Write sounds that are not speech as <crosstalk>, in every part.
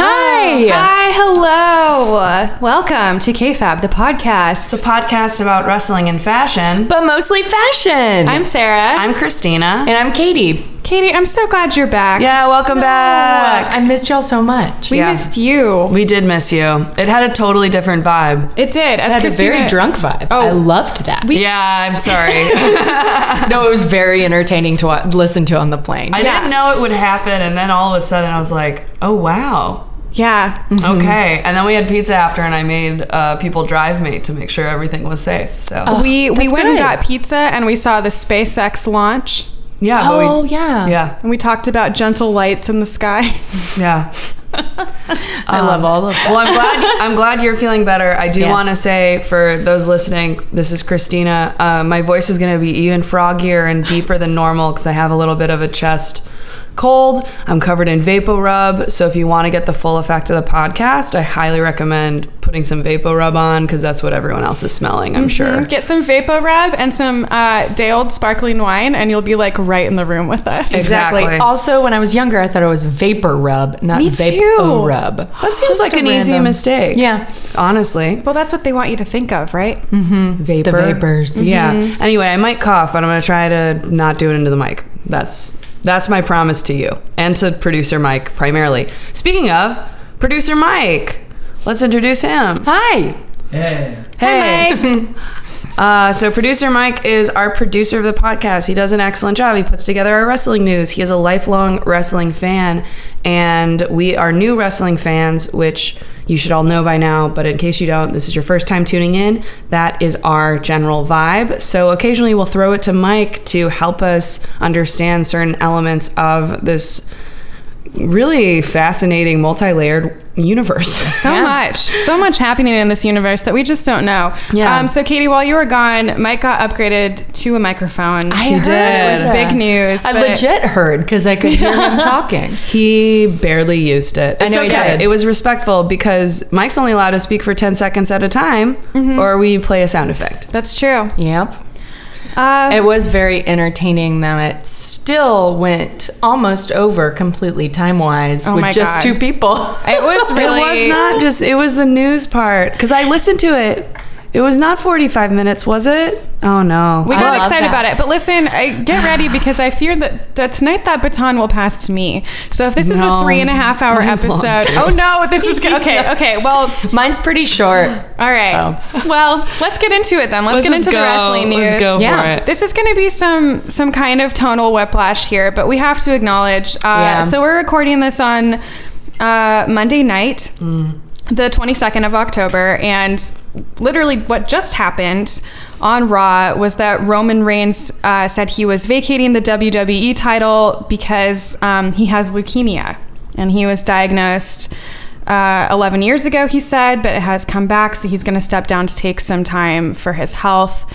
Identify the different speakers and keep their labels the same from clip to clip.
Speaker 1: Oh, Hi, hello. Welcome to KFAB, the podcast.
Speaker 2: It's a podcast about wrestling and fashion.
Speaker 3: But mostly fashion.
Speaker 1: I'm Sarah.
Speaker 2: I'm Christina.
Speaker 3: and I'm Katie.
Speaker 1: Katie, I'm so glad you're back.
Speaker 2: Yeah, welcome back.
Speaker 3: I missed y'all so much.
Speaker 1: We
Speaker 2: yeah.
Speaker 1: missed you.
Speaker 2: We did miss you. It had a totally different vibe.
Speaker 1: It did. As
Speaker 3: had a
Speaker 1: Christina,
Speaker 3: very drunk vibe.
Speaker 1: Oh.
Speaker 3: I loved that.
Speaker 2: Yeah, I'm
Speaker 3: <laughs>
Speaker 2: sorry.
Speaker 3: no, it was very entertaining to wa- listen to on the plane.
Speaker 2: I didn't know it would happen, and then all of a sudden I was like, oh wow.
Speaker 1: Yeah.
Speaker 3: Mm-hmm.
Speaker 2: Okay. And then we had pizza after, and I made uh, people drive me to make sure everything was safe. So,
Speaker 3: Oh.
Speaker 1: we we
Speaker 3: that's
Speaker 1: went and
Speaker 3: good.
Speaker 1: got pizza and we saw the SpaceX launch
Speaker 2: yeah. but we-
Speaker 3: oh yeah.
Speaker 2: yeah.
Speaker 1: and we talked about gentle lights in the sky. <laughs>
Speaker 2: Yeah.
Speaker 3: I love all of that.
Speaker 2: Well, I'm glad I'm glad you're feeling better. I do
Speaker 3: Yes.
Speaker 2: want to say for those listening, this is Christina. Uh, my voice is going to be even froggier and deeper than normal because I have a little bit of a chest cold. I'm covered in vapor rub, so if you want to get the full effect of the podcast, I highly recommend putting some vapor rub on because that's what everyone else is smelling.
Speaker 3: Mm-hmm.
Speaker 2: I'm sure.
Speaker 1: Get some vapor rub and some uh, day old sparkling wine, and you'll be like right in the room with us.
Speaker 2: Ex- Exactly.
Speaker 3: Also, when I was younger, I thought it was vapor rub, not
Speaker 2: Me too.
Speaker 3: vapor rub.
Speaker 2: That seems like an easy mistake.
Speaker 3: Yeah.
Speaker 2: Honestly.
Speaker 1: Well, that's what they want you to think of, right?
Speaker 2: Vapor.
Speaker 3: vapors.
Speaker 2: Yeah. Anyway, I might cough, but I'm gonna try to not do it into the mic. That's that's my promise to you and to producer Mike primarily. Speaking of producer Mike, let's introduce him.
Speaker 3: Hi.
Speaker 4: Hey.
Speaker 1: <laughs>
Speaker 2: Hey. Uh, so producer Mike is our producer of the podcast. He does an excellent job. He puts together our wrestling news. He is a lifelong wrestling fan, and we are new wrestling fans, which you should all know by now. But in case you don't, this is your first time tuning in. That is our general vibe. So occasionally we'll throw it to Mike to help us understand certain elements of this really fascinating, multi-layered universe. <laughs>
Speaker 1: So much, so much happening in this universe that we just don't know.
Speaker 2: Yeah.
Speaker 1: Um, so, Katie, while you were gone, Mike got upgraded to a microphone.
Speaker 3: I heard
Speaker 2: did.
Speaker 3: It was
Speaker 2: It's
Speaker 1: big news,
Speaker 3: I
Speaker 1: but-
Speaker 3: legit heard because I could <laughs> hear him talking.
Speaker 2: He barely used it. It's
Speaker 3: know he
Speaker 2: okay.
Speaker 3: did.
Speaker 2: It was respectful because Mike's only allowed to speak for 10 seconds at a time,
Speaker 3: Mm-hmm.
Speaker 2: or we play a sound effect.
Speaker 1: That's true.
Speaker 3: Yep.
Speaker 1: Uh,
Speaker 3: It was very entertaining that it still went almost over completely time wise
Speaker 1: Oh
Speaker 3: with
Speaker 1: my
Speaker 3: just
Speaker 1: God.
Speaker 3: two people.
Speaker 1: it
Speaker 3: <laughs>
Speaker 1: was really.
Speaker 2: It was not just, it was the news part because I listened to it. It was not 45 minutes, was it? Oh no.
Speaker 1: We
Speaker 3: I
Speaker 1: got
Speaker 3: love
Speaker 1: excited
Speaker 3: that.
Speaker 1: about it. But listen, I, get ready
Speaker 2: <sighs>
Speaker 1: because I fear that, that tonight that baton will pass to me. So if this is a
Speaker 2: No.
Speaker 1: three and a half hour
Speaker 2: Mine's long,
Speaker 1: episode. Oh, no, this is. go-
Speaker 2: <laughs>
Speaker 1: Okay, okay. Well,
Speaker 3: Mine's pretty short.
Speaker 1: all right. Well, let's get into it then. Let's,
Speaker 2: Oh. Let's
Speaker 1: get
Speaker 2: just
Speaker 1: into the
Speaker 2: go.
Speaker 1: wrestling news.
Speaker 2: Let's go
Speaker 3: Yeah.
Speaker 2: for it.
Speaker 1: This is going to be some some kind of tonal whiplash here, but we have to acknowledge. Uh,
Speaker 3: Yeah.
Speaker 1: So we're recording this on uh, Monday night, the twenty second of October, and literally what just happened on Raw was that Roman Reigns uh, said he was vacating the WWE title because um, he has leukemia, and he was diagnosed. Uh, 11 years ago, he said, but it has come back, so he's going to step down to take some time for his health.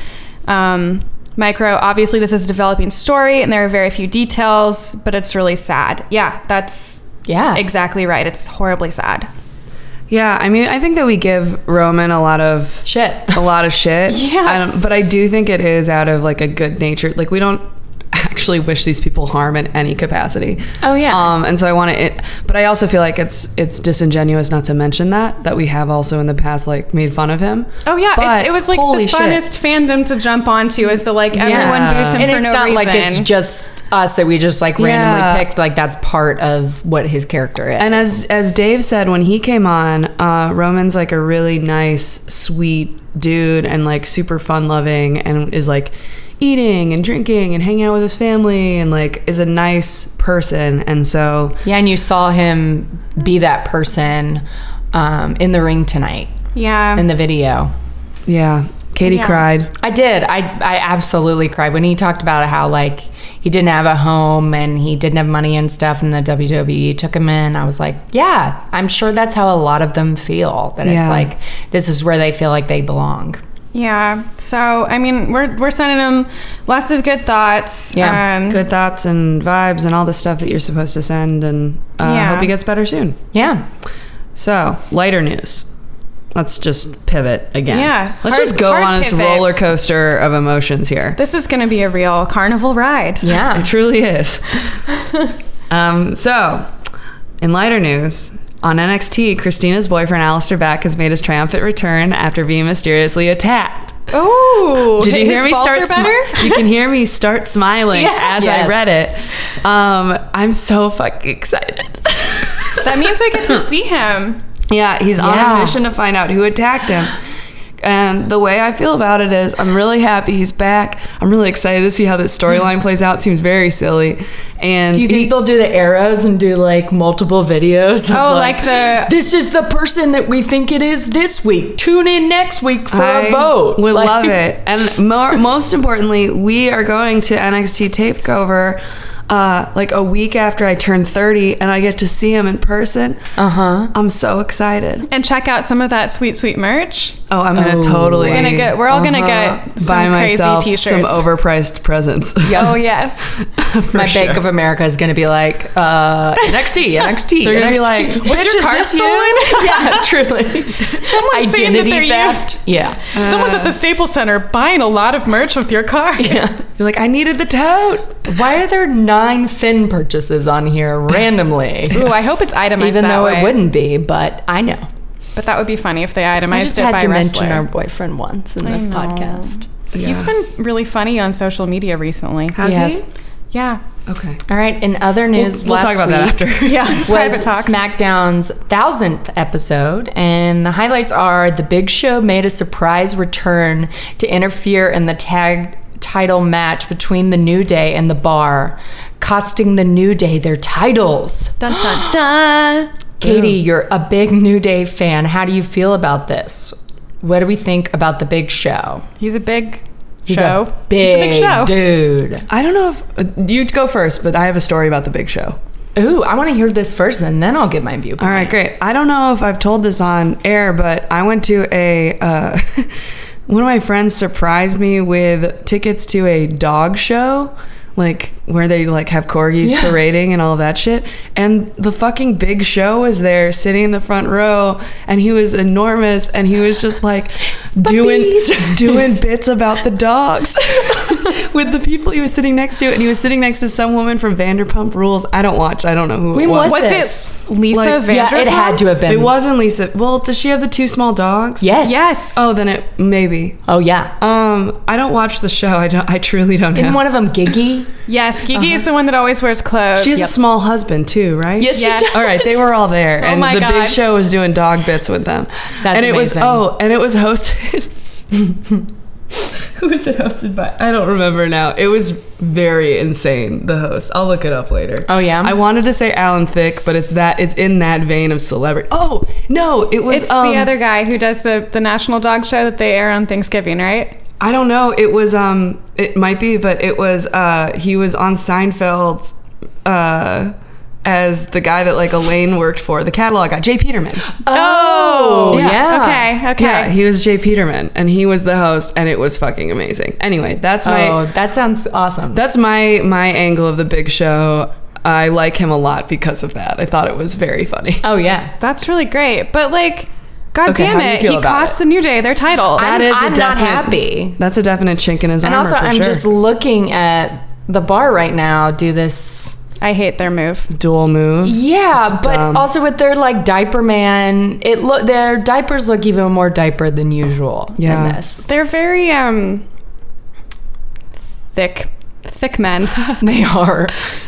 Speaker 1: Um, micro, obviously, this is a developing story and there are very few details, but it's really sad. Yeah, that's
Speaker 3: Yeah.
Speaker 1: exactly right. It's horribly sad.
Speaker 2: Yeah, I mean, I think that we give Roman a lot of
Speaker 3: Shit.
Speaker 2: a lot of
Speaker 1: <laughs>
Speaker 2: shit.
Speaker 1: Yeah.
Speaker 2: I don't- but I do think it is out of like a good nature. Like we don't actually wish these people harm in any capacity.
Speaker 3: Oh, yeah.
Speaker 2: Um, and so I want to, it, but I also feel like it's it's disingenuous not to mention that that we have also in the past like made fun of him.
Speaker 1: Oh, yeah.
Speaker 2: But
Speaker 1: it's, it was like
Speaker 2: holy
Speaker 1: the
Speaker 2: shit.
Speaker 1: funnest fandom to jump onto is the like everyone boos him
Speaker 3: and
Speaker 1: for
Speaker 3: it's
Speaker 1: no
Speaker 3: not
Speaker 1: reason.
Speaker 3: like it's just us that we just like randomly
Speaker 2: Yeah.
Speaker 3: picked. Like that's part of what his character is.
Speaker 2: And as as Dave said when he came on, uh, Roman's like a really nice, sweet dude, and like super fun loving, and is like eating and drinking and hanging out with his family, and like is a nice person. And so
Speaker 3: yeah, and you saw him be that person um, in the ring tonight
Speaker 1: yeah.
Speaker 3: in the video.
Speaker 2: Yeah. Katie
Speaker 1: Yeah.
Speaker 2: cried.
Speaker 3: I did. I I absolutely cried when he talked about how like he didn't have a home and he didn't have money and stuff, and the WWE took him in. I was like, yeah, I'm sure that's how a lot of them feel. That
Speaker 2: Yeah.
Speaker 3: it's like this is where they feel like they belong.
Speaker 1: yeah. So, I mean, we're, we're sending him lots of good thoughts.
Speaker 3: Yeah,
Speaker 1: Um,
Speaker 2: Good thoughts and vibes and all the stuff that you're supposed to send. And uh,
Speaker 1: Yeah.
Speaker 2: hope he gets better soon.
Speaker 3: Yeah,
Speaker 2: So, lighter news. Let's just pivot again.
Speaker 1: Yeah.
Speaker 2: Let's
Speaker 1: Hard-
Speaker 2: just go
Speaker 1: hard
Speaker 2: on this
Speaker 1: pivot.
Speaker 2: roller coaster of emotions here.
Speaker 1: This is going to be a real carnival ride.
Speaker 3: yeah.
Speaker 2: It truly is. um, so, in lighter news, On NXT, Christina's boyfriend, Alistair Black, has made his triumphant return after being mysteriously attacked.
Speaker 1: Oh,
Speaker 2: Did you hear me start? smi-
Speaker 1: better?
Speaker 3: <laughs>
Speaker 2: you can hear me start smiling
Speaker 1: Yeah.
Speaker 2: as I
Speaker 3: Yes.
Speaker 2: read it. Um, I'm so fucking excited.
Speaker 1: that means we get to see him.
Speaker 2: Yeah, he's on
Speaker 3: Yeah.
Speaker 2: a mission to find out who attacked him. And the way I feel about it is, I'm really happy he's back. I'm really excited to see how this storyline plays out. Seems very silly. And
Speaker 3: Do you think
Speaker 2: he-
Speaker 3: they'll do the arrows and do like multiple videos? of,
Speaker 1: Oh, like the-
Speaker 3: this is the person that we think it is this week. Tune in next week for
Speaker 2: I
Speaker 3: a vote.
Speaker 2: would
Speaker 3: Like- <laughs>
Speaker 2: love <laughs> it. And more, most importantly, we are going to NXT Takeover uh, like a week after I turn 30 and I get to see him in person. Uh huh. I'm so excited.
Speaker 1: And check out some of that sweet, sweet merch.
Speaker 2: Oh, I'm going to
Speaker 3: Oh,
Speaker 2: totally. Uh-huh.
Speaker 1: We're gonna get- we're all gonna get some
Speaker 2: buy
Speaker 1: crazy
Speaker 2: myself some
Speaker 1: t-shirts.
Speaker 2: overpriced presents. <laughs>
Speaker 1: Oh yes.
Speaker 3: My
Speaker 2: sure.
Speaker 3: Bank of America is going to be like uh, <laughs> NXT, NXT.
Speaker 2: They're gonna be
Speaker 3: NXT.
Speaker 2: like,
Speaker 3: was
Speaker 2: "Bitch,
Speaker 3: your
Speaker 2: is
Speaker 3: card
Speaker 2: this
Speaker 3: stolen? <laughs> yeah, truly.
Speaker 1: Someone's saying that
Speaker 3: Identity
Speaker 1: they're you.
Speaker 3: theft. Yeah.
Speaker 1: Someone's at the Staples Center buying a lot of merch with your car.
Speaker 2: You're like, I needed the tote.
Speaker 3: Why are there nine Finn purchases on <laughs> here randomly?
Speaker 1: Ooh, I hope it's itemized.
Speaker 3: <laughs> Even
Speaker 1: that
Speaker 3: though
Speaker 1: way.
Speaker 3: it wouldn't be, but I know.
Speaker 1: But that would be funny if they itemized
Speaker 3: I just
Speaker 1: it
Speaker 3: had
Speaker 1: by
Speaker 3: to
Speaker 1: wrestler.
Speaker 3: mention our boyfriend once in
Speaker 1: I
Speaker 3: this
Speaker 1: know.
Speaker 3: podcast.
Speaker 1: He's been really funny on social media recently.
Speaker 2: Has
Speaker 3: Yes.
Speaker 2: <laughs>
Speaker 1: Yeah.
Speaker 2: Okay.
Speaker 3: All right. In other news,
Speaker 2: we'll
Speaker 3: last
Speaker 2: talk about
Speaker 3: week,
Speaker 2: that
Speaker 3: <laughs>
Speaker 2: after.
Speaker 1: Yeah.
Speaker 3: was
Speaker 1: Private talks.
Speaker 3: SmackDown's thousandth episode, and the highlights are the Big Show made a surprise return to interfere in the tag title match between the New Day and the Bar, costing the New Day their titles.
Speaker 1: Dun dun dun.
Speaker 3: Katie, you're a big <laughs> New Day fan. How do you feel about this? What do we think about the Big Show?
Speaker 1: He's a big
Speaker 3: He's
Speaker 1: show.
Speaker 3: a big,
Speaker 1: He's a big show.
Speaker 3: dude.
Speaker 2: I don't know if uh, you go first, but I have a story about the big show.
Speaker 3: Ooh, I want to hear this first, and then I'll give my view.
Speaker 2: All right, great. I don't know if I've told this on air, but I went to a uh, <laughs> one of my friends surprised me with tickets to a dog show, like where they like have corgis
Speaker 3: Yeah.
Speaker 2: parading and all that shit. And the fucking big show was there, sitting in the front row, and he was enormous, and he was just like doing
Speaker 3: <laughs> Puppies.
Speaker 2: doing bits about the
Speaker 3: <laughs>
Speaker 2: dogs with the people he was sitting next to, and he was sitting next to some woman from Vanderpump Rules. I don't watch. I don't know who it
Speaker 3: When
Speaker 2: was.
Speaker 3: was
Speaker 1: Was
Speaker 3: This-
Speaker 1: it Lisa
Speaker 2: Like-
Speaker 1: Vanderpump?
Speaker 3: Yeah, it had to have been.
Speaker 2: It wasn't Lisa. Well, does she have the two small dogs?
Speaker 3: Yes.
Speaker 1: Yes.
Speaker 2: Oh, then it maybe.
Speaker 3: Oh yeah.
Speaker 2: Um, I don't watch the show. I don't. I truly don't
Speaker 3: Isn't
Speaker 2: know.
Speaker 3: one of them Giggy?
Speaker 1: Yes, Gigi
Speaker 2: Uh-huh.
Speaker 1: is the one that always wears clothes.
Speaker 2: she has
Speaker 3: Yep.
Speaker 2: a small husband too, right?
Speaker 3: Yes, she
Speaker 1: Yes. does.
Speaker 2: All right, they were all
Speaker 3: <laughs>
Speaker 2: there, and
Speaker 1: my
Speaker 2: the
Speaker 1: God.
Speaker 2: big show was doing dog bits with them.
Speaker 3: That's
Speaker 2: and it was
Speaker 3: amazing.
Speaker 2: oh, and it was hosted. <laughs> Who was it hosted by? I don't remember now. It was very insane. The host. I'll look it up later.
Speaker 3: Oh, yeah?
Speaker 2: I wanted to say Alan Thick, but it's that. It's in that vein of celebrity. Oh no, it was
Speaker 1: it's
Speaker 2: um,
Speaker 1: the other guy who does the, the national dog show that they air on Thanksgiving, right?
Speaker 2: I don't know. It was um it might be, but it was uh he was on Seinfeld's uh as the guy that like Elaine worked for, the catalog guy, Jay Peterman.
Speaker 3: Oh,
Speaker 2: yeah.
Speaker 1: Okay, okay.
Speaker 2: Yeah, he was Jay Peterman and he was the host and it was fucking amazing. Anyway, that's my
Speaker 3: oh, that sounds awesome.
Speaker 2: that's my my angle of the big show. I like him a lot because of that. I thought it was very funny.
Speaker 3: oh yeah.
Speaker 1: That's really great. But like, god
Speaker 2: Okay,
Speaker 1: damn
Speaker 2: how do you
Speaker 1: it,
Speaker 2: feel
Speaker 1: he
Speaker 2: about
Speaker 1: cost the New Day their title.
Speaker 2: That
Speaker 3: I'm-
Speaker 2: is
Speaker 3: I'm not happy.
Speaker 2: That's a definite chink in his
Speaker 3: And
Speaker 2: armor.
Speaker 3: also,
Speaker 2: for
Speaker 3: I'm
Speaker 2: sure.
Speaker 3: just looking at the bar right now. Do this.
Speaker 1: I hate their move.
Speaker 2: dual move.
Speaker 3: Yeah,
Speaker 2: That's
Speaker 3: but
Speaker 2: dumb.
Speaker 3: also with their like diaper man, it look their diapers look even more diaper than usual
Speaker 2: Yeah.
Speaker 3: in this.
Speaker 1: They're very um thick, thick men.
Speaker 3: They are.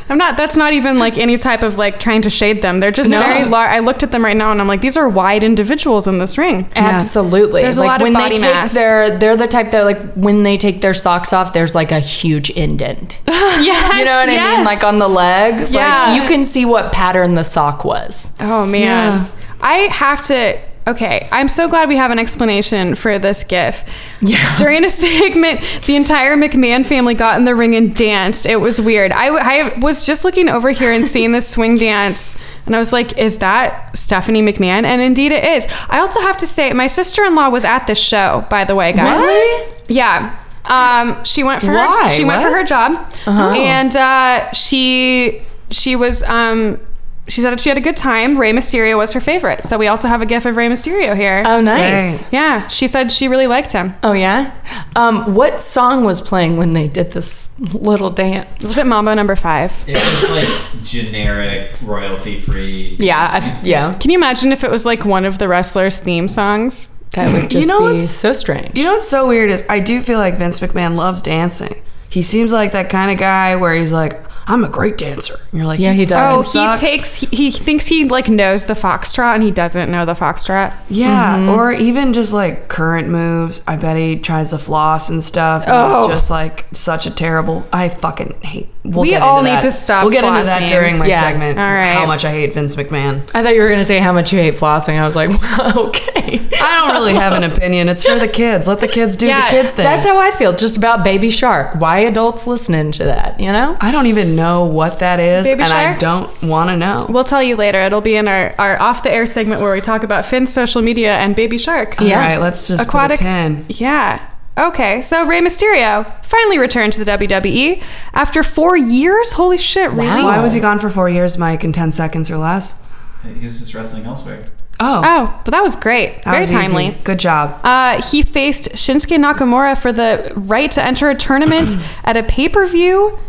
Speaker 1: I'm not. That's not even like any type of like trying to shade them. They're just
Speaker 3: No.
Speaker 1: very large. I looked at them right now and I'm like, these are wide individuals in this ring.
Speaker 3: Absolutely.
Speaker 1: There's a
Speaker 3: like
Speaker 1: lot of
Speaker 3: when
Speaker 1: body
Speaker 3: they take
Speaker 1: mass.
Speaker 3: their they're the type that like when they take their socks off, there's like a huge indent.
Speaker 1: Yeah,
Speaker 3: You know what I mean? Like on the leg.
Speaker 1: Yeah.
Speaker 3: Like you can see what pattern the sock was.
Speaker 1: Oh man. I have to Okay, I'm so glad we have an explanation for this gif. Yeah. During a segment, the entire McMahon family got in the ring and danced. It was weird. I, w- I was just looking over here and seeing this swing <laughs> dance, and I was like, is that Stephanie McMahon? And indeed it is. I also have to say, my sister in law was at this show, by the way, guys.
Speaker 3: Really?
Speaker 1: Yeah. Um, she went for
Speaker 3: Why? Uh-huh.
Speaker 1: her she went for
Speaker 3: What?
Speaker 1: her job, and uh, she she was um, she said she had a good time. Rey Mysterio was her favorite. So we also have a gif of Rey Mysterio here.
Speaker 3: Oh, nice.
Speaker 2: Dang.
Speaker 1: yeah, she said she really liked him.
Speaker 3: Oh yeah. Um, what song was playing when they did this little dance?
Speaker 1: Was it Mambo number five?
Speaker 4: It's just like generic royalty free.
Speaker 3: Yeah, I, yeah.
Speaker 1: Can you imagine if it was like one of the wrestlers' theme songs?
Speaker 3: That would just
Speaker 2: You know
Speaker 3: be
Speaker 2: what's-
Speaker 3: so strange.
Speaker 2: You know what's so weird is I do feel like Vince McMahon loves dancing. He seems like that kind of guy where he's like, I'm a great dancer. And you're like,
Speaker 3: Yeah,
Speaker 2: "You
Speaker 3: he does.
Speaker 2: fucking
Speaker 1: Oh,
Speaker 2: sucks."
Speaker 1: he takes he, he thinks he like knows the foxtrot and he doesn't know the foxtrot.
Speaker 2: Yeah,
Speaker 3: Mm-hmm.
Speaker 2: or even just like current moves. I bet he tries to floss and stuff. And
Speaker 1: Oh.
Speaker 2: It's just like such a terrible. I fucking hate. We'll
Speaker 1: We
Speaker 2: get
Speaker 1: all
Speaker 2: into
Speaker 1: need
Speaker 2: that.
Speaker 1: to stop
Speaker 2: We'll get into that
Speaker 1: flossing.
Speaker 2: during my
Speaker 3: Yeah.
Speaker 2: segment.
Speaker 1: All right.
Speaker 2: How much I hate Vince McMahon.
Speaker 3: I thought you were gonna say how much you hate flossing. I was like, <laughs> okay.
Speaker 2: I don't really have an opinion. It's for the kids. Let the kids do the kid thing.
Speaker 3: that's how I feel just about Baby Shark. Why adults listening to that? You know?
Speaker 2: I don't even know what that is,
Speaker 1: Baby
Speaker 2: and I
Speaker 1: Shark?
Speaker 2: don't want to know.
Speaker 1: We'll tell you later. It'll be in our, our off the air segment where we talk about Finn's social media and Baby Shark.
Speaker 3: Yeah.
Speaker 2: All right, let's just
Speaker 1: Aquatic.
Speaker 2: put a pin.
Speaker 1: Yeah. Okay, so Rey Mysterio finally returned to the WWE after four years. Holy shit! Really?
Speaker 3: Wow.
Speaker 2: Why was he gone for four years, Mike, in ten seconds or less?
Speaker 4: He was just wrestling elsewhere.
Speaker 2: Oh,
Speaker 1: Oh, but that was great.
Speaker 2: that
Speaker 1: Very
Speaker 2: was easy.
Speaker 1: timely.
Speaker 2: Good job.
Speaker 1: Uh, he faced Shinsuke Nakamura for the right to enter a
Speaker 2: <clears throat>
Speaker 1: tournament at a pay per view.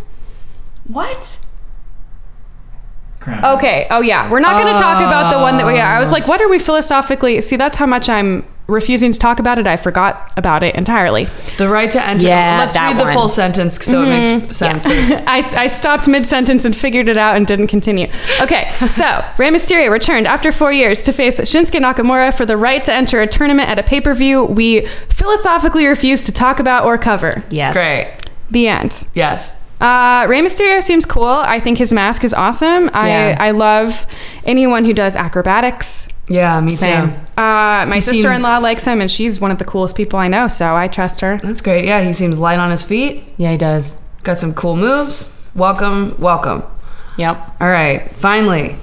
Speaker 1: What?
Speaker 4: Crown.
Speaker 1: Okay. Oh yeah, we're not going to talk about the one that we. I
Speaker 2: Oh.
Speaker 1: was like, what are we philosophically? See, that's how much I'm refusing to talk about it. I forgot about it entirely.
Speaker 2: The right to enter.
Speaker 3: Yeah,
Speaker 2: let's
Speaker 3: that
Speaker 2: read the
Speaker 3: one. Mm-hmm.
Speaker 2: full sentence so it makes sense.
Speaker 1: I, I stopped mid sentence and figured it out and didn't continue. <laughs> Okay, so Rey Mysterio returned after four years to face Shinsuke Nakamura for the right to enter a tournament at a pay per view we philosophically refuse to talk about or cover.
Speaker 3: Yes.
Speaker 2: Great.
Speaker 1: The end.
Speaker 2: Yes.
Speaker 1: Uh, Rey Mysterio seems cool. I think his mask is awesome. I,
Speaker 3: Yeah.
Speaker 1: I love anyone who does acrobatics.
Speaker 2: Yeah, me
Speaker 3: Same.
Speaker 2: too.
Speaker 1: Uh, my
Speaker 2: seems-
Speaker 1: sister in law likes him, and she's one of the coolest people I know, so I trust her.
Speaker 2: That's great. Yeah, he seems light on his feet.
Speaker 3: Yeah, he does.
Speaker 2: Got some cool moves. Welcome, welcome.
Speaker 3: Yep.
Speaker 2: All right, finally.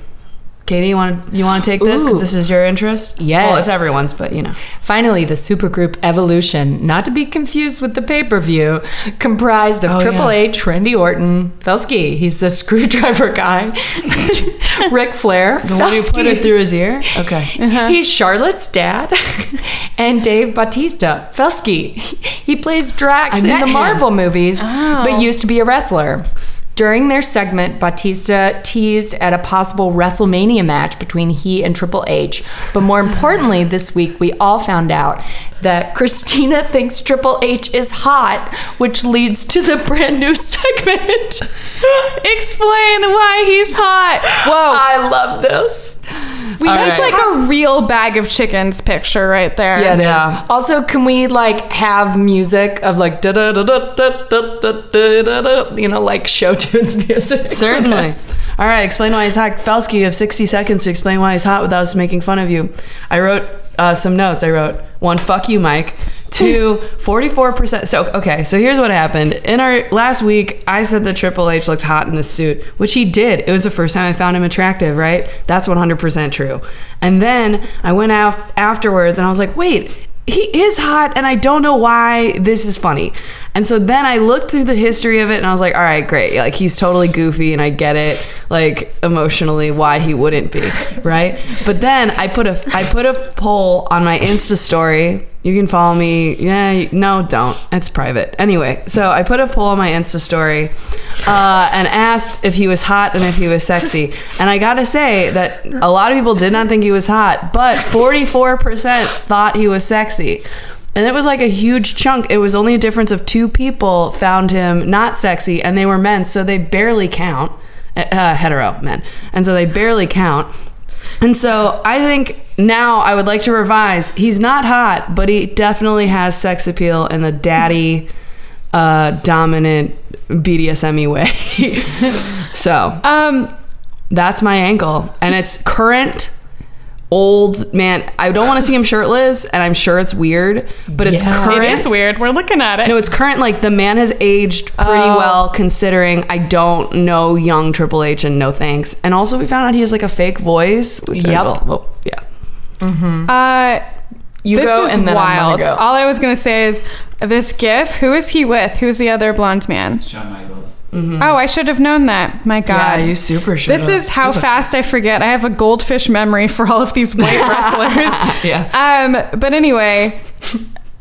Speaker 2: Katie, you want you want to take this
Speaker 3: Ooh.
Speaker 2: because this is your interest?
Speaker 3: Yes.
Speaker 2: Well, it's everyone's, but
Speaker 3: <laughs>
Speaker 2: you know.
Speaker 3: Finally, the supergroup Evolution, not to be confused with the pay per view, comprised of
Speaker 2: Oh,
Speaker 3: Triple
Speaker 2: yeah.
Speaker 3: H, Randy Orton, Felsky, he's the <laughs> screwdriver guy, <laughs> Ric Flair,
Speaker 2: The one who put
Speaker 3: Felsky.
Speaker 2: it through his ear. Okay.
Speaker 3: He's Charlotte's dad, <laughs> and Dave Bautista Felsky. He plays Drax
Speaker 2: I
Speaker 3: in
Speaker 2: met
Speaker 3: the
Speaker 2: him. Oh.
Speaker 3: Marvel movies, but used to be a wrestler. During their segment, Batista teased at a possible WrestleMania match between he and Triple H. But
Speaker 2: <laughs>
Speaker 3: more importantly, this week we all found out that Christina thinks Triple H is hot, which leads to the brand new segment. <laughs>
Speaker 1: Explain why he's hot. Whoa.
Speaker 3: I love this.
Speaker 1: We,
Speaker 2: All
Speaker 1: that's
Speaker 2: right.
Speaker 1: like a real bag of chickens picture right there.
Speaker 3: Yeah, it is.
Speaker 2: Yeah.
Speaker 3: Also, can we like have music of like da da da da da da da da da da, you know, like show <laughs> tunes music? <laughs> for
Speaker 2: Certainly.
Speaker 3: this?
Speaker 2: All right, explain why he's hot. Felsky, you have 60 seconds to explain why he's hot without us making fun of you. I wrote uh, some notes. I wrote one, fuck you, Mike. Two, 44%. So, okay, so here's what happened. In our last week, I said that Triple H looked hot in this suit, which he did. It was the first time I found him attractive, right? That's 100% true. And then I went out afterwards and I was like, wait, he is hot and I don't know why this is funny. And so then I looked through the history of it and I was like, all right, great. Like he's totally goofy and I get it like emotionally why he wouldn't be, <laughs> right? But then I put a I put a poll on my Insta story. You can follow me. Yeah, you- no, don't. It's private. Anyway, so I put a poll on my Insta story uh, and asked if he was hot and if he was sexy. And I gotta say that a lot of people did not think he was hot, but 44% thought he was sexy. And it was like a huge chunk. It was only a difference of two people found him not sexy, and they were men, so they barely count. Uh, uh, hetero men. And so they barely count. And so I think now I would like to revise. He's not hot, but he definitely has sex appeal in the daddy uh, dominant BDSM way. <laughs> so
Speaker 1: Um,
Speaker 2: that's my angle. And it's current, old man. I don't want to see him shirtless, and I'm sure it's weird, but it's
Speaker 3: Yeah.
Speaker 2: current.
Speaker 1: it is weird. We're looking at it.
Speaker 2: No, it's current. Like the man has aged pretty well, considering I don't know young Triple H and no thanks. And also, we found out he has like a fake voice. Which I
Speaker 3: Yep.
Speaker 2: will- well, yeah.
Speaker 1: uh,
Speaker 3: You
Speaker 1: this
Speaker 3: go
Speaker 1: is
Speaker 3: and then
Speaker 1: wild.
Speaker 3: I'm gonna go.
Speaker 1: All I was gonna say is this gif. Who is he with? Who's the other blonde man?
Speaker 4: Shawn Michaels.
Speaker 3: Hmm.
Speaker 1: Oh, I should have known that. My God.
Speaker 2: Yeah, you super should.
Speaker 1: This is how fast I forget. I have a goldfish memory for all of these
Speaker 3: <laughs>
Speaker 1: white wrestlers.
Speaker 2: Yeah.
Speaker 1: Um, but anyway,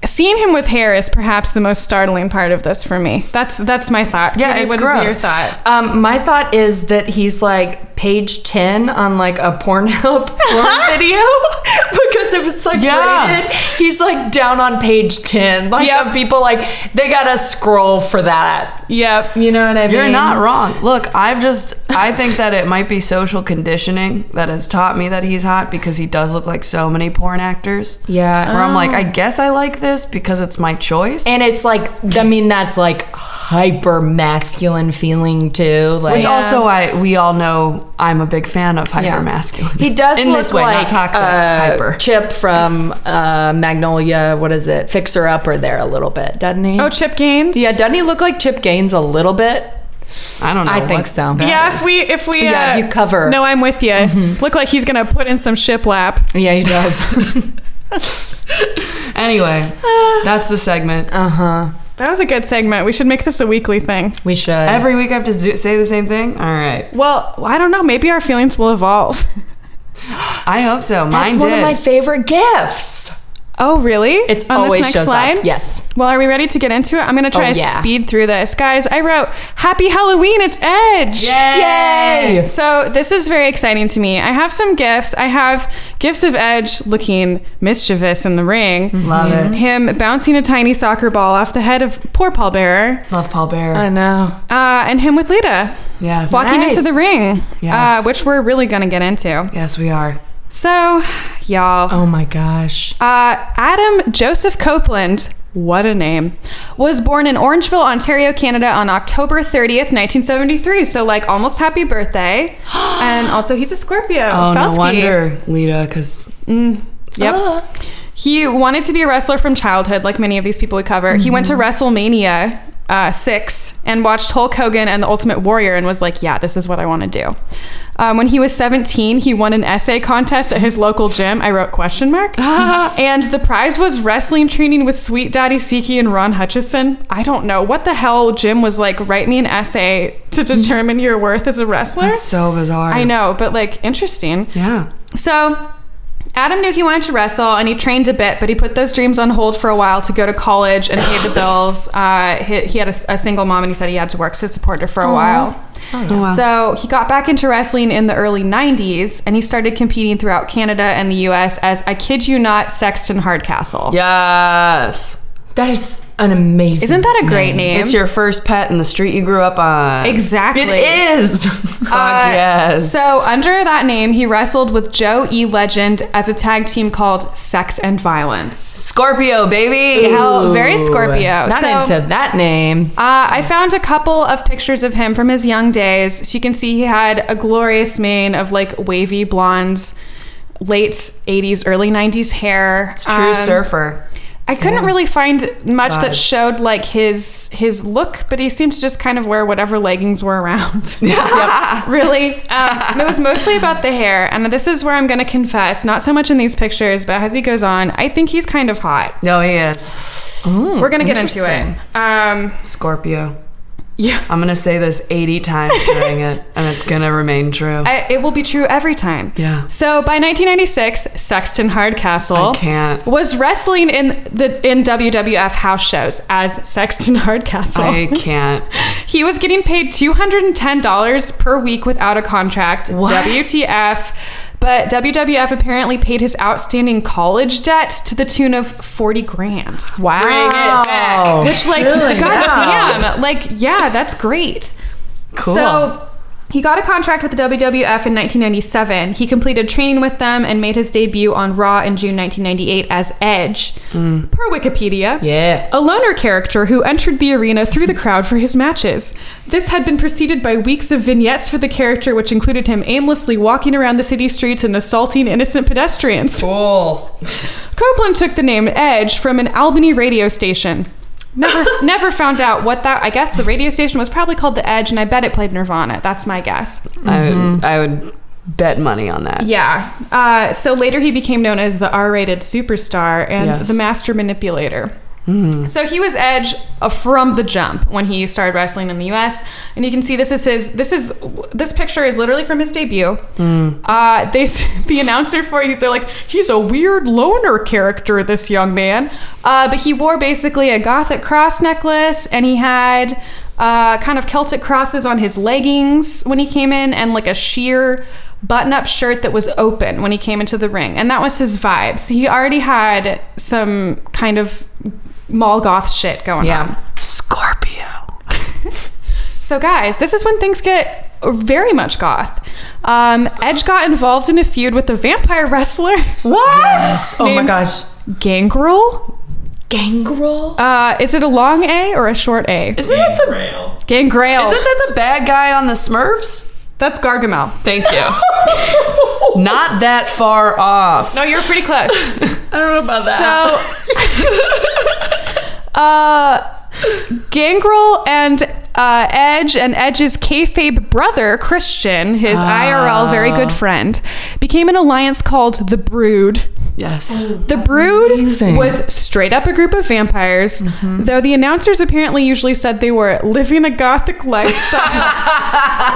Speaker 1: seeing him with hair is perhaps the most startling part of this for me. That's that's my thought.
Speaker 3: Yeah,
Speaker 1: Katie,
Speaker 3: it's
Speaker 1: what is
Speaker 3: gross.
Speaker 1: your thought?
Speaker 3: Um, my thought is that he's like page ten on like a Pornhub <laughs> porn video because if it's like
Speaker 2: Yeah.
Speaker 3: rated, he's like down on page ten. Like
Speaker 1: Yep.
Speaker 3: of people like they gotta scroll for that.
Speaker 1: Yep.
Speaker 3: You know what I mean?
Speaker 2: You're not wrong. Look, I've just I think that it might be social conditioning that has taught me that he's hot because he does look like so many porn actors.
Speaker 3: Yeah.
Speaker 2: Where I'm like, I guess I like this because it's my choice.
Speaker 3: and it's like I mean that's like hyper masculine feeling too. Like
Speaker 2: Which also I we all know I'm a big fan of
Speaker 3: Yeah.
Speaker 2: hyper masculine.
Speaker 3: He does
Speaker 2: in
Speaker 3: look
Speaker 2: this way,
Speaker 3: like
Speaker 2: not toxic,
Speaker 3: uh,
Speaker 2: hyper.
Speaker 3: Chip from uh, Magnolia. What is it? Fixer Upper there a little bit, doesn't he?
Speaker 1: Oh, Chip Gaines.
Speaker 3: yeah, doesn't he look like Chip Gaines a little bit?
Speaker 2: I don't know.
Speaker 3: I
Speaker 2: what
Speaker 3: think so.
Speaker 2: that
Speaker 1: Yeah,
Speaker 2: is.
Speaker 1: if we if we
Speaker 3: Yeah,
Speaker 1: uh,
Speaker 3: if you cover. Mm-hmm.
Speaker 1: No, I'm with you. Look like he's gonna put in some shiplap.
Speaker 3: Yeah, he
Speaker 2: <laughs>
Speaker 3: does.
Speaker 2: Anyway, that's the segment.
Speaker 3: uh
Speaker 2: Uh-huh.
Speaker 3: huh.
Speaker 1: That was a good segment. We should make this a weekly thing.
Speaker 3: We should.
Speaker 2: Every week I have to do, say the same thing. All right.
Speaker 1: Well, I don't know. Maybe our feelings will evolve. <laughs>
Speaker 2: I hope so.
Speaker 3: That's
Speaker 2: Mine
Speaker 3: one
Speaker 2: did.
Speaker 3: of my favorite gifts.
Speaker 1: Oh, really?
Speaker 3: It's
Speaker 1: on
Speaker 3: always
Speaker 1: this next
Speaker 3: shows
Speaker 1: slide.
Speaker 3: up. Yes.
Speaker 1: Well, are we ready to get into it? I'm going to try
Speaker 3: Oh, yeah.
Speaker 1: to speed through this. Guys, I wrote Happy Halloween, it's Edge.
Speaker 2: Yay!
Speaker 3: Yay!
Speaker 1: So, this is very exciting to me. I have some gifts. I have gifts of Edge looking mischievous in the ring.
Speaker 2: Love
Speaker 3: Mm-hmm.
Speaker 2: it.
Speaker 1: Him bouncing a tiny soccer ball off the head of poor pallbearer,
Speaker 2: Love Paul Bear.
Speaker 3: know.
Speaker 1: uh, and him with Lita
Speaker 2: yes.
Speaker 1: walking
Speaker 3: Nice.
Speaker 1: into the ring,
Speaker 2: Yes.
Speaker 1: uh, which we're really going to get into.
Speaker 2: Yes, we are.
Speaker 1: So, y'all,
Speaker 3: Oh my gosh.
Speaker 1: Uh, Adam Joseph Copeland, what a name, was born in Orangeville, Ontario, Canada on October 30th, 1973. So, like, almost happy
Speaker 2: <gasps>
Speaker 1: birthday. and also, he's a Scorpio.
Speaker 2: Oh,
Speaker 1: Felsky.
Speaker 2: no wonder, Lita, because
Speaker 1: Mm, Yep. He wanted to be a wrestler from childhood, like many of these people we cover. He went to
Speaker 2: Mm-hmm.
Speaker 1: WrestleMania uh, 6 and watched Hulk Hogan and The Ultimate Warrior and was like, yeah, this is what I want to do. Um, when he was 17, he won an essay contest at his local gym. I wrote question
Speaker 2: <gasps>
Speaker 1: mark. <laughs>
Speaker 2: Ah.
Speaker 1: and the prize was wrestling training with Sweet Daddy Siki and Ron Hutchison. I don't know. What the hell Jim was like, write me an essay to <laughs> determine your worth as a wrestler?
Speaker 2: that's so bizarre.
Speaker 1: I know, but like interesting.
Speaker 2: Yeah.
Speaker 1: So Adam knew he wanted to wrestle and he trained a bit, but he put those dreams on hold for a while to go to college and pay
Speaker 2: <coughs>
Speaker 1: the bills. Uh, he, he had a, s- a single mom and he said he had to work to support her for a while.
Speaker 2: Wow.
Speaker 1: So he got back into wrestling in the early 90s and he started competing throughout Canada and the US as I kid you not, Sexton Hardcastle.
Speaker 2: Yes.
Speaker 3: That is an amazing.
Speaker 1: Isn't that a great name?
Speaker 2: It's your first pet in the street you grew up on.
Speaker 1: Exactly.
Speaker 2: It is. <laughs> Fuck
Speaker 1: Uh,
Speaker 2: yes.
Speaker 1: So under that name, he wrestled with Joe E. Legend as a tag team called Sex and Violence.
Speaker 2: Scorpio, baby.
Speaker 1: Hell, very Scorpio.
Speaker 3: Not
Speaker 1: So-
Speaker 3: into that name.
Speaker 1: Uh, I found a couple of pictures of him from his young days. So you can see he had a glorious mane of like wavy blonde, late 80s, early 90s hair.
Speaker 2: It's true
Speaker 1: Um,
Speaker 2: surfer.
Speaker 1: I couldn't really find much that
Speaker 2: Vibes.
Speaker 1: showed like his his look, but he seemed to just kind of wear whatever leggings were
Speaker 2: <laughs>
Speaker 1: around. <laughs> really. Um, it was mostly about the hair. And this is where I'm going to confess, not so much in these pictures, but as he goes on, I think he's kind of hot.
Speaker 2: No, he is. Hmm,
Speaker 1: We're going to get into
Speaker 3: interesting.
Speaker 1: it. Um,
Speaker 2: Scorpio.
Speaker 1: yeah.
Speaker 2: I'm going to say this
Speaker 1: <laughs>
Speaker 2: 80 times during it, and it's going to remain true.
Speaker 1: I, it will be true every time.
Speaker 2: Yeah.
Speaker 1: So by 1996, Sexton Hardcastle
Speaker 2: I can't.
Speaker 1: was wrestling in the in WWF house shows as Sexton Hardcastle.
Speaker 2: I can't.
Speaker 1: He was getting paid $210 per week without a contract.
Speaker 2: What?
Speaker 1: WTF. But WWF apparently paid his outstanding college debt to the tune of 40 grand.
Speaker 3: Wow.
Speaker 2: Bring it back.
Speaker 1: Which like
Speaker 3: Really?
Speaker 1: god
Speaker 3: Yeah.
Speaker 1: damn. Like yeah, that's great.
Speaker 2: Cool.
Speaker 1: So he got a contract with the WWF in 1997. He completed training with them and made his debut on Raw in June 1998 as Edge, per Wikipedia.
Speaker 3: Mm. Yeah.
Speaker 1: A loner character who entered the arena through the crowd for his matches. This had been preceded by weeks of vignettes for the character, which included him aimlessly walking around the city streets and assaulting innocent pedestrians.
Speaker 2: Cool.
Speaker 1: Copeland took the name Edge from an Albany radio station. Never, never found out what that. I guess the radio station was probably called the Edge, and I bet it played Nirvana. That's my guess.
Speaker 2: I, would, I would bet money on that.
Speaker 1: Yeah. Uh, so later he became known as the R-rated superstar and
Speaker 2: Yes.
Speaker 1: the master manipulator. So he was Edge uh, from the jump when he started wrestling in the U.S. And you can see this is his. This is this picture is literally from his debut. Uh, they s- <laughs> the announcer for you. They're like he's a weird loner character. This young man, uh, but he wore basically a gothic cross necklace and he had. Uh, kind of Celtic crosses on his leggings when he came in, and like a sheer button up shirt that was open when he came into the ring. And that was his vibe. So he already had some kind of mall goth shit going on.
Speaker 3: Yeah.
Speaker 2: Scorpio.
Speaker 1: So, guys, this is when things get very much goth. Um, Edge got involved in a feud with a vampire
Speaker 3: <laughs>
Speaker 1: wrestler.
Speaker 2: What?
Speaker 3: Oh my
Speaker 1: named
Speaker 3: gosh.
Speaker 1: Gangrel?
Speaker 3: Gangrel?
Speaker 1: Uh, is it a long A or a short A?
Speaker 2: Isn't that the
Speaker 4: Rail.
Speaker 1: Gangrel.
Speaker 2: isn't that the bad guy on the Smurfs?
Speaker 1: That's
Speaker 3: <laughs>
Speaker 1: Gargamel. <laughs>
Speaker 2: Thank you. <laughs> Not that far off.
Speaker 1: No, you're pretty close.
Speaker 2: <laughs> I don't know about
Speaker 1: So,
Speaker 2: <laughs>
Speaker 1: uh, Gangrel and uh, Edge and Edge's kayfabe brother Christian, his
Speaker 2: Ah.
Speaker 1: IRL very good friend, became an alliance called the Brood.
Speaker 2: yes.
Speaker 1: The Brood
Speaker 3: amazing.
Speaker 1: was straight up a group of vampires,
Speaker 2: Mm-hmm.
Speaker 1: though the announcers apparently usually said they were living a gothic lifestyle,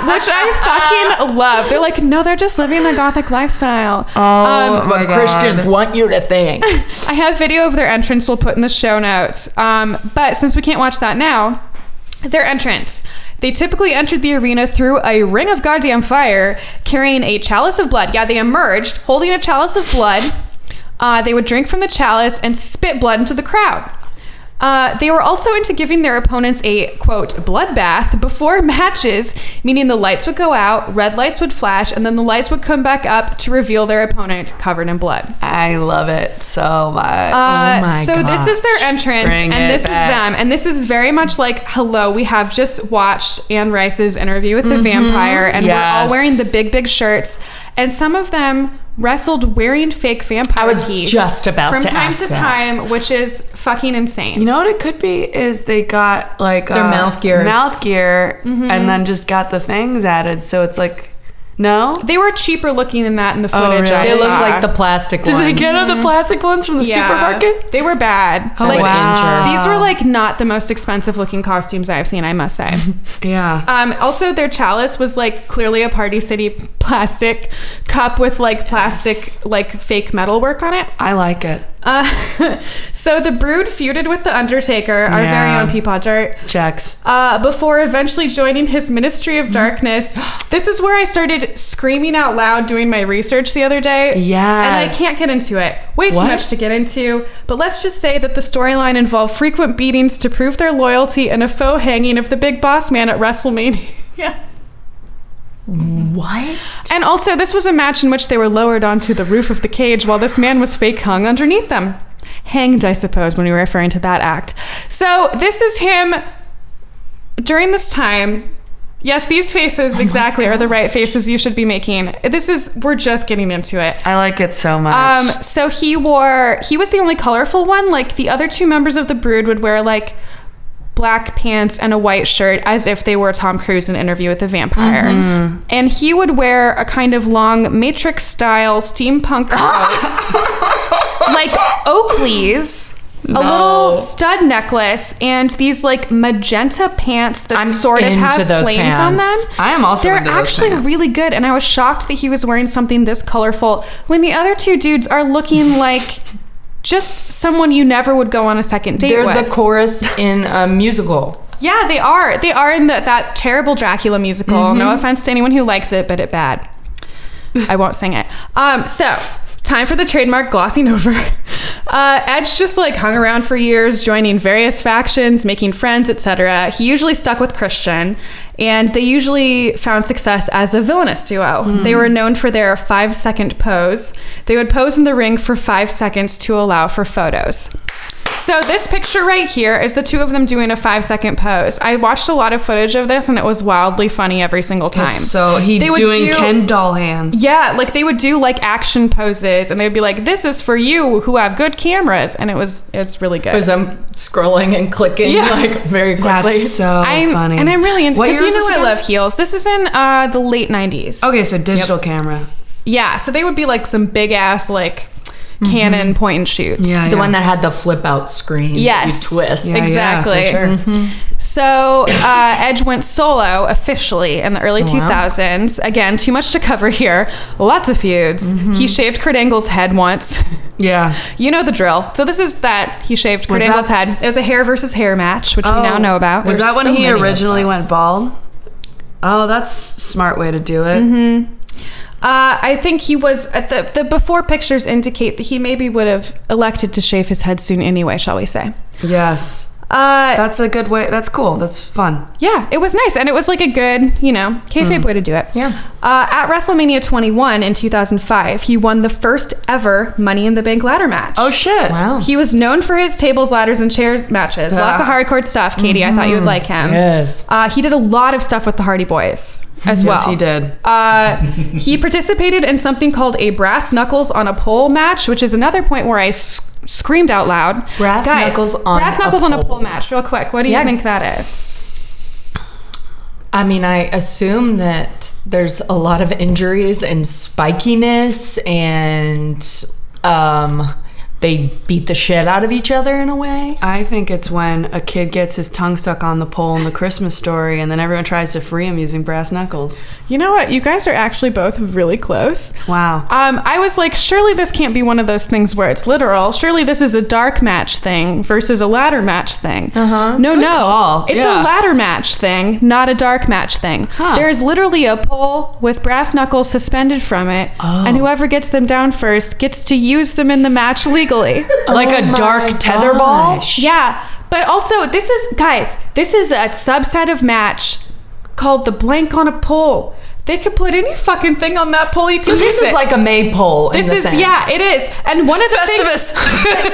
Speaker 1: which I
Speaker 2: <laughs>
Speaker 1: fucking love. They're like, no, they're just living the gothic lifestyle. Um,
Speaker 2: Oh my God.
Speaker 3: want you to think.
Speaker 1: <laughs> I have video of their entrance we'll put in the show notes. Um, but since we can't watch that now, their entrance. They typically entered the arena through a ring of goddamn fire, carrying a chalice of blood. Yeah, they emerged holding a chalice of blood. Uh, they would drink from the chalice and spit blood into the crowd. Uh, they were also into giving their opponents a quote bloodbath before <laughs> matches, meaning the lights would go out, red lights would flash, and then the lights would come back up to reveal their opponent covered in blood.
Speaker 2: I love it so much.
Speaker 1: Uh,
Speaker 3: Oh my
Speaker 1: so this is their
Speaker 3: gosh.
Speaker 1: entrance,
Speaker 2: Bring
Speaker 1: and
Speaker 2: it
Speaker 1: this is
Speaker 2: back.
Speaker 1: them, and this is very much like, hello, we have just watched Anne Rice's interview with
Speaker 3: Mm-hmm.
Speaker 1: the vampire, and we're all
Speaker 2: Yes.
Speaker 1: wearing the big, big shirts, and some of them wrestled wearing fake vampire
Speaker 3: I was
Speaker 1: teeth
Speaker 3: just about
Speaker 1: from
Speaker 3: to
Speaker 1: time
Speaker 3: ask
Speaker 1: to
Speaker 3: that.
Speaker 1: time, which is fucking insane.
Speaker 2: you know what it could be is they got like uh,
Speaker 3: Their mouth gears.
Speaker 2: mouth gear, and then just got the things added. So it's like, no.
Speaker 1: they were cheaper looking than that in the
Speaker 2: Oh,
Speaker 1: footage.
Speaker 2: really?
Speaker 1: I
Speaker 3: They look
Speaker 1: saw.
Speaker 3: like the plastic
Speaker 2: Did
Speaker 3: ones.
Speaker 2: they get all the plastic ones from the
Speaker 1: Yeah.
Speaker 2: supermarket?
Speaker 1: They were bad.
Speaker 2: Oh,
Speaker 1: like,
Speaker 2: wow.
Speaker 1: These were like not the most expensive looking costumes I've seen, I must say.
Speaker 2: Yeah.
Speaker 1: Um, also, their chalice was like clearly a Party City plastic cup with like plastic, like fake metal work on it.
Speaker 2: I like it.
Speaker 1: Uh, <laughs> so the Brood feuded with the Undertaker, our very
Speaker 2: Yeah.
Speaker 1: own Peapodger,
Speaker 2: Checks.
Speaker 1: uh, before eventually joining his Ministry of Darkness. this is where I started screaming out loud doing my research the other day.
Speaker 2: Yes.
Speaker 1: And I can't get into it. Way too
Speaker 2: What?
Speaker 1: much to get into. But let's just say that the storyline involved frequent beatings to prove their loyalty and a faux hanging of the big boss man at WrestleMania. <laughs> yeah.
Speaker 3: What?
Speaker 1: And also, this was a match in which they were lowered onto the roof of the cage while this man was fake hung underneath them. Hanged, I suppose, when we were referring to that act. So, this is him during this time. Yes, these
Speaker 2: Oh
Speaker 1: faces exactly are the right faces you should be making. This is, we're just getting into it.
Speaker 2: I like it so much.
Speaker 1: Um, so he wore he was the only colorful one. Like the other two members of the brood would wear like black pants and a white shirt as if they were Tom Cruise in Interview with the Vampire.
Speaker 3: Mm-hmm.
Speaker 1: And he would wear a kind of long matrix style
Speaker 3: <laughs>
Speaker 1: steampunk coat. like Oakley's A little stud necklace and these like magenta pants that
Speaker 3: I'm
Speaker 1: sort of
Speaker 3: into
Speaker 1: have
Speaker 3: those
Speaker 1: flames on them.
Speaker 3: pants.
Speaker 2: I am also
Speaker 1: They're
Speaker 2: into those
Speaker 1: actually
Speaker 2: pants.
Speaker 1: really good, and I was shocked that he was wearing something this colorful when the other two dudes are
Speaker 3: <laughs>
Speaker 1: looking like just someone you never would go on a second date
Speaker 3: They're
Speaker 1: with.
Speaker 3: the chorus in
Speaker 1: <laughs>
Speaker 3: a musical.
Speaker 1: yeah, they are. They are in the, that terrible Dracula musical. No
Speaker 3: Mm-hmm.
Speaker 1: offense to anyone who likes it, but it bad. <laughs> I won't sing it. Um, so time for the trademark glossing <laughs> over. Uh, Edge just like hung around for years, joining various factions, making friends, etc. He usually stuck with Christian, and they usually found success as a villainous duo. They were known for their five-second pose. They would pose in the ring for five seconds to allow for photos. So this picture right here is the two of them doing a five-second pose. I watched a lot of footage of this, and it was wildly funny every single time.
Speaker 2: So he's
Speaker 1: They would
Speaker 2: doing
Speaker 1: do-
Speaker 2: Ken doll hands.
Speaker 1: Yeah, like they would do like action poses, and they'd be like, "This is for you who have good cameras," and it was it's really good.
Speaker 3: Because I'm scrolling and clicking like very quickly.
Speaker 2: That's so
Speaker 1: I'm
Speaker 2: funny.
Speaker 1: and I'm really into
Speaker 2: What
Speaker 1: because
Speaker 2: year
Speaker 1: you
Speaker 2: was
Speaker 1: know
Speaker 2: this
Speaker 1: I
Speaker 2: again?
Speaker 1: love heels. This is in uh, the late '90s.
Speaker 2: Okay, so digital camera.
Speaker 1: Yeah, so they would be like some big ass like canon point and shoots.
Speaker 2: Mm-hmm. Yeah,
Speaker 3: The one that had the flip out screen. that
Speaker 1: Yes.
Speaker 3: You twist.
Speaker 2: Yeah, yeah, for
Speaker 1: exactly. Mm-hmm.
Speaker 2: sure.
Speaker 1: So uh, Edge went solo officially in the
Speaker 2: Oh,
Speaker 1: early
Speaker 3: Wow.
Speaker 1: 2000s. Again, too much to cover here. Lots of feuds.
Speaker 2: Mm-hmm.
Speaker 1: He shaved Kurt Angle's head once. <laughs>
Speaker 2: yeah.
Speaker 1: you know the drill. So this is that he shaved Kurt
Speaker 2: Was
Speaker 1: Angle's
Speaker 2: that-
Speaker 1: head. It was a hair versus hair match, which
Speaker 2: Oh,
Speaker 1: we now know about.
Speaker 2: Was
Speaker 3: There's
Speaker 2: that when
Speaker 3: so
Speaker 2: he
Speaker 3: many of
Speaker 2: originally
Speaker 3: those.
Speaker 2: went bald? Oh, that's smart way to do it.
Speaker 1: Uh, I think he was at the the before pictures indicate that he maybe would have elected to shave his head soon anyway, shall we say?
Speaker 2: Yes.
Speaker 1: Uh,
Speaker 2: That's a good way. That's cool. That's fun.
Speaker 1: yeah, it was nice, and it was like a good, you know, kayfabe
Speaker 2: Hmm.
Speaker 1: way to do it.
Speaker 3: Yeah.
Speaker 1: Uh, at WrestleMania 21 in 2005, he won the first ever Money in the Bank ladder match.
Speaker 2: Oh shit.
Speaker 3: Wow.
Speaker 1: He was known for his tables, ladders, and chairs matches. Lots of
Speaker 3: Ah.
Speaker 1: hardcore stuff. Katie, I thought you would
Speaker 2: Hmm.
Speaker 1: like him.
Speaker 3: Yes.
Speaker 1: Uh, he did a lot of stuff with the Hardy Boys as well.
Speaker 2: Yes, he did.
Speaker 1: <laughs> Uh, he participated in something called a brass knuckles on a pole match, which is another point where I s- screamed out loud.
Speaker 3: Brass knuckles on
Speaker 1: brass
Speaker 3: a
Speaker 1: knuckles on a
Speaker 3: pole.
Speaker 1: pole match. Real quick, what do
Speaker 3: Yeah.
Speaker 1: you think that is?
Speaker 3: I mean, I assume that there's a lot of injuries and spikiness, and um, they beat the shit out of each other in a way.
Speaker 2: I think it's when a kid gets his tongue stuck on the pole in the Christmas story, and then everyone tries to free him using brass knuckles.
Speaker 1: You know what? You guys are actually both really close.
Speaker 2: Wow.
Speaker 1: Um, I was like, surely this can't be one of those things where it's literal. Surely this is a dark match thing versus a ladder match thing. Uh-huh. No, no,
Speaker 2: call.
Speaker 1: it's
Speaker 2: Yeah.
Speaker 1: a ladder match thing, not a dark match thing.
Speaker 2: Huh.
Speaker 1: There is literally a pole with brass knuckles suspended from it, and whoever gets them down first gets to use them in the match legally.
Speaker 2: like
Speaker 3: Oh
Speaker 2: a
Speaker 3: my
Speaker 2: dark tetherball.
Speaker 3: gosh.
Speaker 1: yeah, but also this is guys, this is a subset of match called the blank on a pole. They could put any fucking thing on that pole. You
Speaker 3: So
Speaker 1: can
Speaker 3: this
Speaker 1: use
Speaker 3: is
Speaker 1: it.
Speaker 3: like a maypole. in
Speaker 1: This
Speaker 3: the
Speaker 1: is
Speaker 3: sense.
Speaker 1: yeah, it is. And one of the
Speaker 3: Festivus.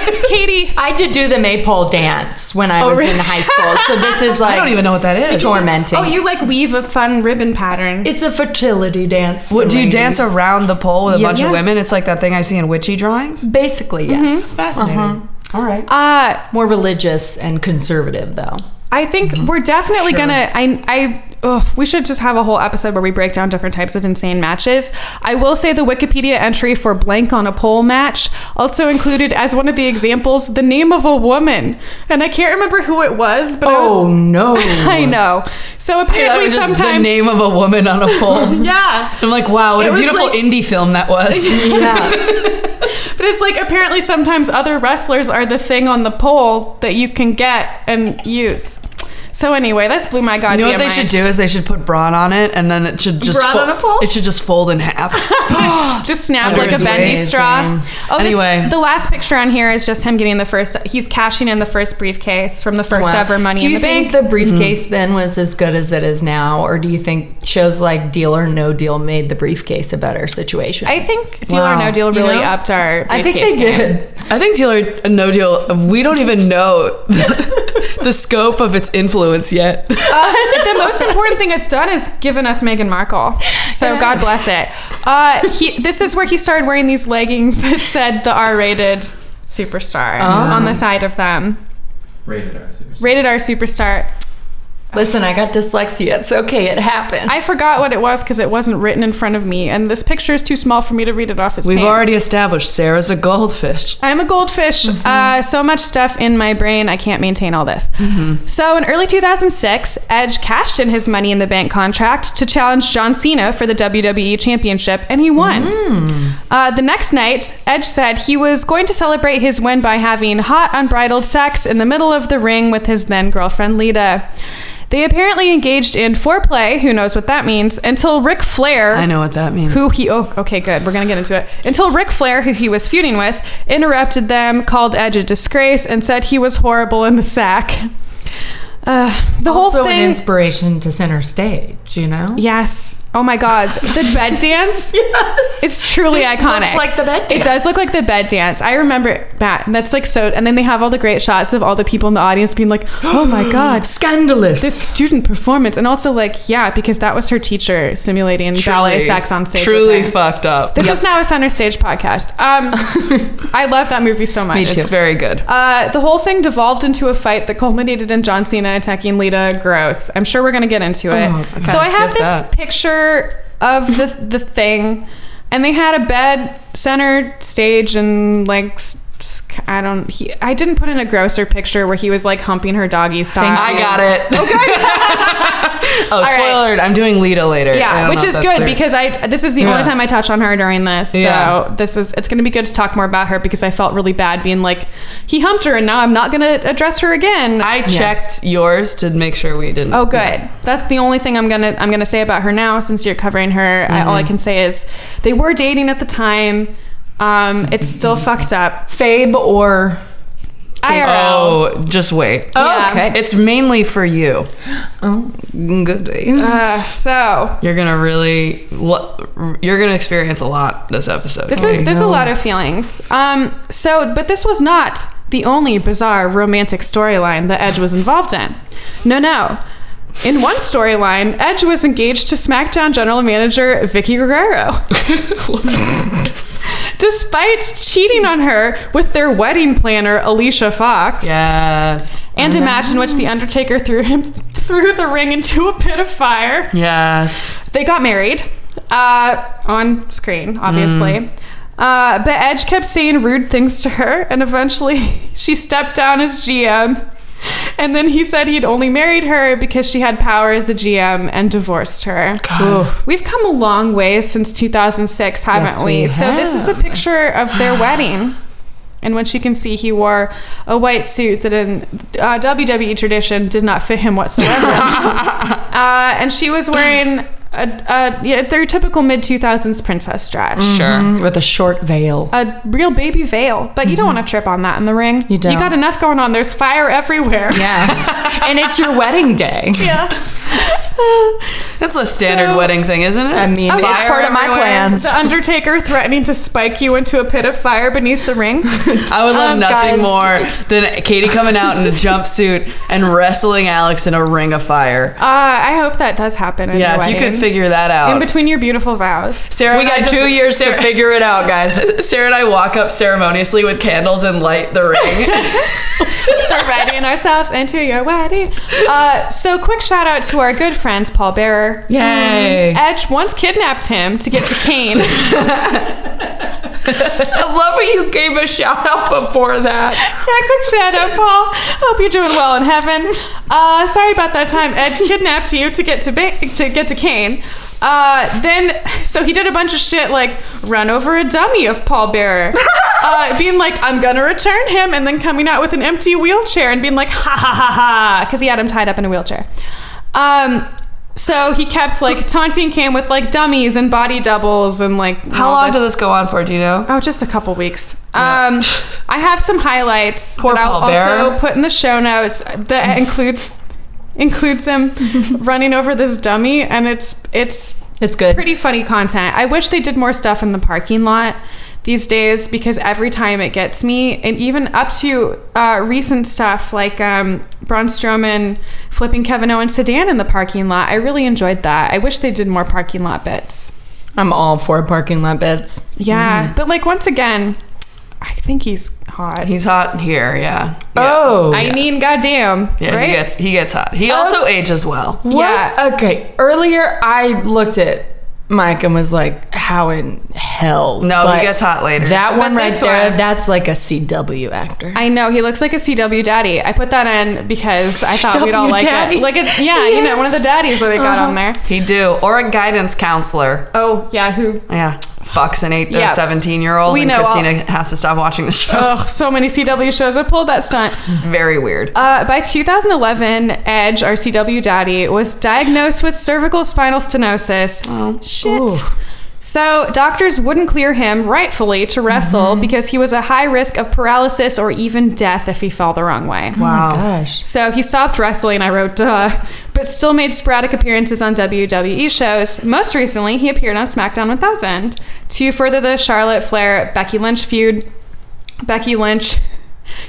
Speaker 1: things, Katie,
Speaker 3: I did do the maypole dance when I was
Speaker 1: really?
Speaker 3: in high school, so this <laughs> is like
Speaker 2: I don't even know what that is.
Speaker 3: tormenting.
Speaker 1: oh, you like weave a fun ribbon pattern.
Speaker 3: It's a fertility dance.
Speaker 2: What,
Speaker 3: for
Speaker 2: do you
Speaker 3: ladies.
Speaker 2: dance around the pole with a
Speaker 3: Yes.
Speaker 2: bunch
Speaker 3: Yeah.
Speaker 2: of women? It's like that thing I see in witchy drawings.
Speaker 3: Basically, yes.
Speaker 2: Fascinating. Uh-huh. All right.
Speaker 1: Uh,
Speaker 3: More religious and conservative, though.
Speaker 1: I think we're definitely
Speaker 2: Sure.
Speaker 1: gonna. I, I, ugh, we should just have a whole episode where we break down different types of insane matches. I will say the Wikipedia entry for blank on a pole match also included as one of the examples the name of a woman, and I can't remember who it was, but I
Speaker 2: Oh,
Speaker 1: was.
Speaker 3: Oh, no!
Speaker 1: <laughs> I know. So
Speaker 3: That
Speaker 1: apparently,
Speaker 3: was just the
Speaker 1: sometimes.
Speaker 3: name of a woman on a
Speaker 1: <laughs>
Speaker 3: pole.
Speaker 1: Yeah.
Speaker 3: I'm like, wow, what
Speaker 1: It
Speaker 3: a
Speaker 1: was
Speaker 3: beautiful
Speaker 1: like-
Speaker 3: indie film that was. <laughs>
Speaker 2: yeah.
Speaker 1: But it's like apparently sometimes other wrestlers are the thing on the pole that you can get and use. So anyway, that's blew my
Speaker 2: You
Speaker 1: goddamn
Speaker 2: know what they
Speaker 1: mind.
Speaker 2: should do is they should put brawn on it, and then it should just
Speaker 1: Brawn on
Speaker 2: fol-
Speaker 1: a pole?
Speaker 2: It should just fold in half.
Speaker 1: Just snap
Speaker 2: Under
Speaker 1: like a
Speaker 2: his
Speaker 1: bendy
Speaker 3: waist,
Speaker 1: straw.
Speaker 3: yeah.
Speaker 1: Oh, this-
Speaker 2: Anyway.
Speaker 1: the last picture on here is just him getting the first. He's cashing in the first briefcase from the first
Speaker 3: Wow.
Speaker 1: ever Money
Speaker 3: do
Speaker 1: in
Speaker 3: you
Speaker 1: the Bank.
Speaker 3: think the briefcase then was as good as it is now, or do you think shows like Deal or No Deal made the briefcase a better situation?
Speaker 1: I think Deal or
Speaker 2: Wow.
Speaker 1: No Deal
Speaker 2: You
Speaker 1: really
Speaker 2: know?
Speaker 1: upped our.
Speaker 3: I think they
Speaker 1: briefcase game.
Speaker 3: did.
Speaker 2: I think Deal or No Deal, we don't even know <laughs> the scope of its influence yet.
Speaker 1: Uh, <laughs> the most important thing it's done is given us Meghan Markle. So God bless it. Uh, he, this is where he started wearing these leggings that said the R-rated superstar
Speaker 2: Oh.
Speaker 1: on the side of them.
Speaker 4: Rated R. Super
Speaker 1: Rated R superstar.
Speaker 3: Listen, I got dyslexia. It's okay. It happens.
Speaker 1: I forgot what it was because it wasn't written in front of me, and this picture is too small for me to read it off its
Speaker 2: We've
Speaker 1: pants.
Speaker 2: already established Sarah's a goldfish. Mm-hmm.
Speaker 1: I'm a goldfish. Uh, so much stuff in my brain, I can't maintain all this.
Speaker 2: Mm-hmm.
Speaker 1: So in early 2006, Edge cashed in his Money in the Bank contract to challenge John Cena for the WWE Championship, and he won.
Speaker 2: Mm.
Speaker 1: Uh, the next night, Edge said he was going to celebrate his win by having hot, unbridled sex in the middle of the ring with his then girlfriend Lita. They apparently engaged in foreplay, who knows what that means, until Ric Flair
Speaker 2: I know what that means.
Speaker 1: who he oh okay good we're gonna get into it until Ric Flair who he was feuding with interrupted them called Edge a disgrace and said he was horrible in the sack. Uh, the
Speaker 3: also
Speaker 1: whole
Speaker 3: an
Speaker 1: thing.
Speaker 3: inspiration to center stage. You know.
Speaker 1: yes. Oh my God, the
Speaker 3: <laughs>
Speaker 1: bed dance. yes. It's truly
Speaker 3: This
Speaker 1: iconic.
Speaker 3: looks like the bed
Speaker 1: It does look like the bed dance. I remember that. And that's like so. And then they have all the great shots of all the people in the audience being
Speaker 3: <gasps>
Speaker 1: like, "Oh my God."
Speaker 3: Scandalous.
Speaker 1: This student performance, and also like, yeah, because that was her teacher simulating ballet sax on stage. with
Speaker 2: Truly
Speaker 1: her.
Speaker 2: fucked up.
Speaker 1: This is now a center stage podcast.
Speaker 3: <laughs>
Speaker 1: Um, I love that movie so much.
Speaker 2: It's very good.
Speaker 1: Uh, the whole thing devolved into a fight that culminated in John Cena attacking Lita. Gross. I'm sure we're gonna get into it.
Speaker 2: Oh, I kinda
Speaker 1: so I have
Speaker 2: skipped
Speaker 1: this
Speaker 2: that.
Speaker 1: picture of the the thing. and they had a bed center stage and like s- s- I don't. He, I didn't put in a grosser picture where he was like humping her doggy style.
Speaker 3: I got it.
Speaker 2: <laughs>
Speaker 1: <laughs>
Speaker 2: Oh,
Speaker 1: right.
Speaker 2: spoiler! alert, I'm doing Lita later. I
Speaker 1: Yeah,
Speaker 2: don't
Speaker 1: which
Speaker 2: know if
Speaker 1: is
Speaker 2: that's
Speaker 1: good
Speaker 2: clear.
Speaker 1: because I this is the
Speaker 2: Yeah.
Speaker 1: only time I touched on her during this.
Speaker 2: Yeah.
Speaker 1: So this is it's going to be good to talk more about her because I felt really bad being like he humped her and now I'm not going to address her again.
Speaker 2: I checked yours to make sure we didn't.
Speaker 1: oh good. That's the only thing I'm going to I'm going to say about her now since you're covering her. I,
Speaker 2: Mm-hmm.
Speaker 1: all I can say is they were dating at the time. Um, it's still fucked
Speaker 2: <laughs>
Speaker 1: up.
Speaker 3: Fabe or
Speaker 1: IRL.
Speaker 2: Oh, just wait.
Speaker 1: Yeah.
Speaker 2: Okay, it's mainly for you.
Speaker 3: oh, good day.
Speaker 1: Uh, so
Speaker 2: You're gonna really, lo- you're gonna experience a lot this episode.
Speaker 1: This is there's a lot of feelings. Um, so, but this was not the only bizarre romantic storyline that Edge was involved in. No, no. In one storyline, Edge was engaged to SmackDown general manager Vicky Guerrero. Despite cheating on her with their wedding planner Alicia Fox,
Speaker 2: yes,
Speaker 1: and imagine which the Undertaker threw him <laughs> through the ring into a pit of fire.
Speaker 2: yes.
Speaker 1: They got married uh, on screen, obviously.
Speaker 3: Mm.
Speaker 1: Uh, but Edge kept saying rude things to her, and eventually <laughs> she stepped down as GM. And then he said he'd only married her because she had power as the GM and divorced her.
Speaker 2: Oof.
Speaker 1: We've come a long way since 2006, haven't
Speaker 3: Yes,
Speaker 1: we?
Speaker 3: we
Speaker 1: So this is a picture of their wedding. And which you can see, he wore a white suit that, in uh, WWE tradition, did not fit him
Speaker 2: <laughs>
Speaker 1: whatsoever. uh, and she was wearing a, a yeah, their typical mid 2000s princess dress,
Speaker 2: Sure.
Speaker 3: With a short veil.
Speaker 1: a real baby veil. But you don't
Speaker 2: Mm-hmm.
Speaker 1: want to trip on that in the ring.
Speaker 3: You don't.
Speaker 1: You got enough going on. There's fire everywhere.
Speaker 3: Yeah. and it's your wedding day.
Speaker 1: <laughs> yeah.
Speaker 2: That's a standard
Speaker 1: So-
Speaker 2: wedding thing, isn't it?
Speaker 3: I mean,
Speaker 1: Oh,
Speaker 3: that's
Speaker 1: yeah.
Speaker 3: part of my
Speaker 2: Everywhere.
Speaker 3: plans.
Speaker 1: The Undertaker threatening to spike you into a pit of fire beneath the
Speaker 2: <laughs>
Speaker 1: ring.
Speaker 2: I would love
Speaker 1: Um,
Speaker 2: nothing
Speaker 1: guys.
Speaker 2: more than Katie coming out in a jumpsuit and wrestling Alex in a ring of fire.
Speaker 1: Uh, I hope that does happen. In
Speaker 2: yeah,
Speaker 1: your
Speaker 2: if you could
Speaker 1: wedding.
Speaker 2: figure that
Speaker 1: in
Speaker 2: out.
Speaker 1: between your beautiful vows.
Speaker 2: Sarah
Speaker 3: we
Speaker 2: and I
Speaker 3: got
Speaker 2: just-
Speaker 3: two years
Speaker 2: Sarah-
Speaker 3: to figure it out, guys.
Speaker 2: <laughs> Sarah and I walk up ceremoniously with candles and light the
Speaker 3: <laughs>
Speaker 2: ring.
Speaker 1: <laughs> We're writing ourselves into your wedding. Uh, so, quick shout out to our good friend Paul Bearer. Mm-hmm.
Speaker 3: Yay.
Speaker 1: Edge once kidnapped him to get to Kane.
Speaker 3: I love what you gave a shout out before that.
Speaker 1: Yeah, quick shout out, Paul. Hope you're doing well in heaven. Uh, sorry about that time. Edge kidnapped you to get to ba- to get to Kane. Uh, then, so he did a bunch of shit like run over a dummy of Paul
Speaker 2: <laughs>
Speaker 1: Bearer, uh, being like, "I'm gonna return him," and then coming out with an empty wheelchair and being like, "Ha ha ha ha," because he had him tied up in a wheelchair. Um, so he kept like taunting Kane with like dummies and body doubles and like
Speaker 2: How
Speaker 1: all
Speaker 2: long did this go on for? Do you know?
Speaker 1: Oh, just a couple weeks.
Speaker 2: <laughs>
Speaker 1: Um, I have some highlights
Speaker 2: Poor
Speaker 1: that I'll
Speaker 2: Paul Bear.
Speaker 1: also put in the show notes
Speaker 2: <laughs>
Speaker 1: that includes includes him running over this dummy, and it's it's
Speaker 3: It's good.
Speaker 1: pretty funny content. I wish they did more stuff in the parking lot these days because every time it gets me, and even up to uh, recent stuff like um, Braun Strowman flipping Kevin Owens sedan in the parking lot. I really enjoyed that. I wish they did more parking lot bits.
Speaker 3: I'm all for parking lot bits.
Speaker 1: Yeah,
Speaker 2: Mm-hmm.
Speaker 1: but like once again, I think he's hot.
Speaker 2: He's hot here, yeah. Yeah.
Speaker 3: Oh.
Speaker 1: I mean, goddamn,
Speaker 2: yeah,
Speaker 1: right?
Speaker 2: he gets he gets hot. He also ages well.
Speaker 3: What?
Speaker 1: Yeah.
Speaker 3: Okay. Earlier, I looked at Mike and was like, "How in hell?"
Speaker 2: No,
Speaker 3: But
Speaker 2: he gets hot later.
Speaker 3: That one right
Speaker 1: this
Speaker 3: there.
Speaker 1: one-
Speaker 3: That's like a CW actor.
Speaker 1: I know he looks like a CW daddy. I put that in because I thought we'd all
Speaker 3: CW
Speaker 1: like
Speaker 3: daddy.
Speaker 1: it. Like it's yeah, you know, one of the daddies that they got on there.
Speaker 2: he do. Or a guidance counselor.
Speaker 1: Oh yeah, who?
Speaker 2: Yeah. Fucks an eight
Speaker 1: Yeah.
Speaker 2: a seventeen year old
Speaker 1: We
Speaker 2: and
Speaker 1: know all-
Speaker 2: Christina has to stop watching the show.
Speaker 1: Oh, so many CW shows. I pulled that stunt.
Speaker 2: It's very weird.
Speaker 1: Uh, by 2011, Edge, our CW daddy, was diagnosed with cervical spinal stenosis.
Speaker 2: Oh.
Speaker 1: Shit.
Speaker 3: Ooh.
Speaker 1: So doctors wouldn't clear him, rightfully, to wrestle because he was a high risk of paralysis or even death if he fell the wrong way.
Speaker 2: wow.
Speaker 3: Gosh.
Speaker 1: So he stopped wrestling, I wrote, duh, but still made sporadic appearances on WWE shows. Most recently, he appeared on SmackDown 1000 to further the Charlotte Flair Becky Lynch feud. Becky Lynch.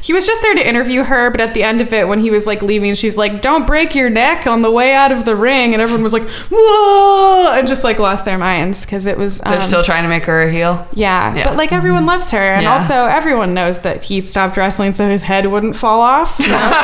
Speaker 1: He was just there to interview her, but at the end of it, when he was like leaving, she's like, "Don't break your neck on the way out of the ring," and everyone was like, "Whoa!" and just like lost their minds because it was.
Speaker 2: They're
Speaker 1: um,
Speaker 2: still trying to make her a heel.
Speaker 1: yeah,
Speaker 2: Yeah.
Speaker 1: but like everyone loves her, and
Speaker 2: Yeah.
Speaker 1: also everyone knows that he stopped wrestling so his head wouldn't fall
Speaker 2: <laughs>
Speaker 1: off. you know?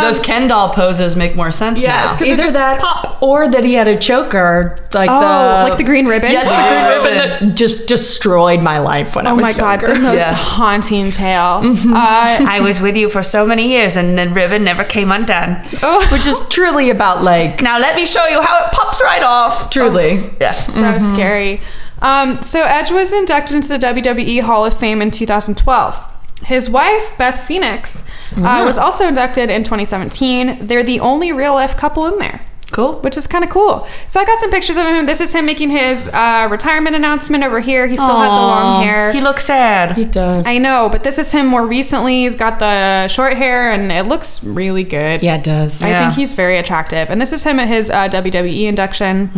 Speaker 2: Those Ken doll poses make more sense
Speaker 3: Um,
Speaker 1: Yes,
Speaker 2: now.
Speaker 1: because
Speaker 3: Either
Speaker 1: just
Speaker 3: that-
Speaker 1: pop.
Speaker 3: or that he had a choker, like
Speaker 1: Oh,
Speaker 3: the
Speaker 1: like the green ribbon?
Speaker 3: Yes, the green ribbon that just destroyed my life when
Speaker 1: <gasps>
Speaker 3: I
Speaker 1: Oh
Speaker 3: was
Speaker 1: my god,
Speaker 3: younger.
Speaker 1: the most
Speaker 2: Yeah.
Speaker 1: haunting
Speaker 3: <laughs>
Speaker 1: tale.
Speaker 3: Mm-hmm.
Speaker 1: Uh,
Speaker 2: I was with you for so many years and the ribbon never came undone.
Speaker 1: oh,
Speaker 3: which is truly about like
Speaker 2: Now let me show you how it pops right off.
Speaker 3: truly.
Speaker 2: Yes.
Speaker 1: so
Speaker 3: Mm-hmm.
Speaker 1: scary. Um, so Edge was inducted into the WWE Hall of Fame in 2012. His wife, Beth Phoenix,
Speaker 3: Mm-hmm.
Speaker 1: uh, was also inducted in 2017. They're the only real life couple in there.
Speaker 2: Cool.
Speaker 1: which is kind of cool. So I got some pictures of him. This is him making his uh, retirement announcement over here. He still had the long hair.
Speaker 2: He looks sad.
Speaker 3: It does.
Speaker 1: I know, but this is him more recently. He's got the short hair, and it looks really good.
Speaker 3: Yeah, it does.
Speaker 1: I
Speaker 2: Yeah.
Speaker 1: think he's very attractive. And this is him at his uh, WWE induction.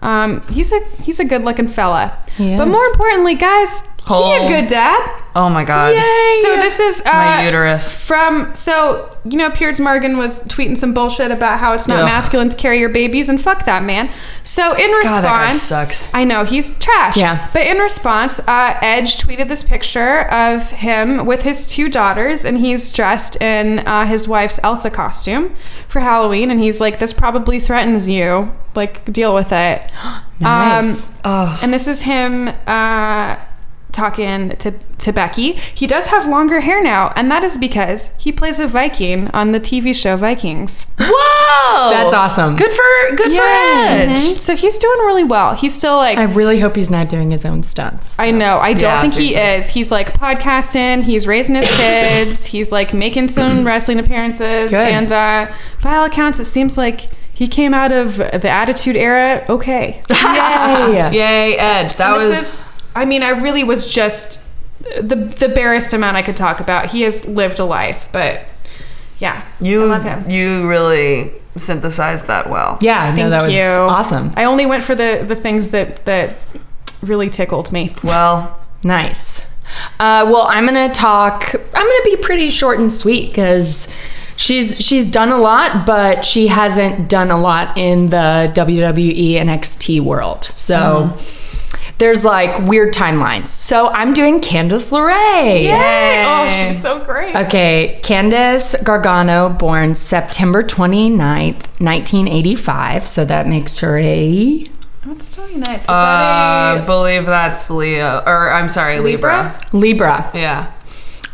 Speaker 1: Um, he's a he's a good looking fella.
Speaker 3: He
Speaker 1: But
Speaker 3: is.
Speaker 1: more importantly, guys, he
Speaker 2: Oh.
Speaker 1: a good dad.
Speaker 2: Oh my god.
Speaker 1: So this is uh,
Speaker 2: My uterus.
Speaker 1: from so you know Piers Morgan was tweeting some bullshit about how it's not
Speaker 2: Ugh.
Speaker 1: masculine to carry your babies and fuck that man. So in response,
Speaker 2: God, that guy sucks.
Speaker 1: I know he's trash.
Speaker 3: Yeah.
Speaker 1: But in response, uh, Edge tweeted this picture of him with his two daughters, and he's dressed in uh, his wife's Elsa costume for Halloween, and he's like, "This probably threatens you. Like, deal with
Speaker 2: <gasps>
Speaker 1: it."
Speaker 3: Nice.
Speaker 2: Oh.
Speaker 1: And this is him uh, talking to, to Becky. He does have longer hair now, and that is because he plays a Viking on the TV show Vikings.
Speaker 2: Whoa.
Speaker 3: That's awesome.
Speaker 2: Good for good
Speaker 3: Yay.
Speaker 2: for Edge.
Speaker 1: Mhm. So he's doing really well. He's still like.
Speaker 3: I
Speaker 1: I-
Speaker 3: really hope he's not doing his own stunts.
Speaker 1: know. I don't
Speaker 2: Yeah,
Speaker 1: think he
Speaker 2: seriously.
Speaker 1: is. He's like podcasting. He's raising his kids. he's like making
Speaker 2: <clears throat>
Speaker 1: some wrestling appearances.
Speaker 3: Good.
Speaker 1: And uh, by all accounts, it seems like he came out of the Attitude Era. Okay.
Speaker 3: <laughs> Yay.
Speaker 2: Yay, Edge. That
Speaker 1: And this
Speaker 2: was
Speaker 1: is- I mean, I really was just the the barest amount I could talk about. He has lived a life, but yeah,
Speaker 2: you
Speaker 1: I love him.
Speaker 2: you really synthesized that well.
Speaker 3: Yeah, I know
Speaker 1: Thank
Speaker 3: that was
Speaker 1: you.
Speaker 3: awesome.
Speaker 1: I only went for the the things that that really tickled me.
Speaker 2: Well,
Speaker 3: Nice. Uh, well, I'm gonna talk. I'm gonna be pretty short and sweet because she's she's done a lot, but she hasn't done a lot in the E WWE NXT world. So there's like weird timelines. So I'm doing Candice LeRae.
Speaker 2: Yay.
Speaker 1: Oh, she's so great.
Speaker 3: Uh, Okay, Candace Gargano, born September 29th, 1985. So that makes her a.
Speaker 1: What's Johnny Knight?
Speaker 3: oh.
Speaker 1: Is
Speaker 2: I
Speaker 1: that a-
Speaker 2: uh, believe that's Leo, or I'm sorry, Libra.
Speaker 1: Libra?
Speaker 3: Libra.
Speaker 2: Yeah.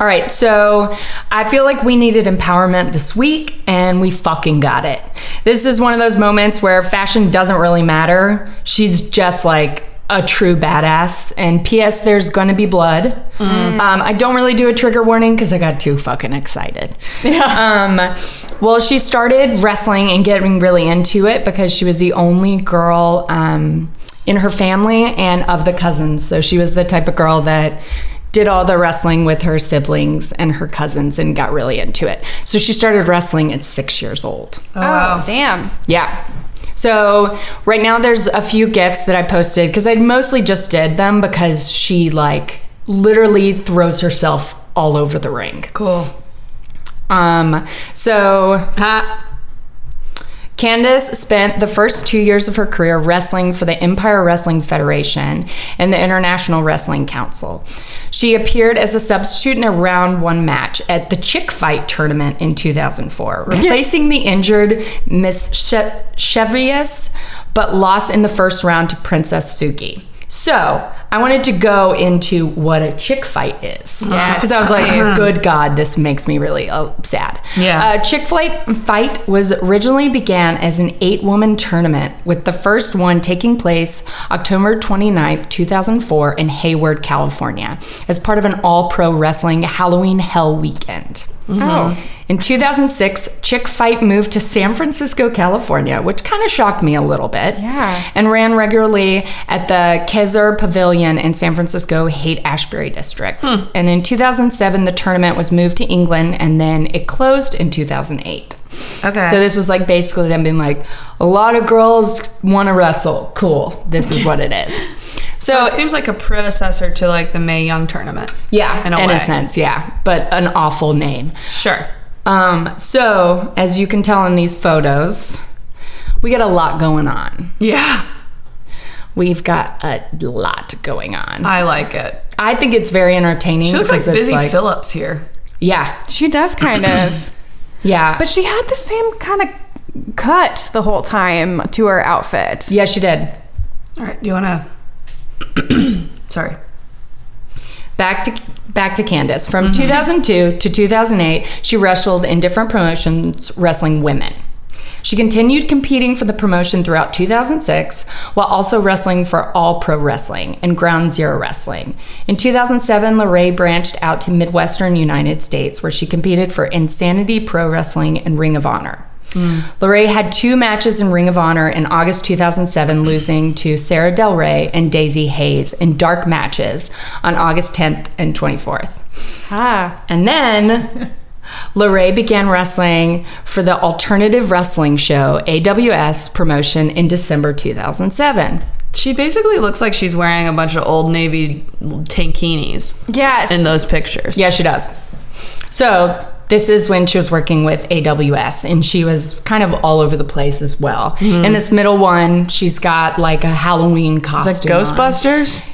Speaker 3: All right, so I feel like we needed empowerment this week and we fucking got it. This is one of those moments where fashion doesn't really matter. She's just like a true badass. And P.S., there's gonna be blood. Um, I don't really do a trigger warning because I got too fucking excited. Yeah. Um, well, she started wrestling and getting really into it because she was the only girl. Um, in her family and of the cousins. So she was the type of girl that did all the wrestling with her siblings and her cousins and got really into it. So she started wrestling at six years old.
Speaker 1: oh, damn.
Speaker 3: Yeah. So right now there's a few gifts that I posted because I mostly just did them because she like literally throws herself all over the ring.
Speaker 2: Cool.
Speaker 3: Um, so Candace spent the first two years of her career wrestling for the Empire Wrestling Federation and the International Wrestling Council. She appeared as a substitute in a round one match at the Chick Fight tournament in 2004, replacing the injured Miss she- Chevius, but lost in the first round to Princess Suki. So I wanted to go into what a chick fight is.
Speaker 2: Yes,
Speaker 3: Because I was like, good God, this makes me really uh, sad.
Speaker 2: Yeah.
Speaker 3: Uh, Chick Fight Fight was originally began as an eight woman tournament, with the first one taking place October 29th, 2004, in Hayward, California, as part of an all pro wrestling Halloween Hell weekend.
Speaker 2: Mm-hmm.
Speaker 1: Oh,
Speaker 3: In 2006, Chick Fight moved to San Francisco, California, which kind of shocked me a little bit.
Speaker 1: Yeah.
Speaker 3: And ran regularly at the Kaiser Pavilion in San Francisco Haight Ashbury district.
Speaker 2: Hmm.
Speaker 3: And in 2007, the tournament was moved to England and then it closed in 2008.
Speaker 2: Okay.
Speaker 3: So this was like basically them being like, a lot of girls want to wrestle. Cool. This is what it is.
Speaker 2: <laughs> So
Speaker 3: So,
Speaker 2: it seems like a predecessor to like the May Young tournament.
Speaker 3: yeah,
Speaker 2: in
Speaker 3: in
Speaker 2: a
Speaker 3: a,
Speaker 2: way.
Speaker 3: sense, yeah, but an awful name.
Speaker 2: Sure.
Speaker 3: Um, so, as you can tell in these photos, we got a lot going on.
Speaker 2: Yeah.
Speaker 3: We've got a lot going on. I,
Speaker 2: I like it.
Speaker 3: think it's very entertaining.
Speaker 2: She looks like
Speaker 3: because it's
Speaker 2: Busy Phillips here.
Speaker 3: Yeah, <clears throat>
Speaker 1: she does kind of,
Speaker 3: yeah.
Speaker 1: but she had the same kind of cut the whole time to her outfit.
Speaker 3: Yeah, she did.
Speaker 2: All right, do you want to? <clears throat> Sorry.
Speaker 3: Back to back to Candace. From 2002 to 2008, she wrestled in different promotions wrestling women. She continued competing for the promotion throughout 2006 while also wrestling for All Pro Wrestling and Ground Zero Wrestling. In 2007, LeRae branched out to Midwestern United States where she competed for Insanity Pro Wrestling and Ring of Honor. LeRae Mm. had two matches in Ring of Honor in August 2007, losing to Sarah Del Rey and Daisy Hayes in dark matches on August 10th and 24th.
Speaker 1: Ah.
Speaker 3: And then LeRae began wrestling for the alternative wrestling show AWS promotion in December 2007.
Speaker 2: She basically looks like she's wearing a bunch of old navy tankinis
Speaker 1: Yes.
Speaker 2: in those pictures.
Speaker 3: Yeah, she does. So this is when she was working with AWS, and she was kind of all over the place as well.
Speaker 1: Mm-hmm.
Speaker 3: In this middle one, she's got like a Halloween costume.
Speaker 2: It's like Ghostbusters.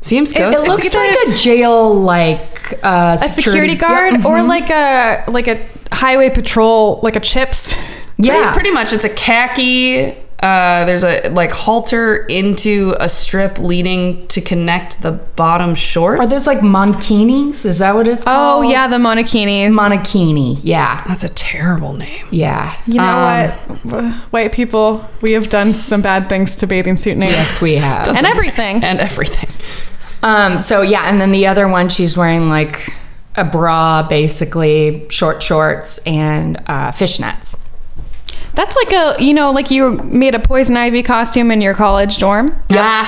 Speaker 2: Seems
Speaker 3: It,
Speaker 2: Ghostbusters.
Speaker 3: looks like a jail, like uh,
Speaker 1: a security guard
Speaker 3: mm-hmm.
Speaker 1: or like a like a highway patrol like a chips
Speaker 3: Yeah,
Speaker 2: Pretty, pretty much, it's a khaki. Uh, there's a like halter into a strip leading to connect the bottom shorts.
Speaker 3: Are those like monkinis? Is that what it's
Speaker 1: oh
Speaker 3: called?
Speaker 1: yeah the monokinis
Speaker 3: monokini. Yeah,
Speaker 2: That's a terrible name.
Speaker 3: yeah.
Speaker 1: you know
Speaker 3: Um,
Speaker 1: what white people we have done some bad things to bathing suit names
Speaker 3: Yes,
Speaker 1: <laughs>
Speaker 3: we have.
Speaker 1: and everything
Speaker 2: And everything.
Speaker 3: Um, so yeah, and then the other one, she's wearing like a bra, basically short shorts and uh, fishnets.
Speaker 1: that's like a you know like you made a poison ivy costume in your college dorm
Speaker 2: Yeah.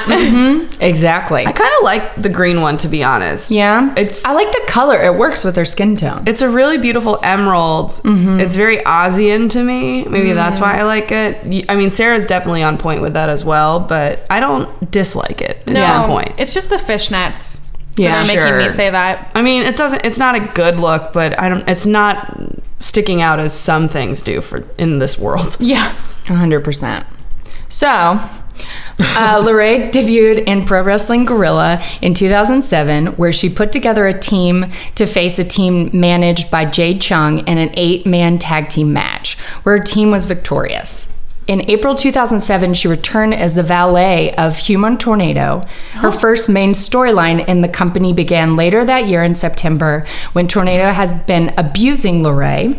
Speaker 3: Exactly.
Speaker 2: Ah. <laughs> I kind of like the green one to be honest.
Speaker 3: yeah,
Speaker 2: It's-
Speaker 3: I like the color. It works with her skin tone.
Speaker 2: It's a really beautiful emerald.
Speaker 3: Mm-hmm.
Speaker 2: It's very Aussian to me. Maybe that's why I like it. Y- I mean, Sarah's definitely on point with that as well, but I don't dislike it. Is my point.
Speaker 1: it's just the fishnets
Speaker 2: Yeah,
Speaker 1: that are making me
Speaker 2: sure.
Speaker 1: say that
Speaker 2: I mean, it doesn't. It's not a good look, but I don't. It's not sticking out as some things do for in this
Speaker 3: <laughs>
Speaker 2: world.
Speaker 1: yeah
Speaker 3: hundred percent. So, <laughs> uh, Lorraine debuted in Pro Wrestling Gorilla in 2007, where she put together a team to face a team managed by Jade Chung in an eight-man tag team match, where her team was victorious. In April 2007, she returned as the valet of Human Tornado, her first main storyline in the company began later that year in September when Tornado has been abusing Lorraine.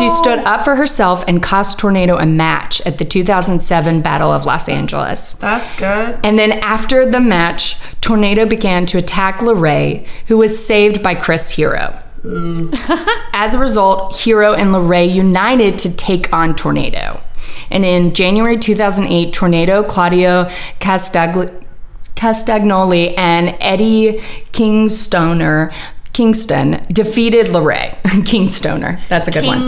Speaker 3: She stood up for herself and cost Tornado a match at the 2007 Battle of Los Angeles.
Speaker 2: That's good.
Speaker 3: And then after the match, Tornado began to attack LeRae, who was saved by Chris Hero. As a result, Hero and LeRae united to take on Tornado. And in January 2008, Tornado, Claudio Castagli- Castagnoli, and Eddie Kingstoner Kingston defeated LeRae. <laughs> Kingstoner. That's a good one.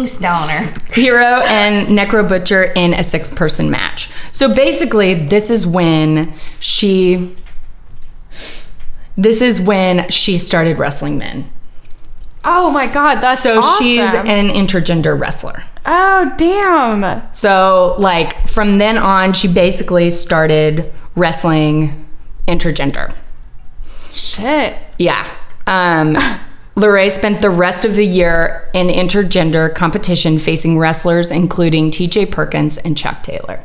Speaker 3: Hero and Necro Butcher in a six person match. So basically, this is when she. This is when she started wrestling men.
Speaker 1: oh my god that's
Speaker 3: So she's
Speaker 1: awesome.
Speaker 3: an intergender wrestler.
Speaker 1: oh damn
Speaker 3: So, like, from then on, she basically started wrestling intergender.
Speaker 1: shit
Speaker 3: Yeah. Um, <laughs> Lorraine spent the rest of the year in intergender competition facing wrestlers including TJ Perkins and Chuck Taylor.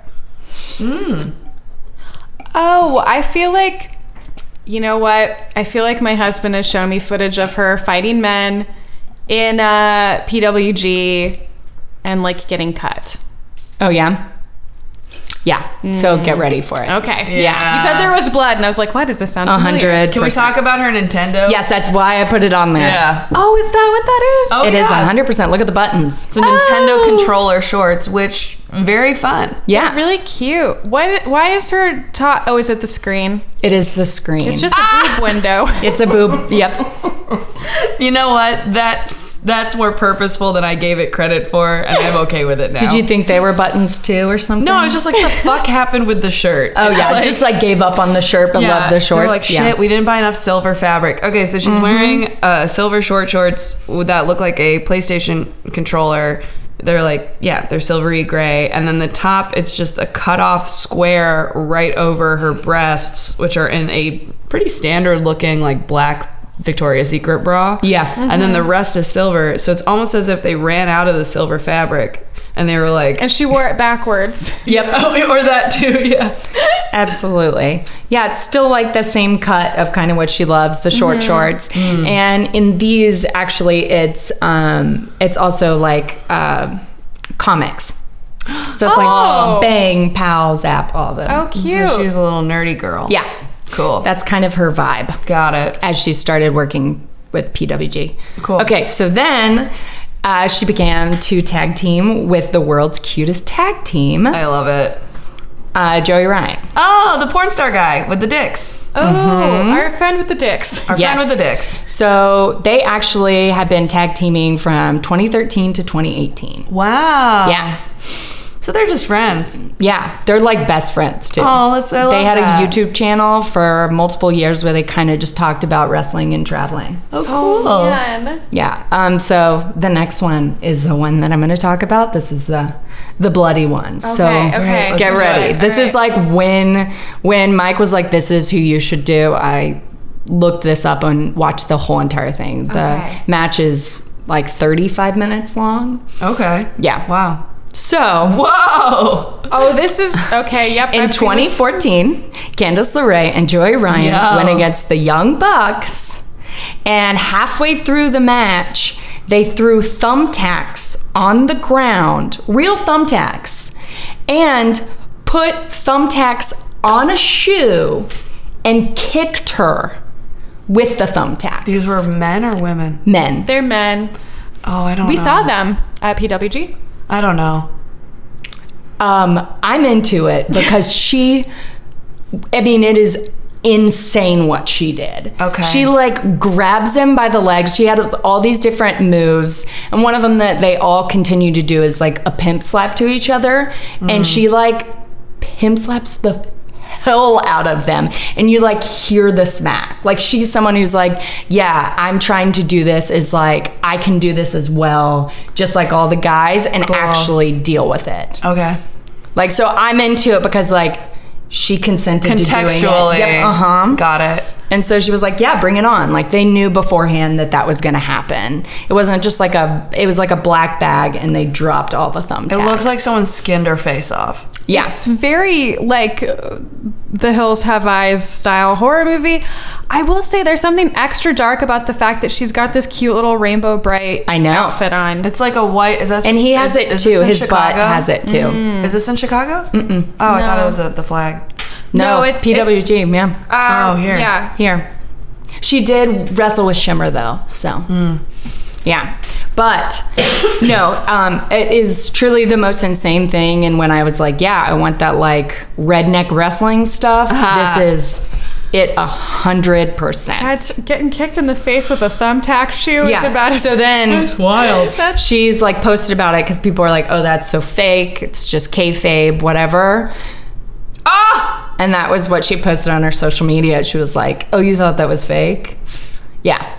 Speaker 1: Oh, I feel like you know what? I feel like my husband has shown me footage of her fighting men in uh, PWG and like getting cut.
Speaker 3: Oh yeah. Yeah. So
Speaker 2: Mm.
Speaker 3: get ready for it.
Speaker 1: Okay.
Speaker 3: Yeah.
Speaker 1: You said there was blood, and I was like, "Why does this sound?"
Speaker 3: A
Speaker 1: familiar?
Speaker 3: hundred. percent.
Speaker 2: about her Nintendo?
Speaker 3: Yes, that's why I put it on there.
Speaker 2: Yeah.
Speaker 1: Oh, is that what that is?
Speaker 2: Oh.
Speaker 3: It is
Speaker 2: yes.
Speaker 3: a hundred percent. Look at the buttons. Ah,
Speaker 2: It's a Nintendo controller shorts, which very fun.
Speaker 3: Yeah.
Speaker 1: Really cute. What? Why is her top? Oh, is it the screen?
Speaker 3: It is the screen.
Speaker 1: It's just a
Speaker 3: Ah!
Speaker 1: boob
Speaker 3: <laughs>
Speaker 1: window.
Speaker 3: It's a boob. Yep.
Speaker 2: You know what? That's that's more purposeful than I gave it credit for, and I'm okay with it now.
Speaker 3: Did you think they were buttons too or something?
Speaker 2: No, I was just
Speaker 3: <laughs>
Speaker 2: like, the fuck happened with the shirt?
Speaker 3: Oh yeah,
Speaker 2: It's like-
Speaker 3: just like gave up on the shirt but
Speaker 2: Yeah,
Speaker 3: loved the
Speaker 2: we were
Speaker 3: shorts.
Speaker 2: like, shit,
Speaker 3: yeah. Mm-hmm.
Speaker 2: we didn't buy enough silver fabric. Okay, so she's wearing uh, silver short shorts that look like a PlayStation controller. They're like, yeah, they're silvery gray, and then the top, it's just a cut off square right over her breasts, which are in a pretty standard looking like black. Victoria's Secret bra.
Speaker 3: Yeah. Mm-hmm.
Speaker 2: And then the rest is silver. So it's almost as if they ran out of the silver fabric. and they were like,
Speaker 1: And she wore it backwards.
Speaker 2: "Yep," oh, <laughs> or that too. Yeah.
Speaker 3: Absolutely. Yeah, it's still like the same cut of kind of what she loves, the short
Speaker 2: Mm-hmm.
Speaker 3: shorts.
Speaker 2: Mm.
Speaker 3: And in these actually it's um it's also like uh, comics. So it's
Speaker 1: Oh.
Speaker 3: like bang, pow, zap, all this.
Speaker 1: Oh, cute.
Speaker 2: So she's a little nerdy girl.
Speaker 3: Yeah.
Speaker 2: Cool.
Speaker 3: That's kind of her vibe
Speaker 2: Got it.
Speaker 3: as she started working with PWG.
Speaker 2: Cool.
Speaker 3: Okay, so then uh, she began to tag team with the world's cutest tag team,
Speaker 2: I love it.
Speaker 3: uh, Joey Ryan.
Speaker 2: Oh, the porn star guy with the dicks.
Speaker 1: oh,
Speaker 3: Mm-hmm.
Speaker 1: our friend with the dicks.
Speaker 2: Our
Speaker 3: Yes.
Speaker 2: friend with the dicks.
Speaker 3: So they actually have been tag teaming from 2013 to 2018.
Speaker 2: Wow.
Speaker 3: Yeah.
Speaker 2: So they're just friends.
Speaker 3: Yeah. They're like best friends too.
Speaker 2: Oh, that's I love
Speaker 3: they had
Speaker 2: that.
Speaker 3: a YouTube channel for multiple years where they kind of just talked about wrestling and traveling.
Speaker 2: Oh, cool.
Speaker 1: Man.
Speaker 3: Yeah. Um, so the next one is the one that I'm going to talk about. This is the the bloody one. so
Speaker 1: Okay, okay.
Speaker 2: let's
Speaker 3: get
Speaker 2: do
Speaker 3: ready.
Speaker 1: it.
Speaker 3: This
Speaker 1: All
Speaker 3: is like when when Mike was like, "This is who you should do." I looked this up and watched the whole entire thing. The
Speaker 1: Okay.
Speaker 3: match is like 35 minutes long.
Speaker 2: Okay.
Speaker 3: Yeah.
Speaker 2: Wow.
Speaker 3: So <laughs>
Speaker 2: Whoa.
Speaker 1: Oh, this is okay. Yep.
Speaker 3: in
Speaker 1: I've seen this.
Speaker 3: 2014, Candice LeRae and Joey Ryan
Speaker 2: Yo.
Speaker 3: went against the Young Bucks, and halfway through the match, they threw thumbtacks on the ground, real thumbtacks, and put thumbtacks on a shoe and kicked her with the thumbtacks.
Speaker 2: These were men or women?
Speaker 3: men.
Speaker 1: They're men.
Speaker 2: Oh, I don't
Speaker 1: We
Speaker 2: know.
Speaker 1: saw them at PWG.
Speaker 2: I don't know.
Speaker 3: Um, I'm into it because she, I mean, it is insane what she did.
Speaker 2: Okay.
Speaker 3: She like grabs them by the legs. She had all these different moves. And one of them that they all continue to do is like a pimp slap to each other. And she like pimp slaps the hell out of them. And you like hear the smack. Like she's someone who's like, yeah, I'm trying to do this is like, I can do this as well, just like all the guys and actually deal with it.
Speaker 2: Okay.
Speaker 3: Like, so I'm into it because like she consented to doing
Speaker 2: Contextually.
Speaker 3: it. Yep, uh-huh.
Speaker 2: Got it.
Speaker 3: And so she was like, "Yeah, bring it on." Like they knew beforehand that that was going to happen. It wasn't just like a. It was like a black bag, and they dropped all the thumbtacks.
Speaker 2: It looks like someone skinned her face off.
Speaker 3: Yeah.
Speaker 1: It's very like uh, The Hills Have Eyes style horror movie. I will say there's something extra dark about the fact that she's got this cute little rainbow bright
Speaker 3: I know.
Speaker 1: outfit on.
Speaker 2: It's like a white. Is that?
Speaker 3: and he has
Speaker 2: is-
Speaker 3: it
Speaker 2: is this
Speaker 3: too.
Speaker 2: in
Speaker 3: His
Speaker 2: Chicago? Mm.
Speaker 3: butt has it too.
Speaker 2: Is this in Chicago? Mm-mm. Oh, I thought it was at the flag.
Speaker 3: No,
Speaker 1: it's
Speaker 3: PWG,
Speaker 1: it's,
Speaker 3: yeah.
Speaker 1: uh,
Speaker 2: Oh, here.
Speaker 1: Yeah.
Speaker 3: Here, she did wrestle with Shimmer though, so
Speaker 1: Hmm.
Speaker 3: yeah. But no, um, it is truly the most insane thing. And when I was like, yeah, I want that like redneck
Speaker 1: <laughs>
Speaker 3: wrestling stuff. This is it a hundred percent.
Speaker 1: That's getting kicked in the face with a thumbtack shoe is about
Speaker 3: Yeah.
Speaker 1: as
Speaker 3: So then
Speaker 2: Wild.
Speaker 1: <laughs> That's
Speaker 3: she's like posted about it because people are like, "Oh, that's so fake. It's just kayfabe, whatever." Ah! And that was what she posted on her social media. She was like, "Oh, you thought that was fake?" Yeah.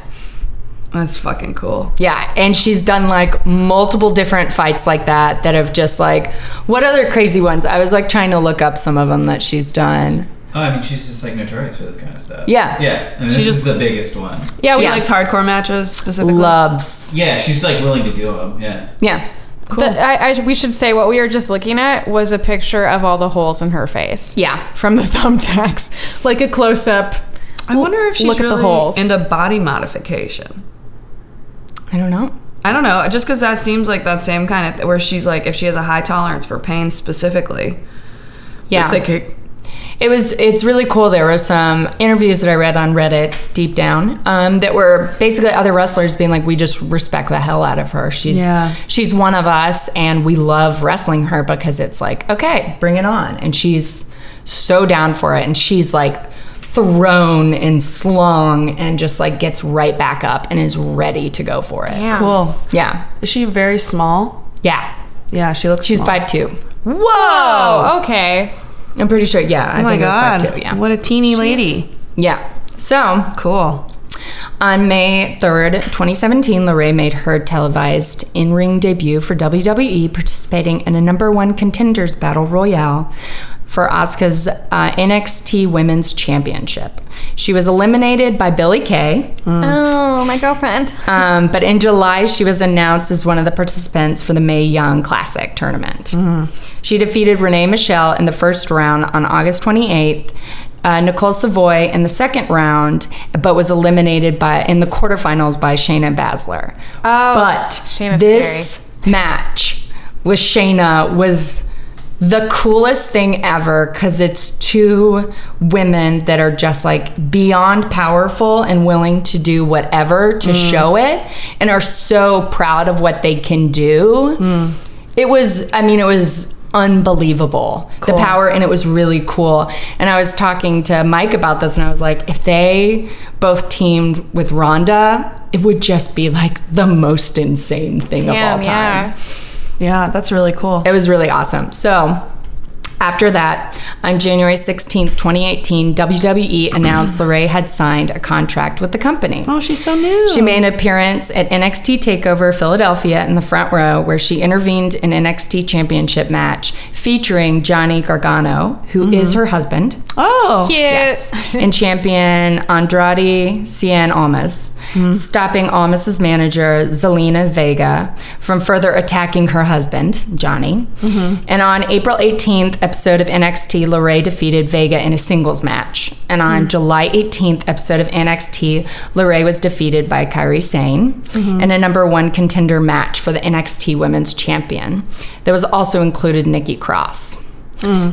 Speaker 2: That's fucking cool.
Speaker 3: Yeah, and she's done like multiple different fights like that that have just like what other crazy ones? I was like trying to look up some of them that she's done.
Speaker 4: Oh, I mean, she's just like notorious for this kind of stuff.
Speaker 3: Yeah.
Speaker 4: Yeah. And
Speaker 2: She
Speaker 4: this
Speaker 2: just-
Speaker 4: is the biggest one.
Speaker 1: yeah,
Speaker 2: She
Speaker 1: we
Speaker 3: Yeah.
Speaker 2: likes hardcore matches specifically.
Speaker 3: Loves.
Speaker 4: Yeah, she's like willing to do them. Yeah.
Speaker 3: Yeah.
Speaker 2: Cool.
Speaker 1: the- I, I, we should say what we were just looking at was a picture of all the holes in her face.
Speaker 3: Yeah.
Speaker 1: From the <laughs> thumbtacks, like a close up.
Speaker 2: I wonder if she's
Speaker 1: Look at the
Speaker 2: really
Speaker 1: holes.
Speaker 2: into body modification.
Speaker 3: I don't know.
Speaker 2: I don't know, just because that seems like that same kind of th- where she's like, if she has a high tolerance for pain specifically,
Speaker 3: Yeah.
Speaker 2: just like it-
Speaker 3: It was. It's really cool. There were some interviews that I read on Reddit deep down um, that were basically other wrestlers being like, "We just respect the hell out of her. She's
Speaker 2: Yeah.
Speaker 3: she's one of us, and we love wrestling her because it's like, okay, bring it on." And she's so down for it, and she's like thrown and slung, and just like gets right back up and is ready to go for it.
Speaker 1: Yeah.
Speaker 2: cool.
Speaker 3: Yeah,
Speaker 2: Is she very small?
Speaker 3: yeah.
Speaker 2: Yeah, she looks.
Speaker 3: She's
Speaker 2: small.
Speaker 3: five two.
Speaker 2: Whoa!
Speaker 1: Oh, okay.
Speaker 3: I'm pretty sure. Yeah, I
Speaker 2: Oh my
Speaker 3: think it was
Speaker 2: god!
Speaker 3: five two. Yeah,
Speaker 2: What a teeny lady.
Speaker 3: yeah. So
Speaker 2: Cool.
Speaker 3: On May 3rd, 2017, LeRae made her televised in E, ring debut for WWE, participating in a number one contenders battle royale for Asuka's uh, NXT Women's Championship. She was eliminated by Billy Kay,
Speaker 1: Oh, my girlfriend.
Speaker 3: um, but in July she was announced as one of the participants for the May Young Classic tournament.
Speaker 1: Mm-hmm.
Speaker 3: She defeated Renee Michelle in the first round on August 28th. Uh, Nicole Savoy in the second round, but was eliminated by in the quarterfinals by Shayna Baszler.
Speaker 1: Oh,
Speaker 3: but
Speaker 1: Shayna's
Speaker 3: this match with Shayna was the coolest thing ever because it's two women that are just like beyond powerful and willing to do whatever to show it and are so proud of what they can do. It was, I mean, it was unbelievable the power and it was really cool and i was talking to mike about this and i was like if they both teamed with rhonda it would just be like the most insane thing of
Speaker 1: Damn,
Speaker 3: all time
Speaker 1: yeah.
Speaker 2: Yeah, that's really cool.
Speaker 3: it was really awesome. So after that, on January 16th, 2018, WWE E announced Lorray had signed a contract with the company.
Speaker 2: Oh, she's so new.
Speaker 3: She made an appearance at NXT TakeOver Philadelphia in the front row, where she intervened in NXT Championship match featuring Johnny Gargano, who is
Speaker 1: Mm-hmm.
Speaker 3: her husband,
Speaker 2: oh,
Speaker 1: Cute.
Speaker 3: and champion Andrade Cien Almas, stopping Almas's manager Zelina Vega from further attacking her husband Johnny. And on April 18th episode of NXT, Lorray defeated Vega in a singles match. And on July 18th episode of NXT, Lorray was defeated by Kairi Sane in a number one contender match for the NXT Women's Champion. That was also included Nikki Cross.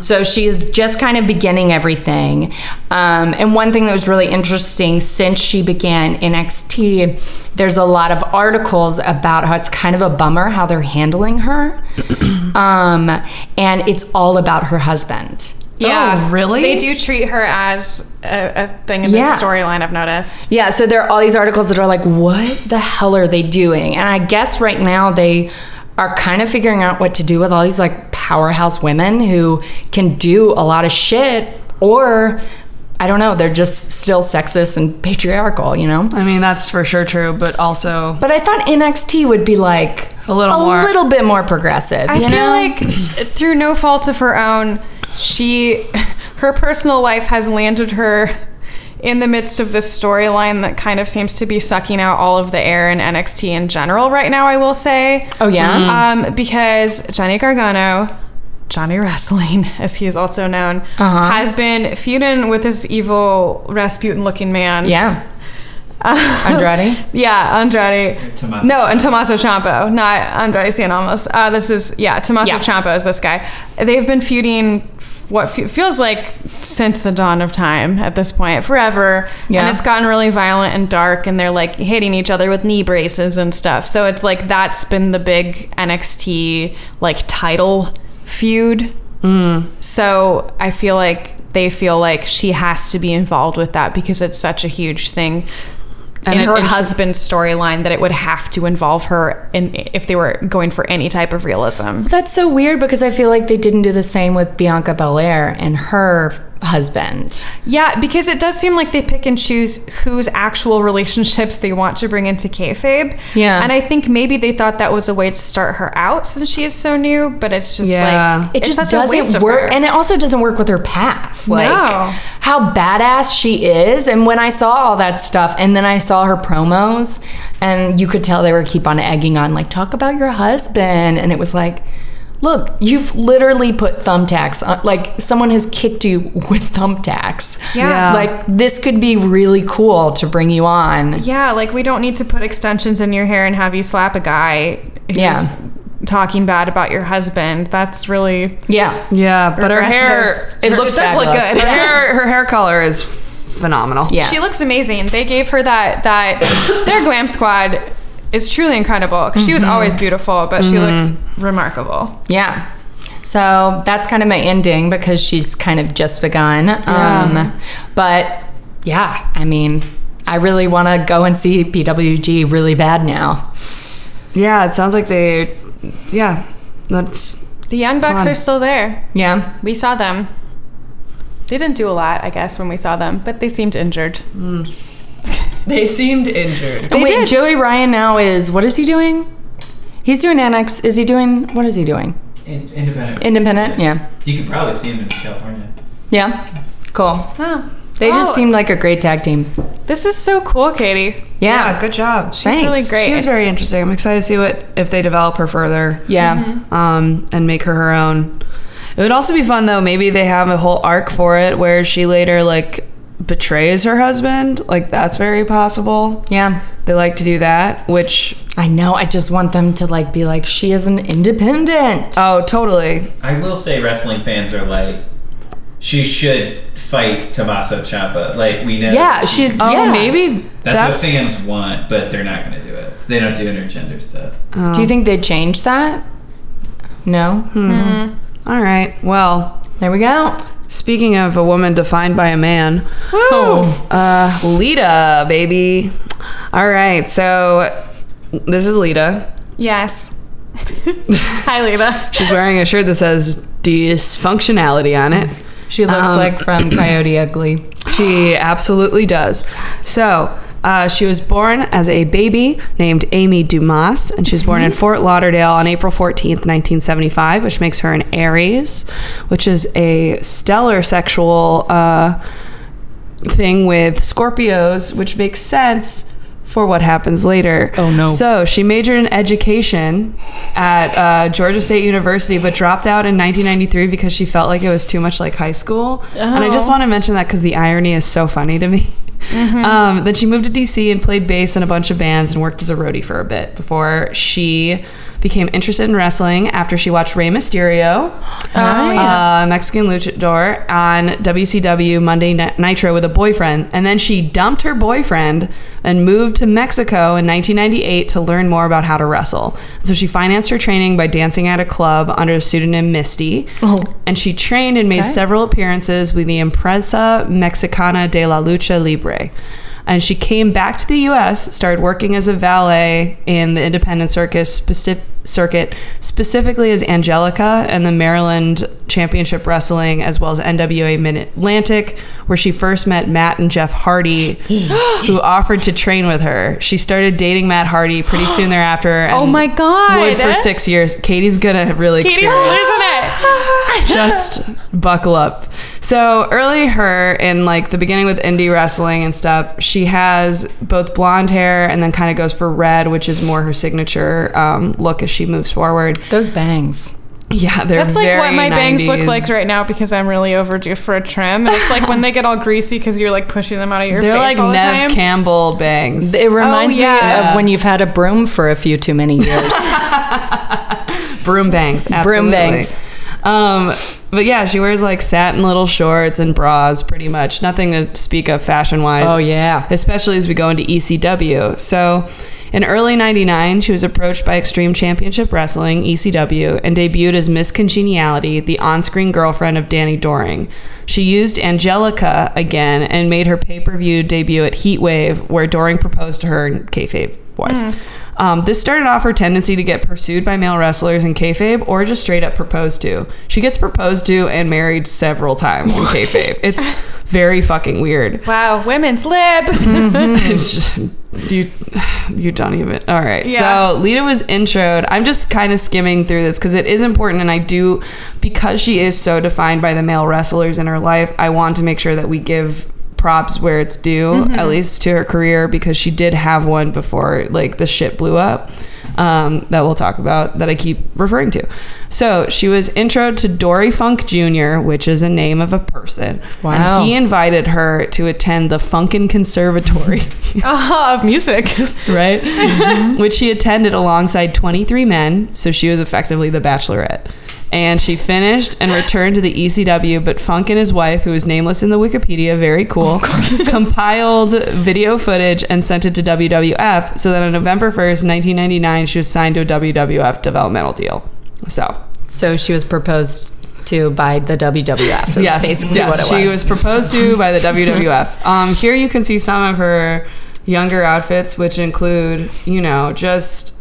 Speaker 3: So she is just kind of beginning everything. Um, and one thing that was really interesting since she began NXT, there's a lot of articles about how it's kind of a bummer how they're handling her. <clears throat> um, and it's all about her husband.
Speaker 1: Yeah.
Speaker 2: really?
Speaker 1: They do treat her as a, a thing in
Speaker 3: Yeah.
Speaker 1: the storyline, I've noticed.
Speaker 3: Yeah, so there are all these articles that are like, what the hell are they doing? And I guess right now they are kind of figuring out what to do with all these like powerhouse women who can do a lot of shit, or I don't know, they're just still sexist and patriarchal, you know?
Speaker 2: I mean, that's for sure true, but also
Speaker 3: But I thought NXT would be like
Speaker 2: A little more-
Speaker 3: little bit more progressive,
Speaker 1: I feel
Speaker 3: you know?
Speaker 1: like through no fault of her own, she <laughs> her personal life has landed her in the midst of this storyline that kind of seems to be sucking out all of the air in NXT in general right now, I will say.
Speaker 3: oh yeah,
Speaker 1: Um, because Johnny Gargano, Johnny Wrestling, <laughs> as he is also known,
Speaker 3: Uh-huh.
Speaker 1: has been feuding with this evil Rasputin-looking man.
Speaker 3: yeah,
Speaker 1: <laughs>
Speaker 3: Andrade.
Speaker 1: Yeah, Andrade.
Speaker 4: Tommaso
Speaker 1: no, and Tommaso Ciampa, not Andrade Cien Almas. Uh, this is yeah, Tommaso
Speaker 3: Yeah.
Speaker 1: Ciampa is this guy. They've been feuding f- what fe- feels like since the dawn of time at this point, forever.
Speaker 3: Yeah.
Speaker 1: And it's gotten really violent and dark, and they're like hitting each other with knee braces and stuff. So it's like that's been the big NXT like title feud. So I feel like they feel like she has to be involved with that because it's such a huge thing
Speaker 2: And
Speaker 1: in
Speaker 2: it-
Speaker 1: her
Speaker 2: it's-
Speaker 1: husband's storyline that it would have to involve her in if they were going for any type of realism.
Speaker 3: That's so weird because I feel like they didn't do the same with Bianca Belair and her husband.
Speaker 1: Yeah, because it does seem like they pick and choose whose actual relationships they want to bring into kayfabe.
Speaker 3: Yeah.
Speaker 1: and I think maybe they thought that was a way to start her out since she is so new. But it's just
Speaker 2: Yeah.
Speaker 1: like
Speaker 3: it
Speaker 1: it's
Speaker 3: just
Speaker 1: such a waste
Speaker 3: doesn't
Speaker 1: of
Speaker 3: work
Speaker 1: her.
Speaker 3: and it also doesn't work with her past like
Speaker 1: No.
Speaker 3: how badass she is and when i saw all that stuff and then i saw her promos and you could tell they were keep on egging on like talk about your husband and it was like look you've literally put thumbtacks on like someone has kicked you <laughs> with thumbtacks
Speaker 1: Yeah.
Speaker 2: Yeah.
Speaker 3: like this could be really cool to bring you on
Speaker 1: Yeah, like we don't need to put extensions in your hair and have you slap a guy who's
Speaker 3: Yeah.
Speaker 1: talking bad about your husband. That's really
Speaker 3: yeah
Speaker 2: yeah, but her
Speaker 1: Regressive.
Speaker 2: hair
Speaker 3: It
Speaker 2: her-
Speaker 3: looks
Speaker 2: it does look
Speaker 3: fabulous.
Speaker 2: good. Her <laughs> hair, her hair color is phenomenal.
Speaker 3: yeah
Speaker 1: She looks amazing. They gave her that that <coughs> their glam squad is truly incredible because she was
Speaker 3: Mm-hmm.
Speaker 1: always beautiful, but she looks remarkable.
Speaker 3: Yeah. So that's kind of my ending because she's kind of just begun. Um, but yeah, I mean, I really want to go and see PWG really bad now.
Speaker 2: yeah. It sounds like they, yeah, that's
Speaker 1: The Young Bucks
Speaker 2: Fun.
Speaker 1: are still there.
Speaker 3: Yeah.
Speaker 1: We saw them. They didn't do a lot, I guess, when we saw them, but they seemed injured.
Speaker 2: they seemed injured.
Speaker 3: And wait,
Speaker 1: did.
Speaker 3: Joey Ryan now is what is he doing? He's doing annex. Is he doing what is he doing?
Speaker 4: in, independent.
Speaker 3: Independent, yeah.
Speaker 4: You could probably see him in California.
Speaker 3: Yeah. Cool.
Speaker 1: Oh.
Speaker 3: They just
Speaker 1: Oh,
Speaker 3: seemed like a great tag team.
Speaker 1: This is so cool, Katie.
Speaker 3: Yeah.
Speaker 2: good job. She's
Speaker 3: Thanks.
Speaker 1: really great.
Speaker 2: She's very interesting. I'm excited to see what if they develop her further.
Speaker 3: Yeah.
Speaker 2: um, and make her her own. It would also be fun though. Maybe they have a whole arc for it where she later like betrays her husband. Like that's very possible.
Speaker 3: Yeah.
Speaker 2: They like to do that, which
Speaker 3: I know. I just want them to like be like she is an independent.
Speaker 2: oh totally.
Speaker 4: I will say wrestling fans are like, she should fight Tommaso Ciampa. Like we know.
Speaker 3: yeah,
Speaker 4: she-
Speaker 3: she's
Speaker 2: Oh
Speaker 3: yeah.
Speaker 2: maybe
Speaker 4: That's,
Speaker 2: that's,
Speaker 4: what fans want, but they're not going to do it. They don't do intergender stuff.
Speaker 2: Oh,
Speaker 3: Do you think they'd change that? No.
Speaker 2: Hmm. All right. Well,
Speaker 3: There we go.
Speaker 2: speaking of a woman defined by a man,
Speaker 3: Oh.
Speaker 2: uh, Lita, baby. All right. So this is Lita. <laughs>
Speaker 1: Yes. Hi, Leva.
Speaker 2: She's wearing a shirt that says dysfunctionality on it.
Speaker 3: She looks
Speaker 2: Um, <clears throat>
Speaker 3: like from Coyote Ugly.
Speaker 2: She absolutely does. So, uh, she was born as a baby named Amy Dumas, and she was
Speaker 3: Mm-hmm.
Speaker 2: born in Fort Lauderdale on April 14th, 1975, which makes her an Aries, which is a stellar sexual uh, thing with Scorpios, which makes sense for what happens later.
Speaker 3: Oh, no.
Speaker 2: So, she majored in education at uh, Georgia State University, but dropped out in 1993 because she felt like it was too much like high school. And I just
Speaker 1: Oh. Mm-hmm.
Speaker 2: want to mention that because the irony is so funny to me. Um, then she moved to DC and played bass in a bunch of bands and worked as a roadie for a bit before she became interested in wrestling after she watched Rey Mysterio,
Speaker 1: <gasps> Nice.
Speaker 2: uh, Mexican luchador, on WCW Monday Ni- Nitro with a boyfriend. And then she dumped her boyfriend and moved to Mexico in 1998 to learn more about how to wrestle. So she financed her training by dancing at a club under the pseudonym Misty.
Speaker 3: Oh.
Speaker 2: And she trained and made
Speaker 3: Okay.
Speaker 2: several appearances with the Empresa Mexicana de la Lucha Libre. And she came back to the U.S., started working as a valet in the independent circus specific, circuit, specifically as Angelica and the Maryland Championship Wrestling, as well as NWA Mid Atlantic, where she first met Matt and
Speaker 1: <gasps>
Speaker 2: Jeff Hardy, who offered to train with her. She started dating Matt Hardy pretty soon thereafter. And
Speaker 1: Oh my God.
Speaker 2: Would for six years. Katie's gonna really
Speaker 1: Katie's
Speaker 2: experience
Speaker 1: losing it.
Speaker 2: just buckle up. So early her in like the beginning with indie wrestling and stuff, she has both blonde hair and then kind of goes for red, which is more her signature um, look as she moves forward.
Speaker 3: Those bangs.
Speaker 2: Yeah, they're
Speaker 1: That's like
Speaker 2: very
Speaker 1: what my bangs look
Speaker 2: 90s.
Speaker 1: like right now because I'm really overdue for a trim. And it's like when they get all greasy because you're like pushing them out of your
Speaker 2: They're
Speaker 1: face
Speaker 2: like
Speaker 1: all the time.
Speaker 2: Nev Campbell bangs.
Speaker 3: It reminds me
Speaker 1: yeah.
Speaker 3: of when you've had a broom for a few too many
Speaker 2: <laughs>
Speaker 3: years.
Speaker 2: broom bangs. Absolutely.
Speaker 3: bangs.
Speaker 2: Um, but yeah, she wears like satin little shorts and bras, pretty much. Nothing to speak of fashion wise.
Speaker 3: Oh, yeah.
Speaker 2: Especially as we go into ECW. So in early 99, she was approached by Extreme Championship Wrestling, ECW, and debuted as Miss Congeniality, the on screen girlfriend of Danny Doring. She used Angelica again and made her pay per view debut at Heat Wave, where Doring proposed to her in kayfabe was. Um, this started off her tendency to get pursued by male wrestlers in kayfabe or just straight up proposed to. She gets proposed to and married several times in kayfabe. It's very fucking weird.
Speaker 1: Wow, women's
Speaker 2: <laughs>
Speaker 1: lib.
Speaker 2: It's just- you, you don't even. All right.
Speaker 1: Yeah.
Speaker 2: So Lita was introed. I'm just kind of skimming through this because it is important, and I do because she is so defined by the male wrestlers in her life. I want to make sure that we give props where it's due, at least to her career, because she did have one before like the shit blew up. Um, that we'll talk about that I keep referring to. So she was introed to Dory Funk Jr., which is a name of a person.
Speaker 3: Wow.
Speaker 2: And he invited her to attend the Funkin' Conservatory
Speaker 1: Ah, of music.
Speaker 2: right? Which she attended alongside 23 men, so she was effectively the bachelorette. And she finished and returned to the ECW, but Funk and his wife, who is nameless in the Wikipedia, very cool, <laughs> compiled video footage and sent it to WWF so that on November 1st, 1999, she was signed to a WWF developmental deal. So,
Speaker 3: so she was proposed to by the WWF. Is basically
Speaker 2: yes,
Speaker 3: what it was.
Speaker 2: She was proposed to by the
Speaker 1: <laughs>
Speaker 2: WWF. Um, here you can see some of her younger outfits, which include, you know, just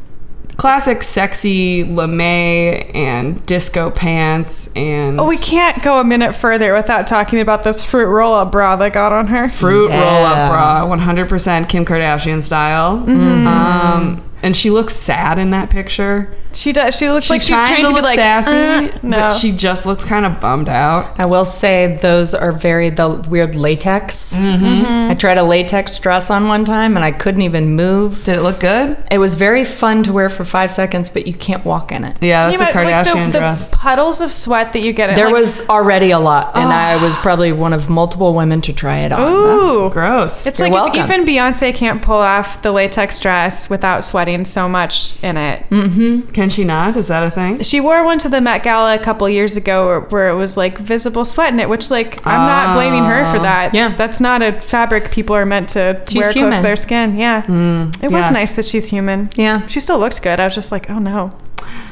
Speaker 2: classic sexy lame and disco pants and
Speaker 1: Oh, we can't go a minute further without talking about this fruit roll up bra that got on her.
Speaker 2: fruit
Speaker 3: Yeah.
Speaker 2: roll up bra,
Speaker 1: Mm-hmm.
Speaker 2: 100% Kim Kardashian style. Um, and she looks sad in that picture.
Speaker 1: She does. She looks like she's
Speaker 2: trying, to,
Speaker 1: be
Speaker 2: look
Speaker 1: like
Speaker 2: sassy,
Speaker 1: "Uh, no.
Speaker 2: but she just looks kind of bummed out.
Speaker 3: I will say those are very the weird latex.
Speaker 2: Mm-hmm.
Speaker 3: I tried a latex dress on one time and I couldn't even move.
Speaker 2: Did it look good?
Speaker 3: It was very fun to wear for five seconds, but you can't walk in it.
Speaker 2: Yeah,
Speaker 1: Can you
Speaker 2: that's a
Speaker 1: imagine, like,
Speaker 2: Kardashian
Speaker 1: the,
Speaker 2: dress.
Speaker 1: The puddles of sweat that you get. in,
Speaker 3: There
Speaker 1: like,
Speaker 3: was already a lot, and I was probably one of multiple women to try it on.
Speaker 1: Ooh.
Speaker 2: That's gross.
Speaker 1: It's
Speaker 3: You're
Speaker 1: like if
Speaker 3: welcome.
Speaker 1: even Beyonce can't pull off the latex dress without sweating so much in it.
Speaker 3: Mm-hmm.
Speaker 2: Can she not? Is that a thing?
Speaker 1: She wore one to the Met Gala a couple years ago where, where it was like visible sweat in it, which like I'm
Speaker 2: Oh.
Speaker 1: not blaming her for that.
Speaker 3: yeah.
Speaker 1: that's not a fabric people are meant to
Speaker 3: She's
Speaker 1: wear close to
Speaker 3: human.
Speaker 1: their skin. Yeah, it was
Speaker 2: Mm, yes.
Speaker 1: nice that she's human.
Speaker 3: Yeah.
Speaker 1: she still looked good. I was just like, oh no,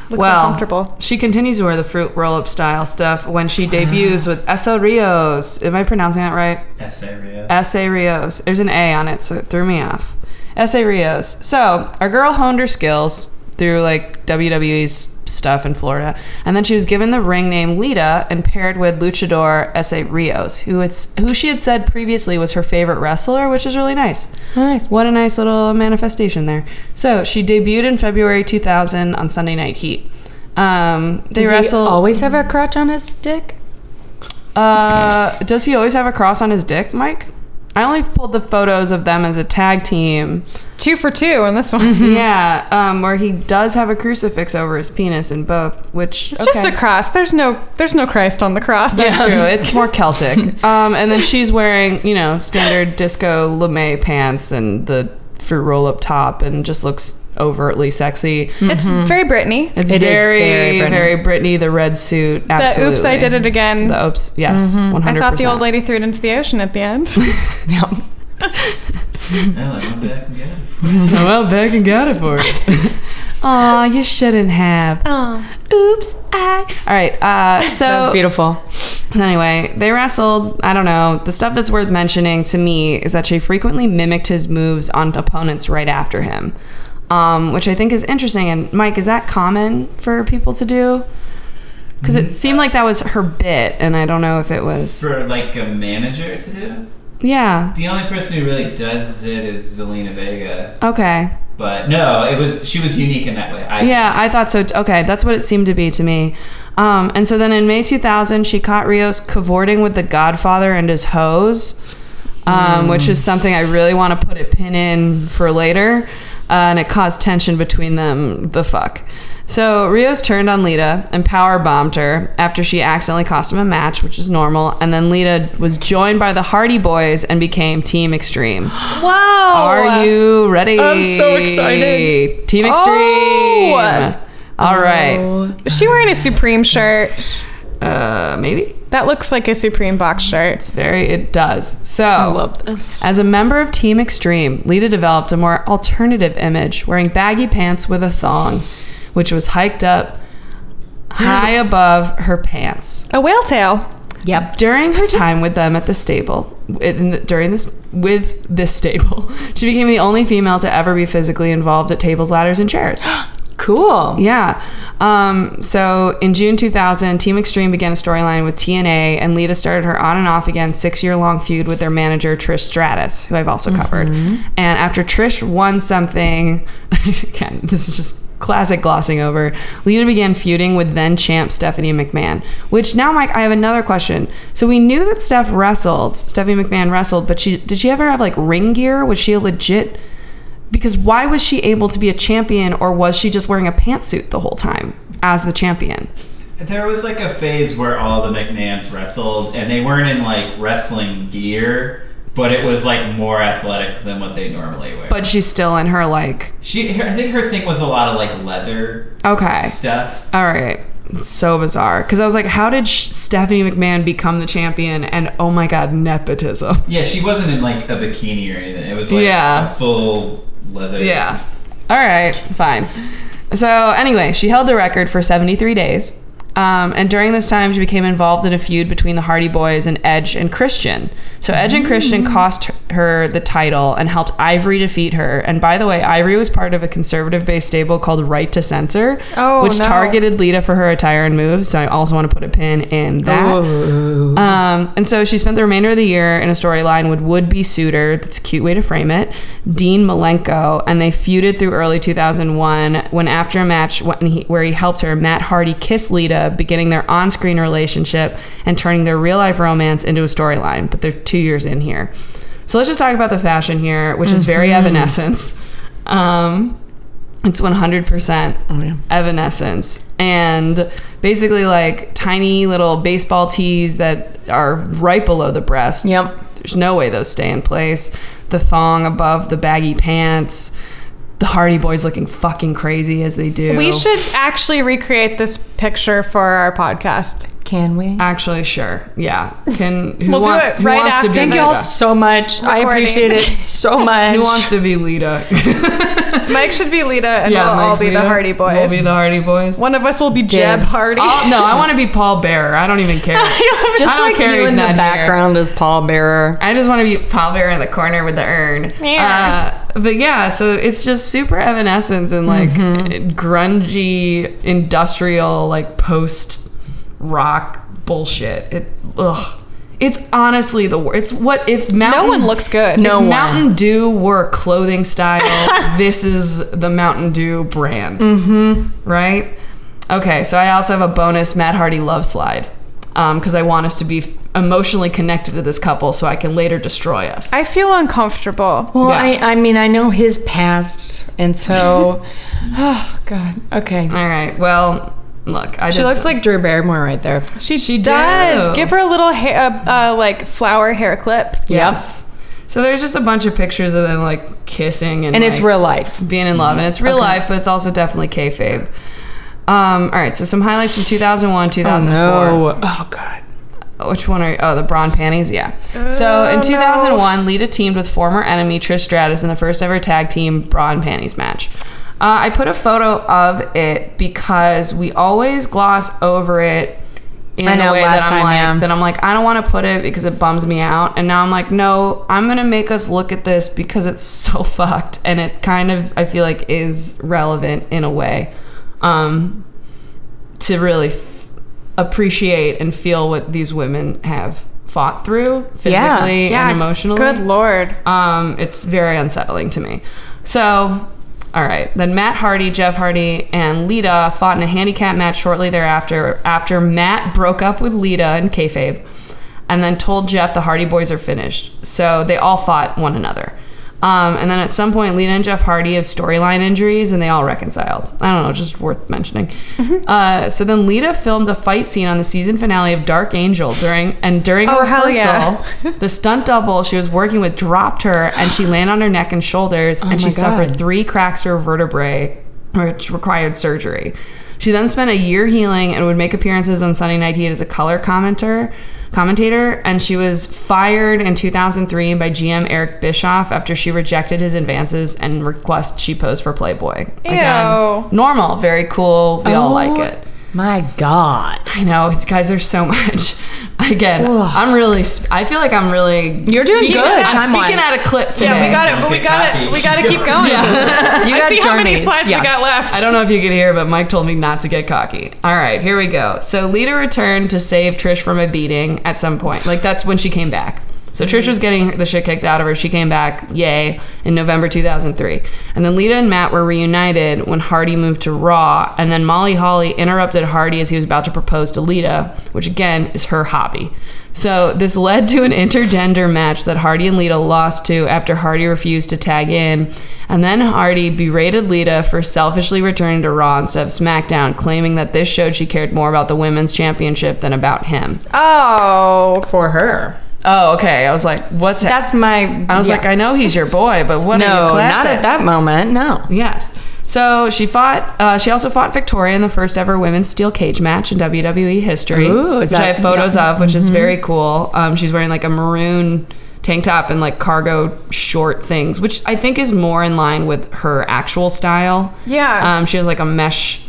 Speaker 1: looks
Speaker 2: well,
Speaker 1: uncomfortable.
Speaker 2: she continues to wear the fruit roll-up style stuff when she debuts with Essa Rios. Am I pronouncing that right?
Speaker 4: S area.
Speaker 2: Essay Rios. There's an A on it, so it threw me off. Essay Rios. So our girl honed her skills through like WWE's stuff in Florida, and then she was given the ring name Lita and paired with luchador Essay Rios, who it's who she had said previously was her favorite wrestler, which is really nice.
Speaker 3: Nice.
Speaker 2: What a nice little manifestation there. So she debuted in February 2000 on Sunday Night Heat. Um, they
Speaker 3: Does
Speaker 2: wrestle.
Speaker 3: he always have a crotch on his dick? <laughs>
Speaker 2: Uh, does he always have a cross on his dick, Mike? I only pulled the photos of them as a tag team.
Speaker 1: It's two for two on this one.
Speaker 2: Yeah, um, where he does have a crucifix over his penis in both, which
Speaker 1: It's just a cross. There's no there's no Christ on the cross.
Speaker 2: That's <laughs> true. It's more Celtic. Um, and then she's wearing, you know, standard disco lame pants and the fruit roll up top, and just looks overtly sexy.
Speaker 1: It's very Britney.
Speaker 2: Mm-hmm. It's
Speaker 3: It is
Speaker 2: very,
Speaker 3: very
Speaker 2: very,
Speaker 3: Britney.
Speaker 2: Britney. The red suit.
Speaker 1: The
Speaker 2: Absolutely.
Speaker 1: oops, I did it again. Mm-hmm.
Speaker 2: The oops. Yes, one
Speaker 1: I
Speaker 2: hundred
Speaker 1: thought the old
Speaker 2: percent.
Speaker 1: lady threw it into the ocean at the end.
Speaker 2: <laughs>
Speaker 1: <laughs>
Speaker 3: Yeah.
Speaker 4: No, I don't think I can
Speaker 2: <laughs>
Speaker 4: get it.
Speaker 2: Well, back and got it for it.
Speaker 1: <laughs>
Speaker 2: Aw, you shouldn't have. Oops, I. All
Speaker 1: <laughs>
Speaker 2: right. Uh, so
Speaker 3: That was beautiful.
Speaker 2: Anyway, they wrestled. I don't know. The stuff that's worth mentioning to me is that she frequently mimicked his moves on opponents right after him, um, which I think is interesting. And Mike, is that common for people to do? Because it seemed like that was her bit, and I don't know if it was.
Speaker 4: For like a manager to do?
Speaker 2: Yeah.
Speaker 4: The only person who really does it is Zelina Vega.
Speaker 2: Okay.
Speaker 4: But no, it was she was unique in that way. I,
Speaker 2: Yeah, I thought so. t- Okay, that's what it seemed to be to me. Um, and so then in May 2000, she caught Rios cavorting with the Godfather and his hoes, um, which is something I really want to put a pin in for later. Uh, and it caused tension between them. The fuck. So Rios turned on Lita and power bombed her after she accidentally cost him a match, which is normal. And then Lita was joined by the Hardy Boys and became Team Extreme.
Speaker 1: Wow.
Speaker 2: Are you ready?
Speaker 1: Oh, I'm so excited.
Speaker 2: Team Extreme.
Speaker 1: Oh.
Speaker 2: All right.
Speaker 3: Oh.
Speaker 1: Is she wearing a Supreme shirt?
Speaker 2: Uh, maybe.
Speaker 1: That looks like a Supreme box shirt.
Speaker 2: Very. It does. So.
Speaker 3: this.
Speaker 2: As a member of Team Extreme, Lita developed a more alternative image, wearing baggy pants with a thong, which was hiked up
Speaker 1: <laughs>
Speaker 2: high above her pants.
Speaker 1: A whale tail.
Speaker 3: Yep.
Speaker 2: During her time with them at the stable, in the, during this with this stable, <laughs> she became the only female to ever be physically involved at tables, ladders, and chairs.
Speaker 3: Cool.
Speaker 2: Yeah. Um, so in June 2000, Team Extreme began a storyline with TNA, and Lita started her on and off again six year long feud with their manager, Trish Stratus, who I've also covered. And after Trish won something, <laughs> again, this is just classic glossing over, Lita began feuding with then champ Stephanie McMahon. Which now, Mike, I have another question. So we knew that Steph wrestled, Stephanie McMahon wrestled, but she did she ever have like ring gear? Was she a legit because why was she able to be a champion or was she just wearing a pantsuit the whole time as the champion?
Speaker 4: There was like a phase where all the McMahons wrestled, and they weren't in like wrestling gear, but it was like more athletic than what they normally wear.
Speaker 2: But she's still in her like
Speaker 4: she, her, I think her thing was a lot of like leather
Speaker 2: okay.
Speaker 4: stuff.
Speaker 2: All right. It's so bizarre cuz I was like how did Sh- Stephanie McMahon become the champion and oh my god nepotism.
Speaker 4: Yeah, she wasn't in like a bikini or anything. It was like
Speaker 2: Yeah.
Speaker 4: a full leather.
Speaker 2: Yeah. All right, fine. So, anyway, she held the record for 73 days. Um, and during this time,
Speaker 1: Mm.
Speaker 2: she became involved in a feud between the Hardy Boys and Edge and Christian. So, Edge and Christian cost her the title and helped Ivory defeat her. And by the way, Ivory was part of a conservative based stable called Right to Censor,
Speaker 1: Oh,
Speaker 2: which
Speaker 1: no.
Speaker 2: targeted Lita for her attire and moves. So I also want to put a pin in that. Um, and so she spent the remainder of the year in a storyline with would be suitor, that's a cute way to frame it, Dean Malenko. And they feuded through early 2001 when, after a match when he, where he helped her, Matt Hardy kissed Lita, beginning their on screen relationship and turning their real life romance into a storyline. But they're two years in here. So let's just talk about the fashion here, which is very evanescence. Um, it's 100%
Speaker 1: Oh,
Speaker 2: evanescence. And basically, like tiny little baseball tees that are right below the breast.
Speaker 3: Yep.
Speaker 2: There's no way those stay in place. The thong above the baggy pants. The Hardy Boys looking fucking crazy as they do.
Speaker 1: We should actually recreate this picture for our podcast.
Speaker 3: Can we?
Speaker 2: Actually, sure. Yeah. Can who
Speaker 1: We'll do
Speaker 2: wants,
Speaker 1: it
Speaker 2: who
Speaker 1: right
Speaker 2: wants
Speaker 1: after
Speaker 2: to be
Speaker 1: this.
Speaker 5: Thank
Speaker 2: Lita?
Speaker 5: you all so much. I
Speaker 1: Recording.
Speaker 5: appreciate
Speaker 3: <laughs>
Speaker 5: it so much.
Speaker 2: Who wants to be Lita?
Speaker 1: Mike should be Lita, <laughs> and we'll all
Speaker 2: Mike's
Speaker 1: be
Speaker 2: Lita.
Speaker 1: the Hardy Boys.
Speaker 2: We'll be the Hardy Boys.
Speaker 1: One of us will be Jeb
Speaker 3: Dibs.
Speaker 1: Hardy. <laughs>
Speaker 2: I'll- no, I want to be Paul Bearer. I don't even care. I
Speaker 3: Just
Speaker 2: don't
Speaker 3: like
Speaker 2: care
Speaker 3: you
Speaker 2: he's
Speaker 3: in the
Speaker 2: not here.
Speaker 3: background as pallbearer.
Speaker 2: I just want to be Paul Bearer in the corner with the urn.
Speaker 1: Yeah.
Speaker 2: Uh, but yeah, so it's just super evanescence and like
Speaker 1: Mm-hmm.
Speaker 2: grungy, industrial, like post rock bullshit. It, ugh. It's honestly the worst. It's what if mountain.
Speaker 1: no one looks good.
Speaker 2: if
Speaker 3: No one.
Speaker 2: Mountain Dew were a clothing style,
Speaker 3: <laughs>
Speaker 2: this is the Mountain Dew brand. Mm-hmm. Right? Okay, so I also have a bonus Matt Hardy love slide because I want us to be emotionally connected to this couple so I can later destroy us.
Speaker 1: I feel uncomfortable.
Speaker 3: Well,
Speaker 2: Yeah.
Speaker 3: I, I mean, I know his past, and <laughs> so, <sighs> oh god, okay.
Speaker 2: All right, well, look, I
Speaker 3: She looks like Drew Barrymore right there.
Speaker 1: She, does.
Speaker 2: do.
Speaker 1: Give her a little hair, uh, uh, like flower hair clip.
Speaker 2: Yes. So there's just a bunch of pictures of them like kissing and
Speaker 3: And it's
Speaker 2: like,
Speaker 3: real life. Mm-hmm.
Speaker 2: being in love, and it's real life, but it's also definitely kayfabe. Um, all right, so some highlights from 2001, 2004.
Speaker 3: Oh god.
Speaker 2: Which one are oh the brawn panties? Yeah. so
Speaker 3: Oh,
Speaker 2: in 2001, Lita teamed with former enemy Trish Stratus in the first ever tag team brawn panties match. Uh, I put a photo of it because we always gloss over it in
Speaker 3: I know,
Speaker 2: a way
Speaker 3: last
Speaker 2: that I'm
Speaker 3: time,
Speaker 2: like
Speaker 3: yeah.
Speaker 2: that I'm like I don't want to put it because it bums me out, and now I'm like no, I'm gonna make us look at this because it's <laughs> so fucked, and it kind of I feel like is relevant in a way. Um, to really f- appreciate and feel what these women have fought through physically
Speaker 3: Yeah.
Speaker 2: and emotionally.
Speaker 1: Good lord.
Speaker 2: Um, it's very unsettling to me. So, all right. Then Matt Hardy, Jeff Hardy, and Lita fought in a handicap match shortly thereafter. After Matt broke up with Lita in kayfabe, and then told Jeff the Hardy Boys are finished. So they all fought one another. Um, and then at some point, Lita and Jeff Hardy have storyline injuries, and they all reconciled. I don't know, just worth mentioning.
Speaker 1: Mm-hmm.
Speaker 2: Uh, so then Lita filmed a fight scene on the season finale of Dark Angel during and during
Speaker 1: Oh, hell
Speaker 2: rehearsal.
Speaker 1: yeah.
Speaker 2: The stunt double she was working with dropped her and she landed on her neck and shoulders and she
Speaker 3: Oh my
Speaker 2: suffered
Speaker 3: God.
Speaker 2: three cracks to her vertebrae, which required surgery. She then spent a year healing and would make appearances on Sunday Night Heat as a color commenter, commentator, and she was fired in 2003 by GM Eric Bischoff after she rejected his advances and request she pose for Playboy.
Speaker 1: Ew.
Speaker 2: Normal, very cool. We all like
Speaker 3: Oh.
Speaker 2: it.
Speaker 3: My god.
Speaker 2: I know, it's, guys. There's so much. <laughs> Again, I'm really. sp- I feel like I'm really.
Speaker 3: You're doing
Speaker 2: speaking-
Speaker 3: good,
Speaker 2: I'm speaking
Speaker 3: time-wise.
Speaker 2: at a clip today.
Speaker 1: Yeah, we got
Speaker 4: Don't
Speaker 1: it, but we
Speaker 4: get
Speaker 1: got
Speaker 4: cocky.
Speaker 1: it. We got
Speaker 4: <laughs>
Speaker 1: to keep going.
Speaker 3: <laughs>
Speaker 1: <laughs>
Speaker 3: You
Speaker 1: Oh, I
Speaker 3: got
Speaker 1: see how many
Speaker 3: journeys.
Speaker 1: slides
Speaker 3: Yeah.
Speaker 1: we got left.
Speaker 2: I don't know if you could hear, but Mike told me not to get cocky. All right, here we go. So Lita returned to save Trish from a beating at some point. Like that's when she came back. So
Speaker 3: Mm-hmm.
Speaker 2: Trish was getting the shit kicked out of her. She came back, yay, in November 2003. And then Lita and Matt were reunited when Hardy moved to Raw, and then Molly Holly interrupted Hardy as he was about to propose to Lita, which again is her hobby. So this led to an intergender match that Hardy and Lita lost to after Hardy refused to tag in, and then Hardy berated Lita for selfishly returning to Raw instead of SmackDown, claiming that this showed she cared more about the women's championship than about him.
Speaker 1: Oh.
Speaker 3: For her.
Speaker 2: Oh, okay. I was like, what's that?
Speaker 3: That's my.
Speaker 2: I was
Speaker 3: yeah.
Speaker 2: like, I know he's your boy, but what? are you
Speaker 3: No, not
Speaker 2: clapping?
Speaker 3: at that moment. No.
Speaker 2: Yes. So she fought. Uh, she also fought Victoria in the first ever women's steel cage match in WWE history,
Speaker 3: Ooh, is
Speaker 2: which I
Speaker 3: that- Mm-hmm.
Speaker 2: have photos of, which is very cool. Um, she's wearing like a maroon tank top and like cargo short things, which I think is more in line with her actual style.
Speaker 1: Yeah.
Speaker 2: Um, she has like a mesh.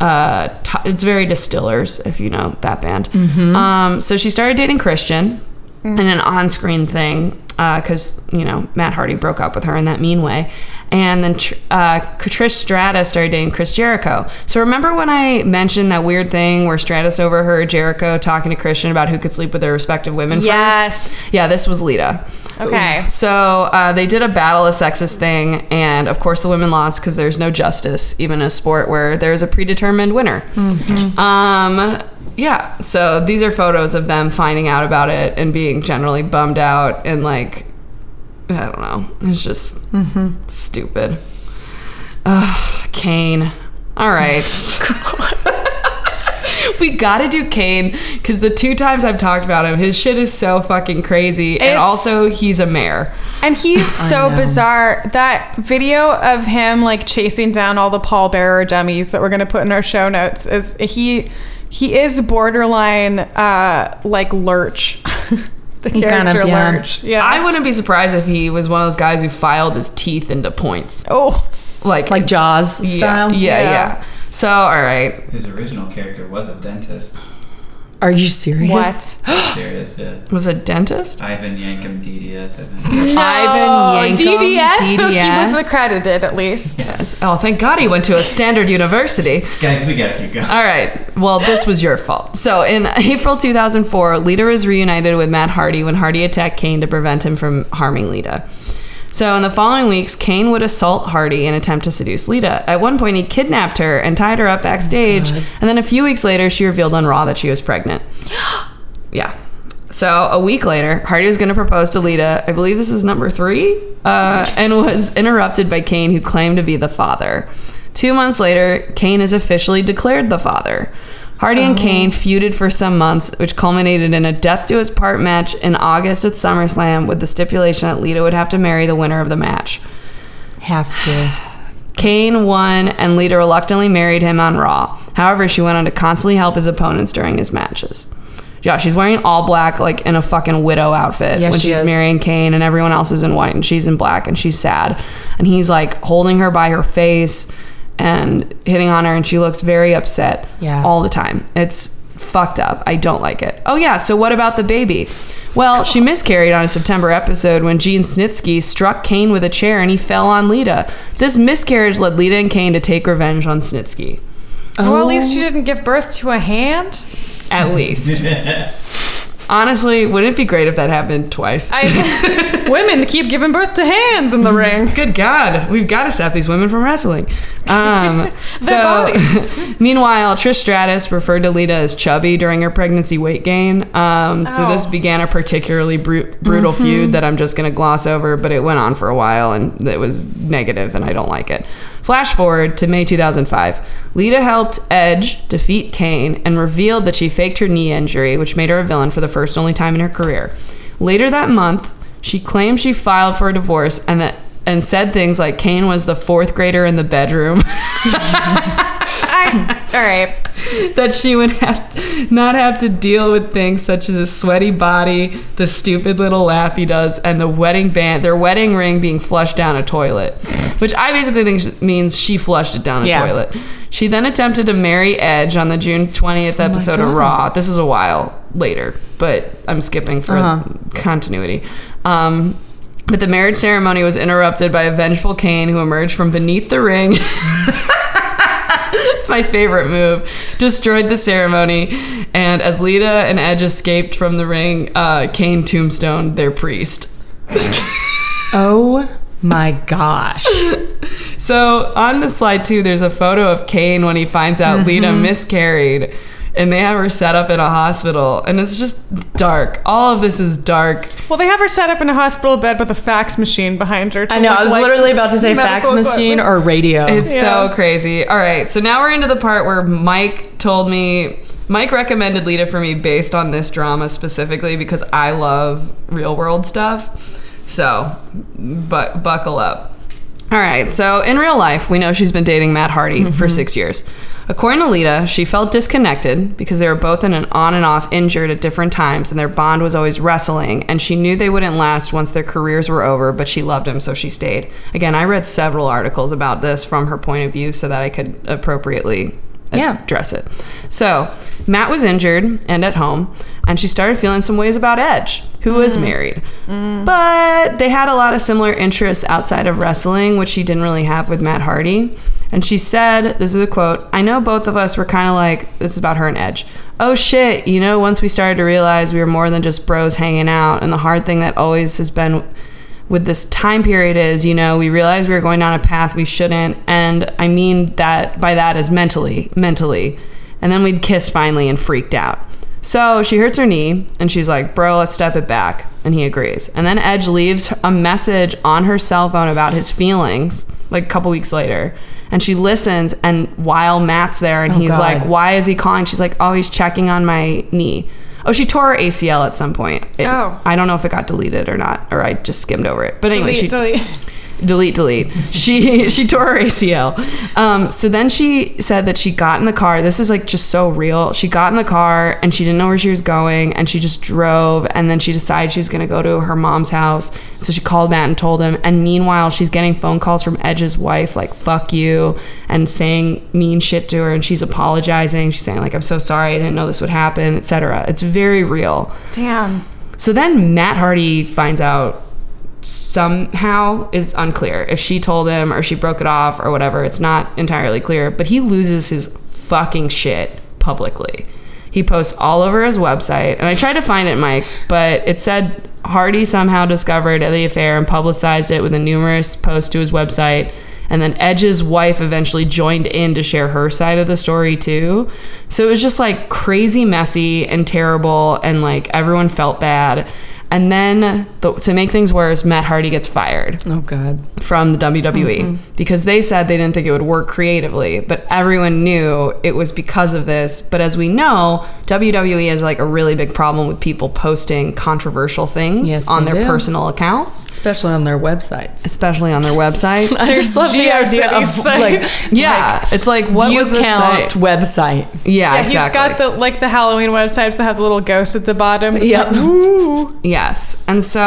Speaker 2: Uh, t- it's very distillers, if you know that band. Um, so she started dating Christian in an on-screen thing, because you know Matt Hardy broke up with her in that mean way, and then tr- uh, Trish Stratus started dating Chris Jericho. So remember when I mentioned that weird thing where Stratus overheard Jericho talking to Christian about who could sleep with their respective women?
Speaker 1: Yes.
Speaker 2: First? Yeah, this was Lita.
Speaker 1: Okay.
Speaker 2: So uh, they did a battle of sexist thing, and of course the women lost because there's no justice, even in a sport where there is a predetermined winner. Um, yeah. So these are photos of them finding out about it and being generally bummed out and like, I don't know. It's just stupid. Ugh, Kane. All right. we gotta do Kane because the two times I've talked about him, his shit is so fucking crazy, and
Speaker 1: It's-
Speaker 2: also he's a mayor.
Speaker 1: And he's so
Speaker 3: know.
Speaker 1: bizarre. That video of him like chasing down all the pallbearer dummies that we're gonna put in our show notes is he he is borderline uh like Lurch. <laughs> the
Speaker 3: He kind of,
Speaker 1: character
Speaker 3: yeah.
Speaker 1: Lurch. Yeah.
Speaker 2: I wouldn't be surprised if he was one of those guys who filed his teeth into points,
Speaker 1: oh
Speaker 2: like
Speaker 3: Like Jaws
Speaker 2: yeah,
Speaker 3: style.
Speaker 2: Yeah, yeah,
Speaker 1: Yeah.
Speaker 2: So all right,
Speaker 4: His original character was a dentist.
Speaker 3: Are you serious?
Speaker 1: what?
Speaker 4: <gasps> Serious, yeah.
Speaker 2: was a dentist.
Speaker 4: Ivan Yankum DDS, I think.
Speaker 3: Ivan Yankum,
Speaker 1: DDS? So he
Speaker 3: DDS?
Speaker 1: was accredited at least.
Speaker 2: Yes. Oh, thank God he went to a standard university.
Speaker 4: Guys, we gotta keep going.
Speaker 2: All right. Well, this was your fault. So, in <laughs> April 2004, Lita was reunited with Matt Hardy when Hardy attacked Kane to prevent him from harming Lita. So, in the following weeks, Kane would assault Hardy and attempt to seduce Lita. At one point, he kidnapped her and tied her up backstage. and then a few weeks later, she revealed on Raw that she was pregnant. yeah. So, a week later, Hardy was going to propose to Lita. I believe this is number three, uh, and was interrupted by Kane, who claimed to be the father. Two months later, Kane is officially declared the father. Hardy and Kane feuded for some months, which culminated in a death to his part match in August at SummerSlam with the stipulation that Lita would have to marry the winner of the match.
Speaker 3: Have to.
Speaker 2: Kane won, and Lita reluctantly married him on Raw. However, she went on to constantly help his opponents during his matches. Yeah, she's wearing all black, like in a fucking widow outfit
Speaker 3: Yeah,
Speaker 2: when
Speaker 3: she
Speaker 2: she's
Speaker 3: is.
Speaker 2: marrying Kane, and everyone else is in white, and she's in black, and she's sad. And he's like holding her by her face and hitting on her, and she looks very upset
Speaker 3: Yeah.
Speaker 2: all the time. It's fucked up. I don't like it. Oh, yeah, so what about the baby? Well, she miscarried on a September episode when Gene Snitsky struck Kane with a chair and he fell on Lita. This miscarriage led Lita and Kane to take revenge on Snitsky.
Speaker 1: Well
Speaker 3: Oh
Speaker 1: at least she didn't give birth to a hand.
Speaker 2: At least. Honestly, wouldn't it be great if that happened twice?
Speaker 3: <laughs>
Speaker 1: I women keep giving birth to hands in the ring.
Speaker 2: Good God, we've got to stop these women from wrestling. Um, so,
Speaker 1: bodies.
Speaker 2: <laughs> meanwhile, Trish Stratus referred to Lita as chubby during her pregnancy weight gain. Um, so, this
Speaker 1: Ow.
Speaker 2: began a particularly bru- brutal feud that I'm just going to gloss over, but it went on for a while and it was negative, and I don't like it. Flash forward to May 2005. Lita helped Edge defeat Kane and revealed that she faked her knee injury, which made her a villain for the first and only time in her career. Later that month, she claimed she filed for a divorce and that and said things like Kane was the fourth grader in the bedroom, <laughs>
Speaker 1: I, all right.
Speaker 2: that she would have not have to deal with things such as his sweaty body, the stupid little laugh he does, and the wedding band their wedding ring being flushed down a toilet, which I basically think sh- means she flushed it down a
Speaker 3: Yeah.
Speaker 2: toilet. She then attempted to marry Edge on the June 20th episode of Raw. This was a while later, but I'm skipping for
Speaker 3: Uh-huh.
Speaker 2: continuity. Um, but the marriage ceremony was interrupted by a vengeful Kane who emerged from beneath the ring. <laughs> That's my favorite move. Destroyed the ceremony, and as Lita and Edge escaped from the ring, uh, Kane tombstoned their priest.
Speaker 3: Oh my
Speaker 1: <laughs>
Speaker 3: gosh.
Speaker 2: So on the slide too, there's a photo of Kane when he finds out Lita miscarried, and they have her set up in a hospital, and it's just dark. All of this is dark.
Speaker 1: Well, they have her set up in a hospital bed with a fax machine behind her. to
Speaker 3: I know.
Speaker 1: look
Speaker 3: I was
Speaker 1: like
Speaker 3: literally about to say fax
Speaker 1: medical
Speaker 3: machine
Speaker 1: equipment.
Speaker 3: or radio.
Speaker 2: It's
Speaker 1: Yeah.
Speaker 2: so crazy. All right, so now we're into the part where Mike told me Mike recommended Lita for me based on this drama specifically because I love real world stuff. So, but buckle up. All right, so in real life, we know she's been dating Matt Hardy for six years. According to Lita, she felt disconnected because they were both in an on and off injured at different times, and their bond was always wrestling. And she knew they wouldn't last once their careers were over, but she loved him, so she stayed. Again, I read several articles about this from her point of view so that I could appropriately uh,
Speaker 3: Yeah.
Speaker 2: address it. So Matt was injured and at home, and she started feeling some ways about Edge, who was married. But they had a lot of similar interests outside of wrestling, which she didn't really have with Matt Hardy. And she said, this is a quote, I know both of us were kind of like, this is about her and Edge. Oh shit, you know, once we started to realize we were more than just bros hanging out, and the hard thing that always has been with this time period is, you know, we realized we were going down a path we shouldn't, and I mean that by that is mentally, mentally. And then we'd kissed finally and freaked out. So she hurts her knee and she's like, "Bro, let's step it back." And he agrees. And then Edge leaves a message on her cell phone about his feelings like a couple weeks later. And she listens and while Matt's there and he's
Speaker 3: God.
Speaker 2: like, "Why is he calling?" She's like, "Oh, he's checking on my knee." Oh, she tore her ACL at some point. It-
Speaker 1: Oh.
Speaker 2: I don't know if it got deleted or not, or I just skimmed over it. But anyway, she
Speaker 1: delete.
Speaker 2: delete delete she <laughs> she tore her acl um, so then she said that she got in the car this is like just so real she got in the car and she didn't know where she was going and she just drove and then she decided she was going to go to her mom's house so she called matt and told him and meanwhile she's getting phone calls from edge's wife like fuck you and saying mean shit to her and she's apologizing she's saying like i'm so sorry i didn't know this would happen etc it's very real
Speaker 1: Damn.
Speaker 2: so then Matt Hardy finds out somehow is unclear if she told him or she broke it off or whatever. It's not entirely clear, but he loses his fucking shit publicly. He posts all over his website, and I tried to find it, Mike, but it said Hardy somehow discovered the affair and publicized it with a numerous post to his website. And then Edge's wife eventually joined in to share her side of the story too. So it was just like crazy messy and terrible, and like everyone felt bad. And then the, to make things worse, Matt Hardy gets fired
Speaker 3: Oh God.
Speaker 2: from the WWE
Speaker 3: Mm-hmm.
Speaker 2: because they said they didn't think it would work creatively, but everyone knew it was because of this. But as we know, WWE has like a really big problem with people posting controversial things
Speaker 3: Yes,
Speaker 2: on
Speaker 3: they
Speaker 2: their
Speaker 3: do.
Speaker 2: personal accounts,
Speaker 3: Especially on their websites.
Speaker 2: especially on their websites.
Speaker 3: <laughs> I just love the
Speaker 2: <laughs>
Speaker 3: idea of <laughs> like
Speaker 2: yeah, it's like what
Speaker 3: view
Speaker 2: was the site?
Speaker 3: count website.
Speaker 2: Yeah,
Speaker 1: Yeah,
Speaker 2: exactly.
Speaker 1: he's got the like the Halloween websites that have the little ghosts at the bottom.
Speaker 3: Yep.
Speaker 2: Yes. And so,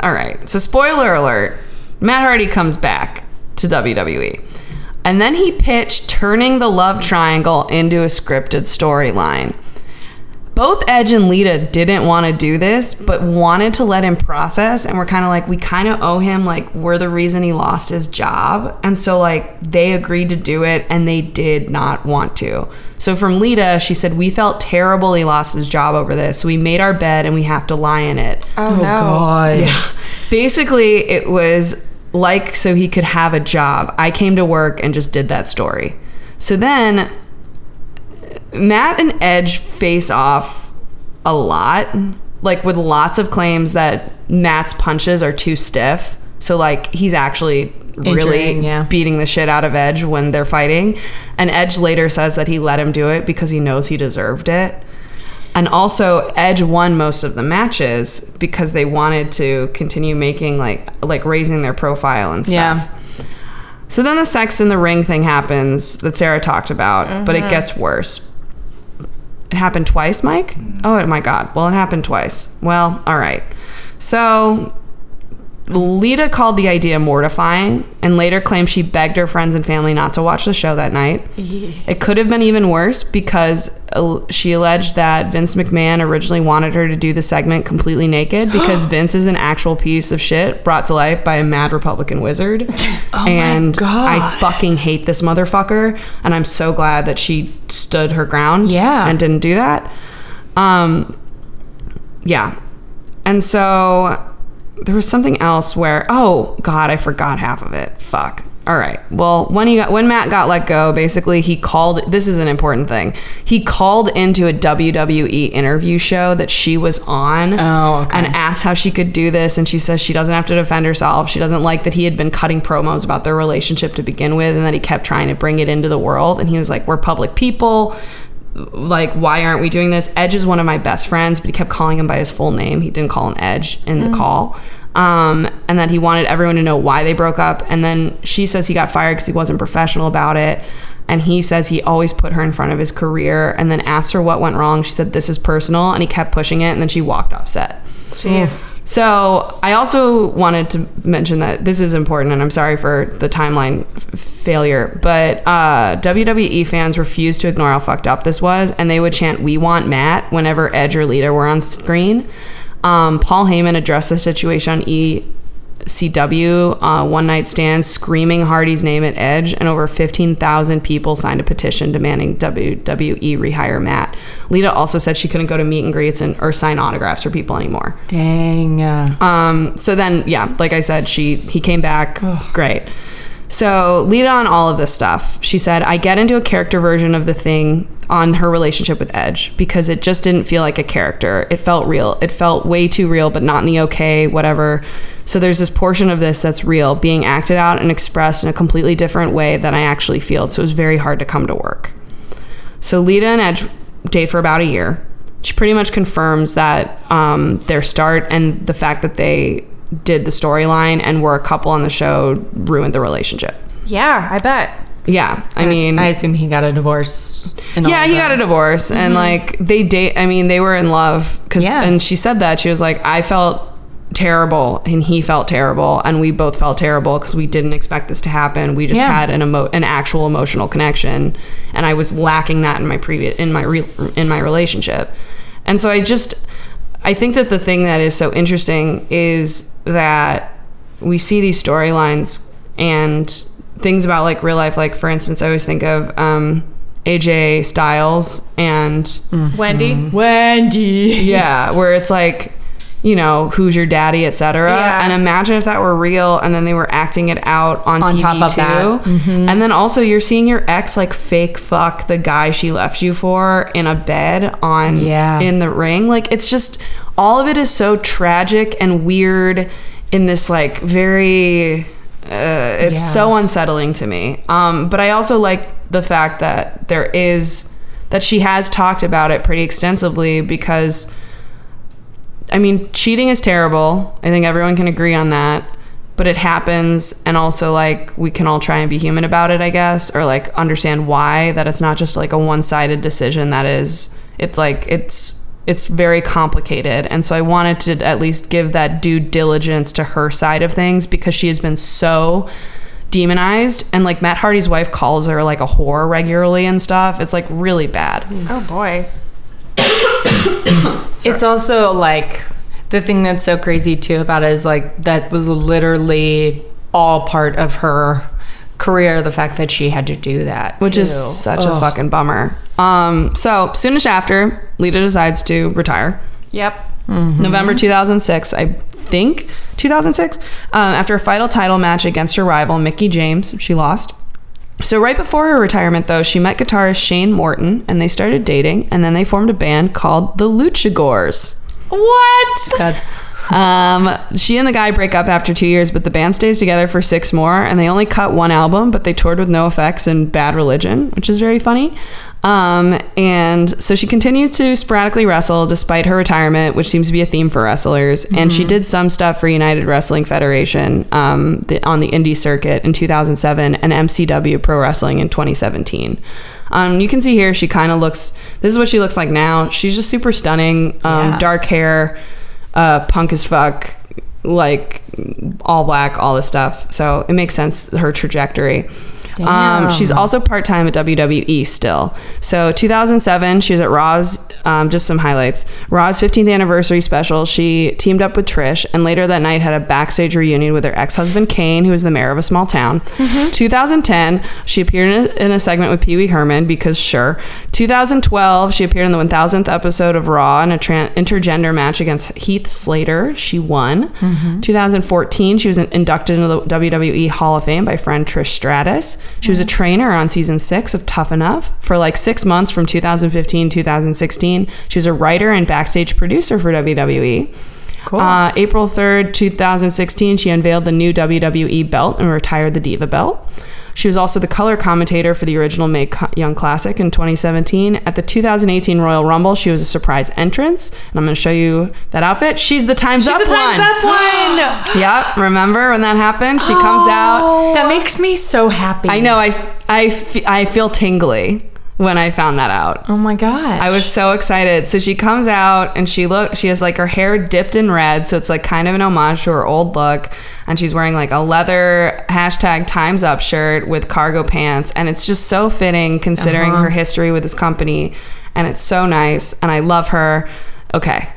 Speaker 2: all right. So, spoiler alert Matt Hardy comes back to WWE. And then he pitched turning the love triangle into a scripted storyline. Both Edge and Lita didn't want to do this, but wanted to let him process. And we're kind of like, we kind of owe him, like, we're the reason he lost his job. And so, like, they agreed to do it and they did not want to. So, from Lita, she said, We felt terrible he lost his job over this. So, we made our bed and we have to lie in it.
Speaker 1: Oh,
Speaker 3: Oh
Speaker 1: no.
Speaker 3: God.
Speaker 2: Basically, it was like so he could have a job. I came to work and just did that story. So then Matt and Edge face off a lot, like with lots of claims that Matt's punches are too stiff. So like he's actually really
Speaker 3: Injuring, yeah.
Speaker 2: beating the shit out of Edge when they're fighting. And Edge later says that he let him do it because he knows he deserved it. And also Edge won most of the matches because they wanted to continue making like like raising their profile and stuff.
Speaker 3: Yeah.
Speaker 2: So then the sex in the ring thing happens that Sarah talked about, but it gets worse. It happened twice, Mike? Oh my god. Well, it happened twice. Well, all right. So Lita called the idea mortifying and later claimed she begged her friends and family not to watch the show that night. It could have been even worse because uh, she alleged that Vince McMahon originally wanted her to do the segment completely naked because Vince is an actual piece of shit brought to life by a mad Republican wizard. and I fucking hate this motherfucker. And I'm so glad that she stood her ground
Speaker 3: Yeah.
Speaker 2: and didn't do that. Um, yeah. And so there was something else where oh god, I forgot half of it. Fuck. All right. Well, when he got when Matt got let go, basically he called this is an important thing. He called into a WWE interview show that she was on
Speaker 3: Oh, okay.
Speaker 2: and asked how she could do this and she says she doesn't have to defend herself. She doesn't like that he had been cutting promos about their relationship to begin with and that he kept trying to bring it into the world and he was like, "We're public people like why aren't we doing this edge is one of my best friends but he kept calling him by his full name he didn't call him edge in the call um, and that he wanted everyone to know why they broke up and then she says he got fired because he wasn't professional about it and he says he always put her in front of his career and then asked her what went wrong she said this is personal and he kept pushing it and then she walked off set
Speaker 1: Jeez.
Speaker 2: So I also wanted to mention that this is important, and I'm sorry for the timeline f- failure, but uh, WWE fans refused to ignore how fucked up this was, and they would chant "We want Matt" whenever Edge or Lita were on screen. Um, Paul Heyman addressed the situation on ECW uh, One Night Stand, screaming Hardy's name at Edge, and over 15,000 people signed a petition demanding WWE rehire Matt. Lita also said she couldn't go to meet and greets and or sign autographs for people anymore.
Speaker 3: Dang. uh,
Speaker 2: Um, so then, yeah, like I said, she he came back. Great. So Lita on all of this stuff. She said, I get into a character version of the thing on her relationship with Edge because it just didn't feel like a character. It felt real. It felt way too real, but not in the okay, whatever. So there's this portion of this that's real, being acted out and expressed in a completely different way than I actually feel. So it was very hard to come to work. So Lita and Edge date for about a year. She pretty much confirms that um, their start and the fact that they did the storyline and were a couple on the show ruined the relationship.
Speaker 1: Yeah, I bet.
Speaker 2: Yeah, I mean,
Speaker 3: I assume he got a divorce. and all
Speaker 2: yeah, he
Speaker 3: that. Mm-hmm.
Speaker 2: got a divorce and like they date. I mean, they were in love because
Speaker 3: Yeah.
Speaker 2: and she said that she was like, I felt terrible and he felt terrible and we both felt terrible because we didn't expect this to happen. We just
Speaker 3: Yeah.
Speaker 2: had an emo- an actual emotional connection, and I was lacking that in my previous in my re- in my relationship, and so I just I think that the thing that is so interesting is that we see these storylines and things about like real life. Like for instance, I always think of um, AJ Styles and
Speaker 1: Wendy.
Speaker 3: Mm-hmm. Wendy.
Speaker 2: <laughs> yeah where it's like you know who's your daddy etc
Speaker 1: Yeah.
Speaker 2: and imagine if that were real and then they were acting it out on,
Speaker 3: On
Speaker 2: TV
Speaker 3: top of
Speaker 2: too
Speaker 3: that. Mm-hmm.
Speaker 2: and then also you're seeing your ex like fake fuck the guy she left you for in a bed on
Speaker 3: Yeah.
Speaker 2: in the ring like it's just all of it is so tragic and weird in this like very uh, it's
Speaker 3: Yeah.
Speaker 2: so unsettling to me. Um, but I also like the fact that there is that she has talked about it pretty extensively because I mean, cheating is terrible. I think everyone can agree on that. But it happens and also like we can all try and be human about it, I guess, or like understand why that it's not just like a one-sided decision that is it's like it's it's very complicated. And so I wanted to at least give that due diligence to her side of things because she has been so demonized and like Matt Hardy's wife calls her like a whore regularly and stuff. It's like really bad.
Speaker 1: Oh boy.
Speaker 3: It's also like the thing that's so crazy too about it is like that was literally all part of her career, the fact that she had to do that.
Speaker 2: which is
Speaker 3: too.
Speaker 2: such a
Speaker 3: Ugh.
Speaker 2: fucking bummer. Um, so soonish after, Lita decides to retire.
Speaker 1: Yep.
Speaker 2: November 2006, I think 2006, um, after a final title match against her rival Mickey James, she lost. So right before her retirement, though, she met guitarist Shane Morton, and they started dating, and then they formed a band called the Luchagors. What?
Speaker 3: That's
Speaker 2: Um, she and the guy break up after two years, but the band stays together for six more, and they only cut one album, but they toured with No Effects and Bad Religion, which is very funny. Um, and so she continued to sporadically wrestle despite her retirement, which seems to be a theme for wrestlers. And she did some stuff for United Wrestling Federation um, the, on the indie circuit in 2007 and MCW Pro Wrestling in 2017. Um, you can see here she kind of looks. This is what she looks like now. She's just super stunning. Um,
Speaker 3: Yeah.
Speaker 2: Dark hair uh, punk as fuck, like all black, all this stuff. So it makes sense her trajectory. Um, she's also part time at WWE still. So 2007, she was at Raw's. Um, just some highlights. Raw's 15th anniversary special. She teamed up with Trish, and later that night had a backstage reunion with her ex-husband Kane, who was the mayor of a small town. 2010, she appeared in a, in a segment with Pee Wee Herman because sure. 2012, she appeared in the 1000th episode of Raw in a tran intergender match against Heath Slater. She won. 2014, she was in- inducted into the WWE Hall of Fame by friend Trish Stratus. She was a trainer on season six of Tough Enough for like six months from 2015 2016. She was a writer and backstage producer for E. WWE.
Speaker 3: Cool.
Speaker 2: Uh, April 3rd, 2016, she unveiled the new WWE belt and retired the Diva belt. She was also the color commentator for the original May Co- Young Classic in 2017. At the 2018 Royal Rumble, she was a surprise entrance, and I'm going to show you that outfit. She's the Times Up one.
Speaker 1: one.
Speaker 2: <gasps> Yep, remember when that happened? She comes out.
Speaker 3: that makes me so happy.
Speaker 2: I know. I I fe- I feel tingly. when I found that out.
Speaker 3: Oh my god.
Speaker 2: I was so excited. So she comes out and she look she has like her hair dipped in red, so it's like kind of an homage to her old look. And she's wearing like a leather hashtag times up shirt with cargo pants, and it's just so fitting considering her history with this company. And it's so nice, and I love her. Okay.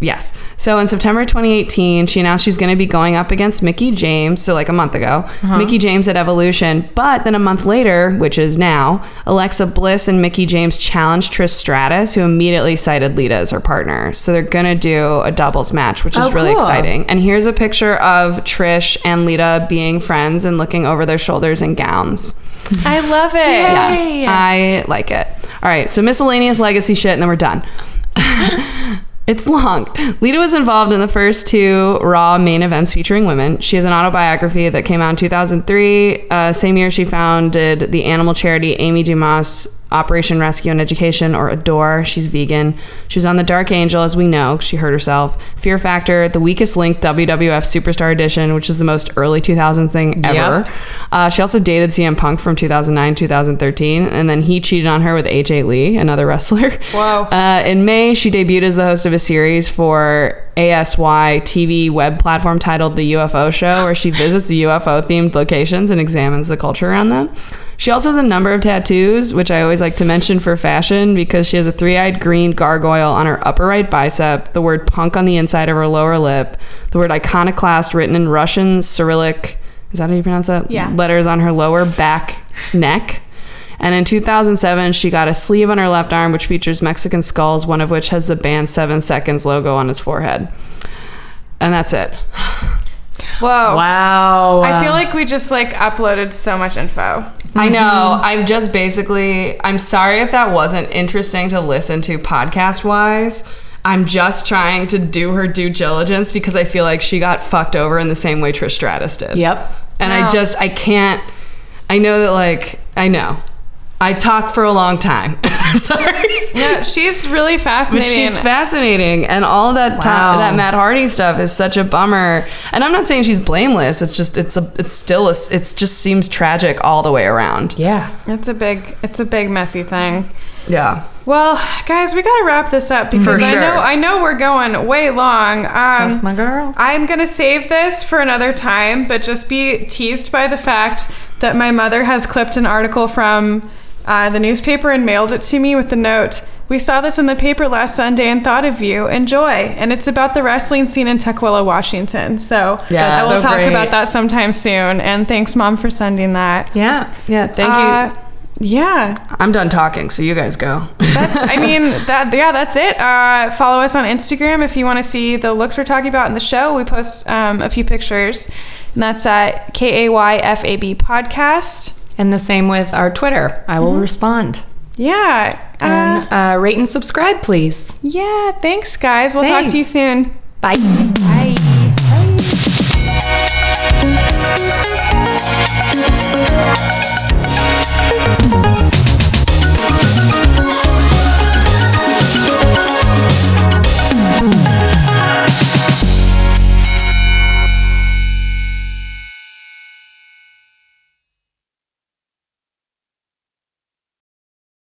Speaker 2: Yes. So in September 2018, she announced she's going to be going up against Mickey James. So, like a month ago,
Speaker 3: Uh-huh.
Speaker 2: Mickey James at Evolution. But then a month later, which is now, Alexa Bliss and Mickey James challenged Trish Stratus, who immediately cited Lita as her partner. So, they're going to do a doubles match, which is
Speaker 3: Oh,
Speaker 2: really
Speaker 3: cool.
Speaker 2: exciting. And here's a picture of Trish and Lita being friends and looking over their shoulders in gowns.
Speaker 1: I love it.
Speaker 2: Yes, I like it. All right, so miscellaneous legacy shit, and then we're done. <laughs> it's long. Lita was involved in the first two Raw main events featuring women. She has an autobiography that came out in 2003. Uh, same year, she founded the animal charity Amy Dumas. Operation Rescue and Education, or Adore. E. She's vegan. She was on The Dark Angel, as we know. She hurt herself. Fear Factor, The Weakest Link WWF Superstar Edition, which is the most early 2000 thing ever.
Speaker 3: Yep.
Speaker 2: Uh, she also dated CM Punk from 2009 2013, and then he cheated on her with AJ Lee, another wrestler.
Speaker 1: Wow.
Speaker 2: Uh, in May, she debuted as the host of a series for ASY TV web platform titled The UFO Show, where she visits UFO themed locations and examines the culture around them. She also has a number of tattoos, which I always like to mention for fashion because she has a three eyed green gargoyle on her upper right bicep, the word punk on the inside of her lower lip, the word iconoclast written in Russian Cyrillic. Is that how you pronounce that?
Speaker 1: Yeah.
Speaker 2: Letters on her lower back neck. And in 2007, she got a sleeve on her left arm, which features Mexican skulls, one of which has the band Seven Seconds logo on his forehead. And that's it.
Speaker 1: Whoa.
Speaker 3: Wow.
Speaker 1: I
Speaker 2: Um,
Speaker 1: feel like we just like uploaded so much info.
Speaker 2: I know. I'm just basically, I'm sorry if that wasn't interesting to listen to podcast wise. I'm just trying to do her due diligence because I feel like she got fucked over in the same way Trish Stratus did.
Speaker 3: Yep.
Speaker 2: And
Speaker 1: Wow.
Speaker 2: I just, I can't, I know that, like, I know. I talk for a long time. <laughs> I'm sorry. <laughs>
Speaker 1: No, she's really
Speaker 2: But
Speaker 1: fascinating.
Speaker 2: she's fascinating, and all that to-
Speaker 3: Wow.
Speaker 2: that Matt Hardy stuff is such a bummer. And I'm not saying she's blameless. It's just it's a it's still a, it's just seems tragic all the way around.
Speaker 3: Yeah.
Speaker 1: it's a big, it's a big messy thing.
Speaker 2: Yeah,
Speaker 1: Well, guys, we gotta wrap this up because I
Speaker 2: sure.
Speaker 1: know I know we're going way long. Um,
Speaker 3: That's my girl.
Speaker 1: I'm gonna save this for another time, but just be teased by the fact that my mother has clipped an article from uh, the newspaper and mailed it to me with the note. We saw this in the paper last Sunday and thought of you. Enjoy. And it's about the wrestling scene in Tukwila, Washington. So
Speaker 3: Yeah.
Speaker 1: I will
Speaker 3: That's so
Speaker 1: talk
Speaker 3: great.
Speaker 1: about that sometime soon. And thanks, Mom, for sending that.
Speaker 3: Yeah.
Speaker 2: yeah. Thank
Speaker 1: Uh,
Speaker 2: you.
Speaker 1: yeah.
Speaker 2: I'm done talking, so you guys go.
Speaker 1: That's, I mean, that, yeah, that's it. Uh, follow us on Instagram if you want to see the looks we're talking about in the show. We post um, a few pictures, and that's at K A Y F A B podcast.
Speaker 3: And the same with our Twitter. I
Speaker 2: Mm-hmm.
Speaker 3: will respond.
Speaker 1: Yeah. Uh,
Speaker 2: Ah.
Speaker 3: and uh, rate and subscribe, please.
Speaker 1: yeah. Thanks, guys. We'll talk to you
Speaker 3: thanks.
Speaker 1: soon.
Speaker 3: Bye.